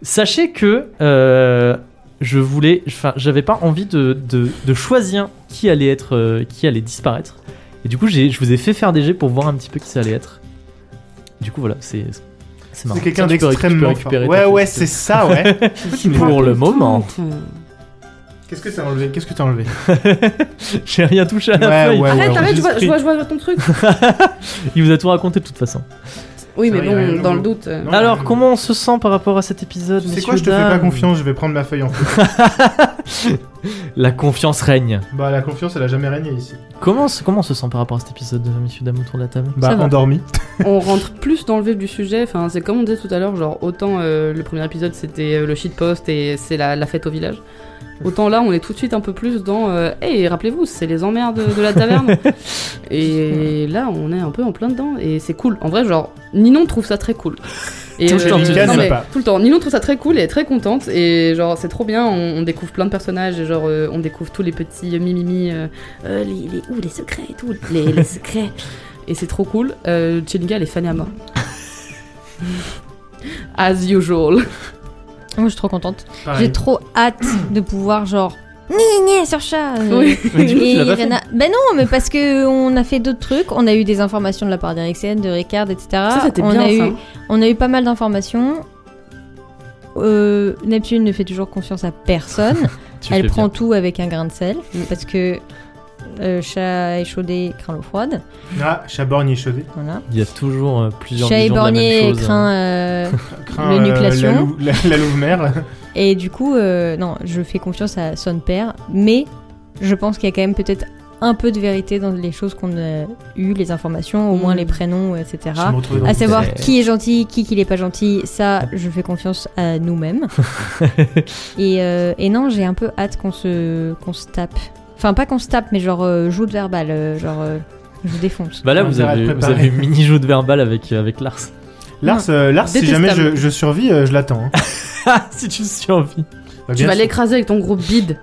Sachez que euh, je voulais, enfin, j'avais pas envie de, de- de choisir qui allait être, euh, qui allait disparaître. Et du coup, j'ai- je vous ai fait faire des jets pour voir un petit peu qui ça allait être. Du coup, voilà, c'est C'est marrant.
C'est
Ça,
quelqu'un
tu peux- tu peux
d'extrêmement fort.
récupérer ta
Ouais,
fiche
ouais,
de-
c'est ça,
*laughs*
ouais.
Pour le moment.
Qu'est-ce que t'as enlevé Qu'est-ce que t'as enlevé
*laughs* J'ai rien touché à la
Ouais,
feuille.
ouais,
Arrête,
ouais,
arrête, je
j'ai
vois,
esprit.
je, vois, je vois ton truc.
Il vous a tout raconté de toute façon.
Oui,
Ça,
mais
il y a rien de
bon, dans le
nouveau.
doute. euh,
Non,
Alors,
mais-
comment on se sent par rapport à cet épisode,
Tu sais
messieurs,
quoi, je te fais pas
dames
confiance, je vais prendre ma feuille en fait.
La confiance règne.
Bah, la confiance, elle a jamais régné ici.
Comment, on se- comment on se sent par rapport à cet épisode, euh, messieurs, dames, autour de la
*laughs*
table
Bah,
va.
endormi.
On rentre plus dans le vif du sujet. Enfin, c'est comme on disait tout à l'heure, genre autant euh, le premier épisode c'était euh, le shitpost et c'est la, la fête au village. Autant là, on est tout de suite un peu plus dans. Euh, hey, rappelez-vous, c'est les emmerdes de la taverne. et là, on est un peu en plein dedans et c'est cool. En vrai, genre Ninon trouve ça très cool. Et, euh,
Tout le temps, tu
non,
dis
mais
pas.
tout le temps. Ninon trouve ça très cool et elle est très contente et genre c'est trop bien. On, on découvre plein de personnages et genre euh, on découvre tous les petits euh, mimimi. euh, euh, les, les- ouh, les secrets et tout, les,
*laughs*
les secrets. Et c'est trop cool. Euh, Chelinga, elle est fanée à
*laughs*
mort. As usual.
Moi, je suis trop contente.
Pareil.
J'ai trop hâte de pouvoir, genre. Gné, gné, sur chat euh,
Oui.
Mais du coup,
Et
tu l'as pas fait.
Irena- Ben non, mais parce que on a fait d'autres trucs, on a eu des informations de la part d'Eriksen, de Ricard, etc.
ça, c'était
on
bien.
a
ça.
eu, on a eu pas mal d'informations. Euh, Neptune ne fait toujours confiance à personne.
*laughs* Tu
Elle
fais
prend
bien.
tout avec un grain de sel
Mm.
parce que euh, chat échaudé craint l'eau froide.
Ah, Chaborgne est chaudé.
Voilà.
Il y a toujours euh, plusieurs
Chat
visions de la même
éborgné
chose. hein.
craint
*laughs*
Craint,
euh, Le
euh,
nucléation.
la lou- La, la louve-mère.
Et du coup, euh, non, je fais confiance à son père, mais je pense qu'il y a quand même peut-être un peu de vérité dans les choses qu'on a eues, les informations, au moins
Mm.
les prénoms, etc.
Je vais me retrouver dans
À
le-
savoir
Ouais.
qui est gentil, qui qui n'est pas gentil, ça, je fais confiance à
*laughs*
nous-mêmes. et, euh, et non, j'ai un peu hâte qu'on se, qu'on se tape. Enfin, pas qu'on se tape, mais genre euh, joute verbale, euh, genre euh, je vous défonce.
Bah là,
On
vous
verra
avez,
te
vous
préparer.
avez une mini-jeu de verbal avec, euh, avec Lars. *laughs*
Lars, euh, Lars si
Détestable.
jamais je, je survis, euh, je l'attends. hein.
Ah, si tu survis.
Bah,
Tu
bien
vas
sûr.
l'écraser avec ton gros bide.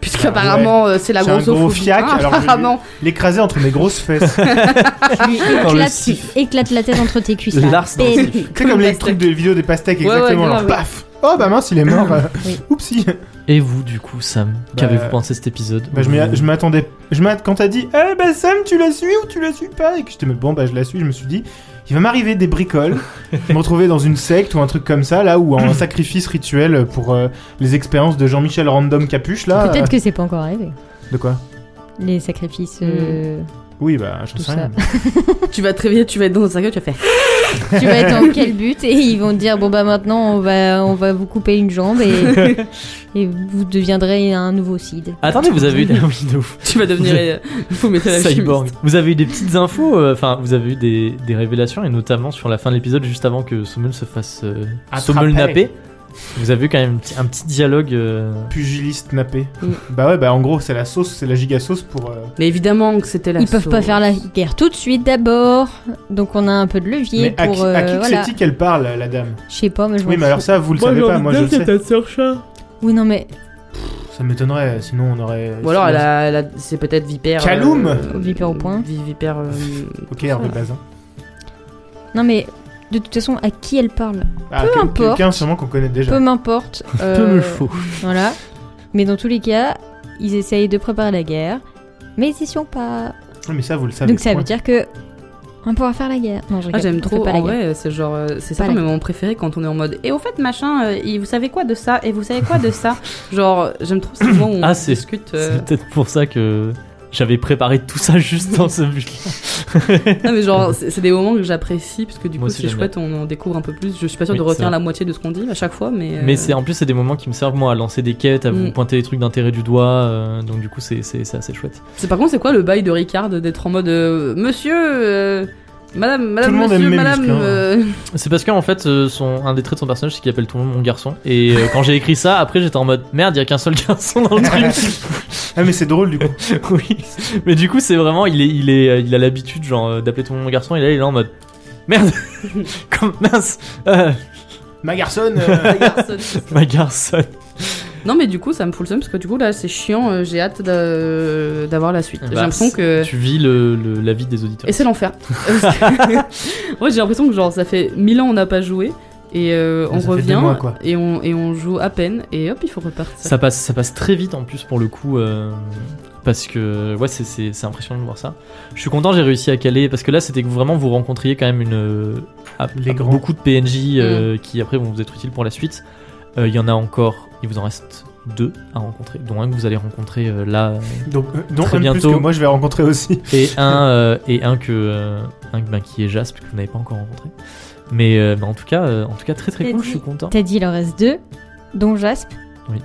Puisqu'apparemment, apparemment euh, c'est la
J'ai un
grosse
gros fiac, alors je-
apparemment.
l'écraser entre mes grosses
*laughs*
fesses.
Tu lui
Dans le
éclates, tu
sif.
éclates la tête entre tes cuisses. là.
Lars dans le
Bim.
sif.
*laughs*
C'est comme les
pastèque.
trucs de vidéos des pastèques,
Ouais, ouais,
exactement.
grave,
genre,
ouais.
paf Oh bah mince, il est mort. euh,
Oui.
*laughs* Oupsie.
Et vous, du coup, Sam, qu'avez-vous pensé de cet épisode
Bah, je m'y-
Vous-
je m'attendais. Je m'att- Quand t'as dit, eh bah Sam, tu la suis ou tu la suis pas Et que j'étais, mais bon, bah je la suis, je me suis dit, il va m'arriver des
*laughs*
bricoles, je me retrouver dans une secte ou un truc comme ça, là,
*clears throat*
ou un sacrifice rituel pour euh, les expériences de Jean-Michel Random Capuche, là.
Peut-être que c'est pas encore arrivé.
euh, De quoi
Les sacrifices. euh,
Hmm.
Oui, bah, j'en
Tout
sais rien.
Tu vas te réveiller, tu vas être dans un gueule, tu vas faire.
tu vas être
*laughs*
en quel but Et ils vont te dire bon bah maintenant on va on va vous couper une jambe et,
*laughs*
et vous deviendrez un nouveau Cid.
Attendez, vous avez eu
*laughs*
des envies de *laughs* ouf.
Tu vas devenir. Il faut mettre la
Cyborg. Vous avez eu des petites infos, euh, enfin, vous avez eu des, des révélations, et notamment sur la fin de l'épisode, juste avant que Sommel se fasse euh,
Attraper.
Sommel napper. Vous avez eu quand même un petit, un petit dialogue. euh,
Pugiliste nappé.
Mm.
Bah ouais, bah en gros, c'est la sauce, c'est la giga sauce pour. euh,
Mais évidemment que c'était la.
Ils peuvent pas
sauce.
faire la guerre tout de suite d'abord, donc on a un peu de levier
Mais à qui,
pour.
à qui
euh,
que
voilà.
c'est-il qu'elle parle, la dame
Je sais pas, mais je.
Oui,
m'en
mais alors
fous.
ça, vous le savez pas, moi je le sais.
ta sœur chat.
Oui, non mais
Ça m'étonnerait, euh, sinon on aurait.
Ou alors, elle a, elle a- c'est peut-être Vipère.
Caloum
Vipère au point.
Vi- Vipère. euh,
Ok, Hervé
Voilà.
Bazin.
non mais de toute façon à qui elle parle,
Ah,
Peu
quel-
importe.
Quelqu'un sûrement qu'on connaît déjà.
peu m'importe.
*laughs* Peu
euh,
me faut.
Voilà. Mais dans tous les cas, ils essayent de préparer la guerre, mais ils y sont pas.
Oui, mais ça, vous le savez.
donc ça veut
point.
dire que on pourra faire la guerre. Non, je
Ah,
rigole,
j'aime
on
trop.
fait pas la
En
guerre.
vrai, c'est genre, euh, c'est ça
Pas la
mes moments préférés quand on est en mode. Et au fait, machin, euh, il- vous savez quoi de ça Et vous savez quoi de
*coughs*
ça Genre, j'aime trop ces moments où
Ah,
on
c'est-
discute. euh,
C'est peut-être pour ça que j'avais préparé tout ça juste dans ce but-là.
Non, mais genre, c'est *laughs* c'est des moments que j'apprécie parce que du
Moi
coup,
aussi,
c'est
j'aime
chouette, on en découvre un peu plus. Je suis pas sûre
Oui,
de
c'est
retenir
vrai.
la moitié de ce qu'on dit à chaque fois, mais. euh,
Mais c'est en plus, c'est des moments qui me servent moi à lancer des quêtes, à vous
Mm.
pointer les trucs d'intérêt du doigt. euh, donc du coup, c'est c'est- c'est assez chouette.
c'est par contre, c'est quoi le bail de Ricard d'être en mode euh, Monsieur, euh, Madame, Madame,
le monde
Monsieur,
aime mes
Madame.
muscles, hein.
euh,
C'est parce qu'en fait, euh, son, un des traits de son personnage, c'est qu'il appelle tout le monde mon garçon. Et euh, quand j'ai écrit ça, après, j'étais en mode merde, il y a qu'un seul garçon dans le truc.
*laughs*
Ah, mais c'est drôle du coup.
oui. Mais du coup, c'est vraiment, il est, il est, euh, il a l'habitude genre euh, d'appeler tout le monde mon garçon. Et là, il est en mode
*laughs*
merde, *laughs* comme mince, euh,
Ma garçonne euh,
*laughs*
*laughs* ma garçonne.
non, mais du coup, ça me fout le seum parce que du coup, là, c'est chiant, euh, j'ai hâte d'a- d'avoir la suite.
Bah,
J'ai l'impression que.
Tu vis le, le- la vie des auditeurs.
Euh. Et
*laughs*
c'est l'enfer. ouais, j'ai l'impression que genre ça fait mille ans on n'a pas joué et euh, on
Ça fait
revient
des mois, quoi.
et on et on joue à peine et hop il faut repartir.
Ça passe, ça passe très vite en plus pour le coup. euh, Parce que, ouais, c'est- c'est c'est impressionnant de voir ça. Je suis content, j'ai réussi à caler. Parce que là, c'était que vraiment vous rencontriez quand même une, euh, à-
Les
à-
grands.
beaucoup de PNJ euh, qui après vont vous être utiles pour la suite. Euh, Il y en a encore, il vous en reste deux à rencontrer, dont un que vous allez rencontrer euh, là. euh,
Donc, euh, dont
Très
un de plus
bientôt.
que moi je vais rencontrer aussi.
et *laughs* un euh, et un que euh, un ben, qui est Jaspe que vous n'avez pas encore rencontré mais, euh, mais en tout cas euh, en tout cas très très
Et
cool
dis-
je suis content
T'as dit, il en reste deux, dont Jasp.
Oui.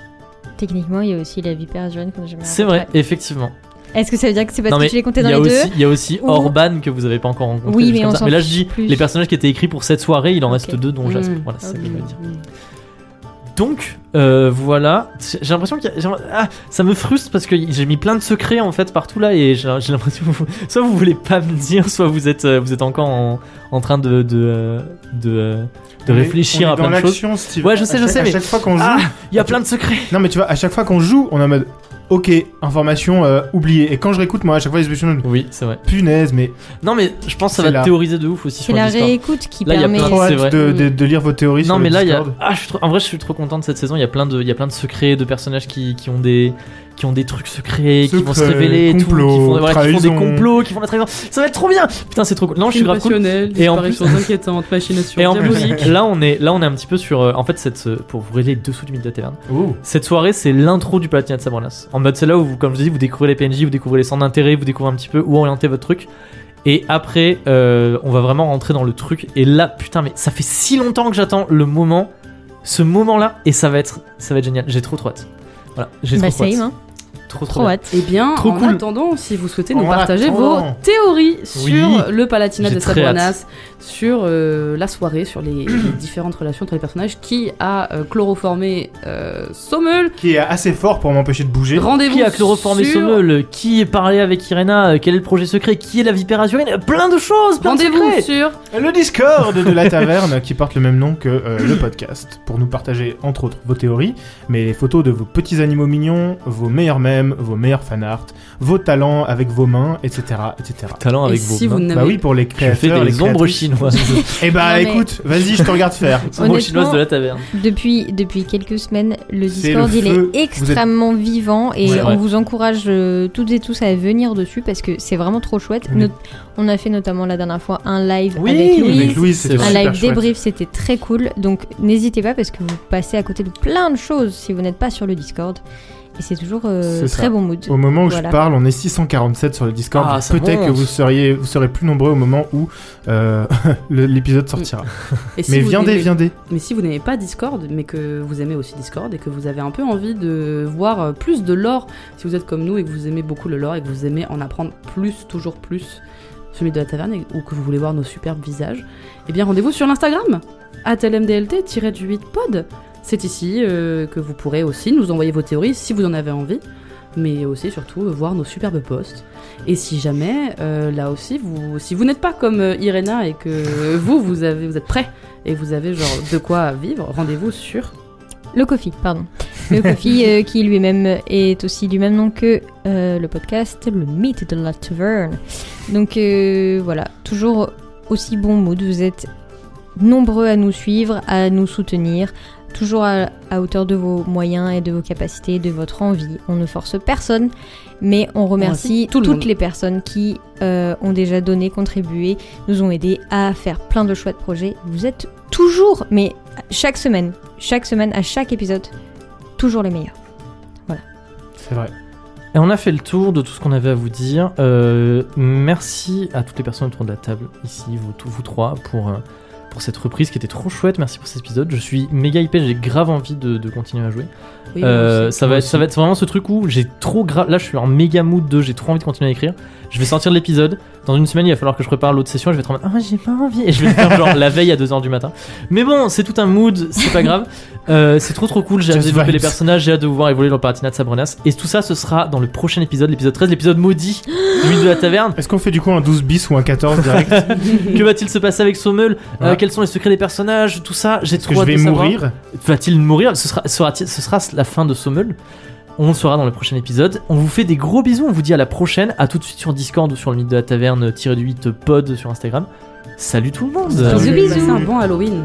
Techniquement, il y a aussi la vipère jaune qu'on a jamais
c'est vrai
rencontrée. effectivement Est-ce que ça veut dire que c'est parce
Non, mais
que tu l'as compté
il
dans
y
les
a aussi
deux
il y a aussi
Ou-
Orban que vous n'avez pas encore rencontré
Oui,
juste
mais
comme
on
ça.
s'en
là je
fiche
dis
plus.
les personnages qui étaient écrits pour cette soirée il en reste
Ok.
deux dont Jaspe
Mm.
voilà c'est ça que je
Mm,
voulais dire
mm.
donc euh, voilà j'ai j'ai l'impression que ah, ça me frustre parce que j'ai mis plein de secrets en fait partout là et j'ai j'ai l'impression que vous- soit vous voulez pas me dire soit vous êtes euh, vous êtes encore en, en train de de, euh, de, euh, de
On est-
réfléchir
on est
à plein
dans
de choses
l'action, Steve.
Ouais, je sais,
À
je
chaque-
sais,
à
mais-
chaque fois qu'on joue,
Ah, il y a
tu-
plein de secrets.
Non mais tu vois, à chaque fois qu'on joue, on est en mode OK, information euh, oubliée. Et quand je réécoute, moi, à chaque fois, je me suis dit,
Oui, c'est vrai.
punaise, mais
Non, mais je pense que ça
C'est
va
là.
théoriser de ouf aussi
C'est
sur les
la
histoires.
réécoute qui
Là, il y a
permet.
plein
trop
c'est
hâte
vrai.
Mm.
de, de- de lire vos théories
Non,
sur
mais
le
là, il y a.
Discord.
Ah, je suis trop- en vrai, je suis trop content de cette saison. Il y a plein de, il y a plein de secrets de personnages qui, qui ont des qui ont des trucs secrets, qui vont se
Secrets,
révéler, et tout, qui, font,
complots,
voilà, qui font des
trahison.
complots, qui font la trahison. Ça va être trop bien. Putain, c'est trop cool. Non, je suis grave cool.
Passionnel,
*laughs* Et en
disparitions inquiétantes, machinations
Et en plus,
*laughs*
diaboliques.
là, on est là, on est un petit peu sur. euh, en fait, cette euh, pour vous révéler les dessous du mythe de la taverne.
Ouh.
Cette soirée, c'est l'intro du Palatinat de Sabranas. En mode, c'est là où, vous, comme je dis, vous découvrez les PNJ, vous découvrez les centres d'intérêt, vous découvrez un petit peu où orienter votre truc. Et après, euh, on va vraiment rentrer dans le truc. Et là, putain, mais ça fait si longtemps que j'attends le moment, ce moment-là, et ça va être, ça va être génial. J'ai trop trop hâte. Voilà, j'ai
Bah,
trop, trop
same,
hâte.
hein.
Trop trop
Trop
hâte.
hâte.
Eh bien,
Trop
en
cool.
attendant, si vous souhaitez nous
En
partager
attendant.
vos théories sur
Oui.
le Palatinat
J'ai
de
très hâte.
Sabranas, sur euh, la soirée, sur les,
*clears throat*
les différentes relations entre les personnages, qui a euh, chloroformé euh, Sommel.
Qui est assez fort pour m'empêcher de bouger.
Rendez-vous
Qui a chloroformé
sur-
Sommel Qui est parlé avec Irena euh, Quel est le projet secret Qui est la vipère azurine Plein de choses, plein de
Rendez-vous
secrets.
sur
Le Discord de la taverne qui porte le même nom que euh, le podcast pour nous partager entre autres vos théories, mais les photos de vos petits animaux mignons, vos meilleurs mèmes, vos meilleurs fanarts, vos talents avec vos mains, etc., etc.
Talent
Et
avec vos
si vous
mains.
n'avez
Bah oui, pour les
Je
créateurs,
fais des
les
ombres
créatrices.
chinoises.
Eh bah
Non, mais-
écoute, vas-y, je te regarde faire.
Des ombres chinoises
Honnêtement,
de la taverne.
Depuis, depuis quelques semaines, le
C'est
Discord
le
il
feu. Vous
est extrêmement vivant et
Ouais.
on vous encourage euh, toutes et tous à venir dessus parce que c'est vraiment trop chouette.
Oui.
Not- on a fait notamment la dernière fois un live
Oui,
avec
avec
Louise.
Avec Louise, c'était
Un
Un
super
live
chouette.
débrief, c'était très cool. Donc n'hésitez pas parce que vous passez à côté de plein de choses si vous n'êtes pas sur le Discord. Et c'est toujours euh,
C'est ça.
très bon mood.
Au moment où
Voilà.
je parle, on est 647 sur le Discord.
Ah,
donc
ça
Peut-être
monte.
que vous seriez, vous serez plus nombreux au moment où euh, *laughs* le- l'épisode sortira.
Et si
Mais
vous
viendez,
n'aimez-
viendez.
Mais si vous n'aimez pas Discord, mais que vous aimez aussi Discord et que vous avez un peu envie de voir euh, plus de lore, si vous êtes comme nous et que vous aimez beaucoup le lore et que vous aimez en apprendre plus, toujours plus, celui de la taverne, et- ou que vous voulez voir nos superbes visages, eh bien rendez-vous sur l'Instagram, atlmdlt-du8pod. C'est ici euh, que vous pourrez aussi nous envoyer vos théories si vous en avez envie, mais aussi surtout euh, voir nos superbes posts. Et si jamais, euh, là aussi, vous, si vous n'êtes pas comme euh, Irena et que euh, vous, vous, avez, vous êtes prêts et vous avez genre de quoi vivre, rendez-vous sur.
Le Kofi, pardon. Le Kofi euh, qui lui-même est aussi du même nom que euh, le podcast, le Mythe de la Taverne. Donc euh, voilà, toujours aussi bon mood. Vous êtes nombreux à nous suivre, à nous soutenir, toujours à, à hauteur de vos moyens et de vos capacités, de votre envie. On ne force personne, mais on remercie
remercie tout le
toutes
monde.
les personnes qui euh, ont déjà donné, contribué, nous ont aidés à faire plein de chouettes projets. Vous êtes toujours, mais chaque semaine, chaque semaine, à chaque épisode, toujours les meilleurs.
C'est vrai.
Et on a fait le tour de tout ce qu'on avait à vous dire. Euh, merci à toutes les personnes autour de la table ici, vous, tous, vous trois, pour, euh, pour cette reprise qui était trop chouette. Merci pour cet épisode. Je suis méga hypé, j'ai grave envie de, de continuer à jouer.
Oui,
Euh,
aussi.
ça, va être, ça va être vraiment ce truc où j'ai trop grave. Là, je suis en méga mood 2, j'ai trop envie de continuer à écrire. Je vais sortir l'épisode. Dans une semaine, il va falloir que je prépare l'autre session. Je vais être en mode, ah, j'ai pas envie. Et je vais le faire genre *laughs* la veille à 2h du matin. Mais bon, c'est tout un mood, c'est pas grave. Euh, c'est trop trop cool. J'ai hâte de
Just
développer les
vibes.
personnages, j'ai hâte de vous voir évoluer dans le Palatinat de Sabranas. Et tout ça, ce sera dans le prochain épisode, l'épisode 13, l'épisode maudit du mythe de la taverne.
Est-ce qu'on fait du coup un 12 bis ou un 14 direct Est-ce
Que va-t-il se passer avec Sommel Euh,
Ouais.
Quels sont les secrets des personnages Tout ça, j'ai trop
que je
hâte
vais
de savoir.
mourir
Va-t-il mourir ce sera, sera- ce sera la fin de Sommel. On le saura dans le prochain épisode. On vous fait des gros bisous. On vous dit à la prochaine. À tout de suite sur Discord ou sur le mythe de euh, la taverne tiré du 8 pod sur Instagram. Salut tout le monde.
Bisous,
Passez
bisous.
un bon Halloween.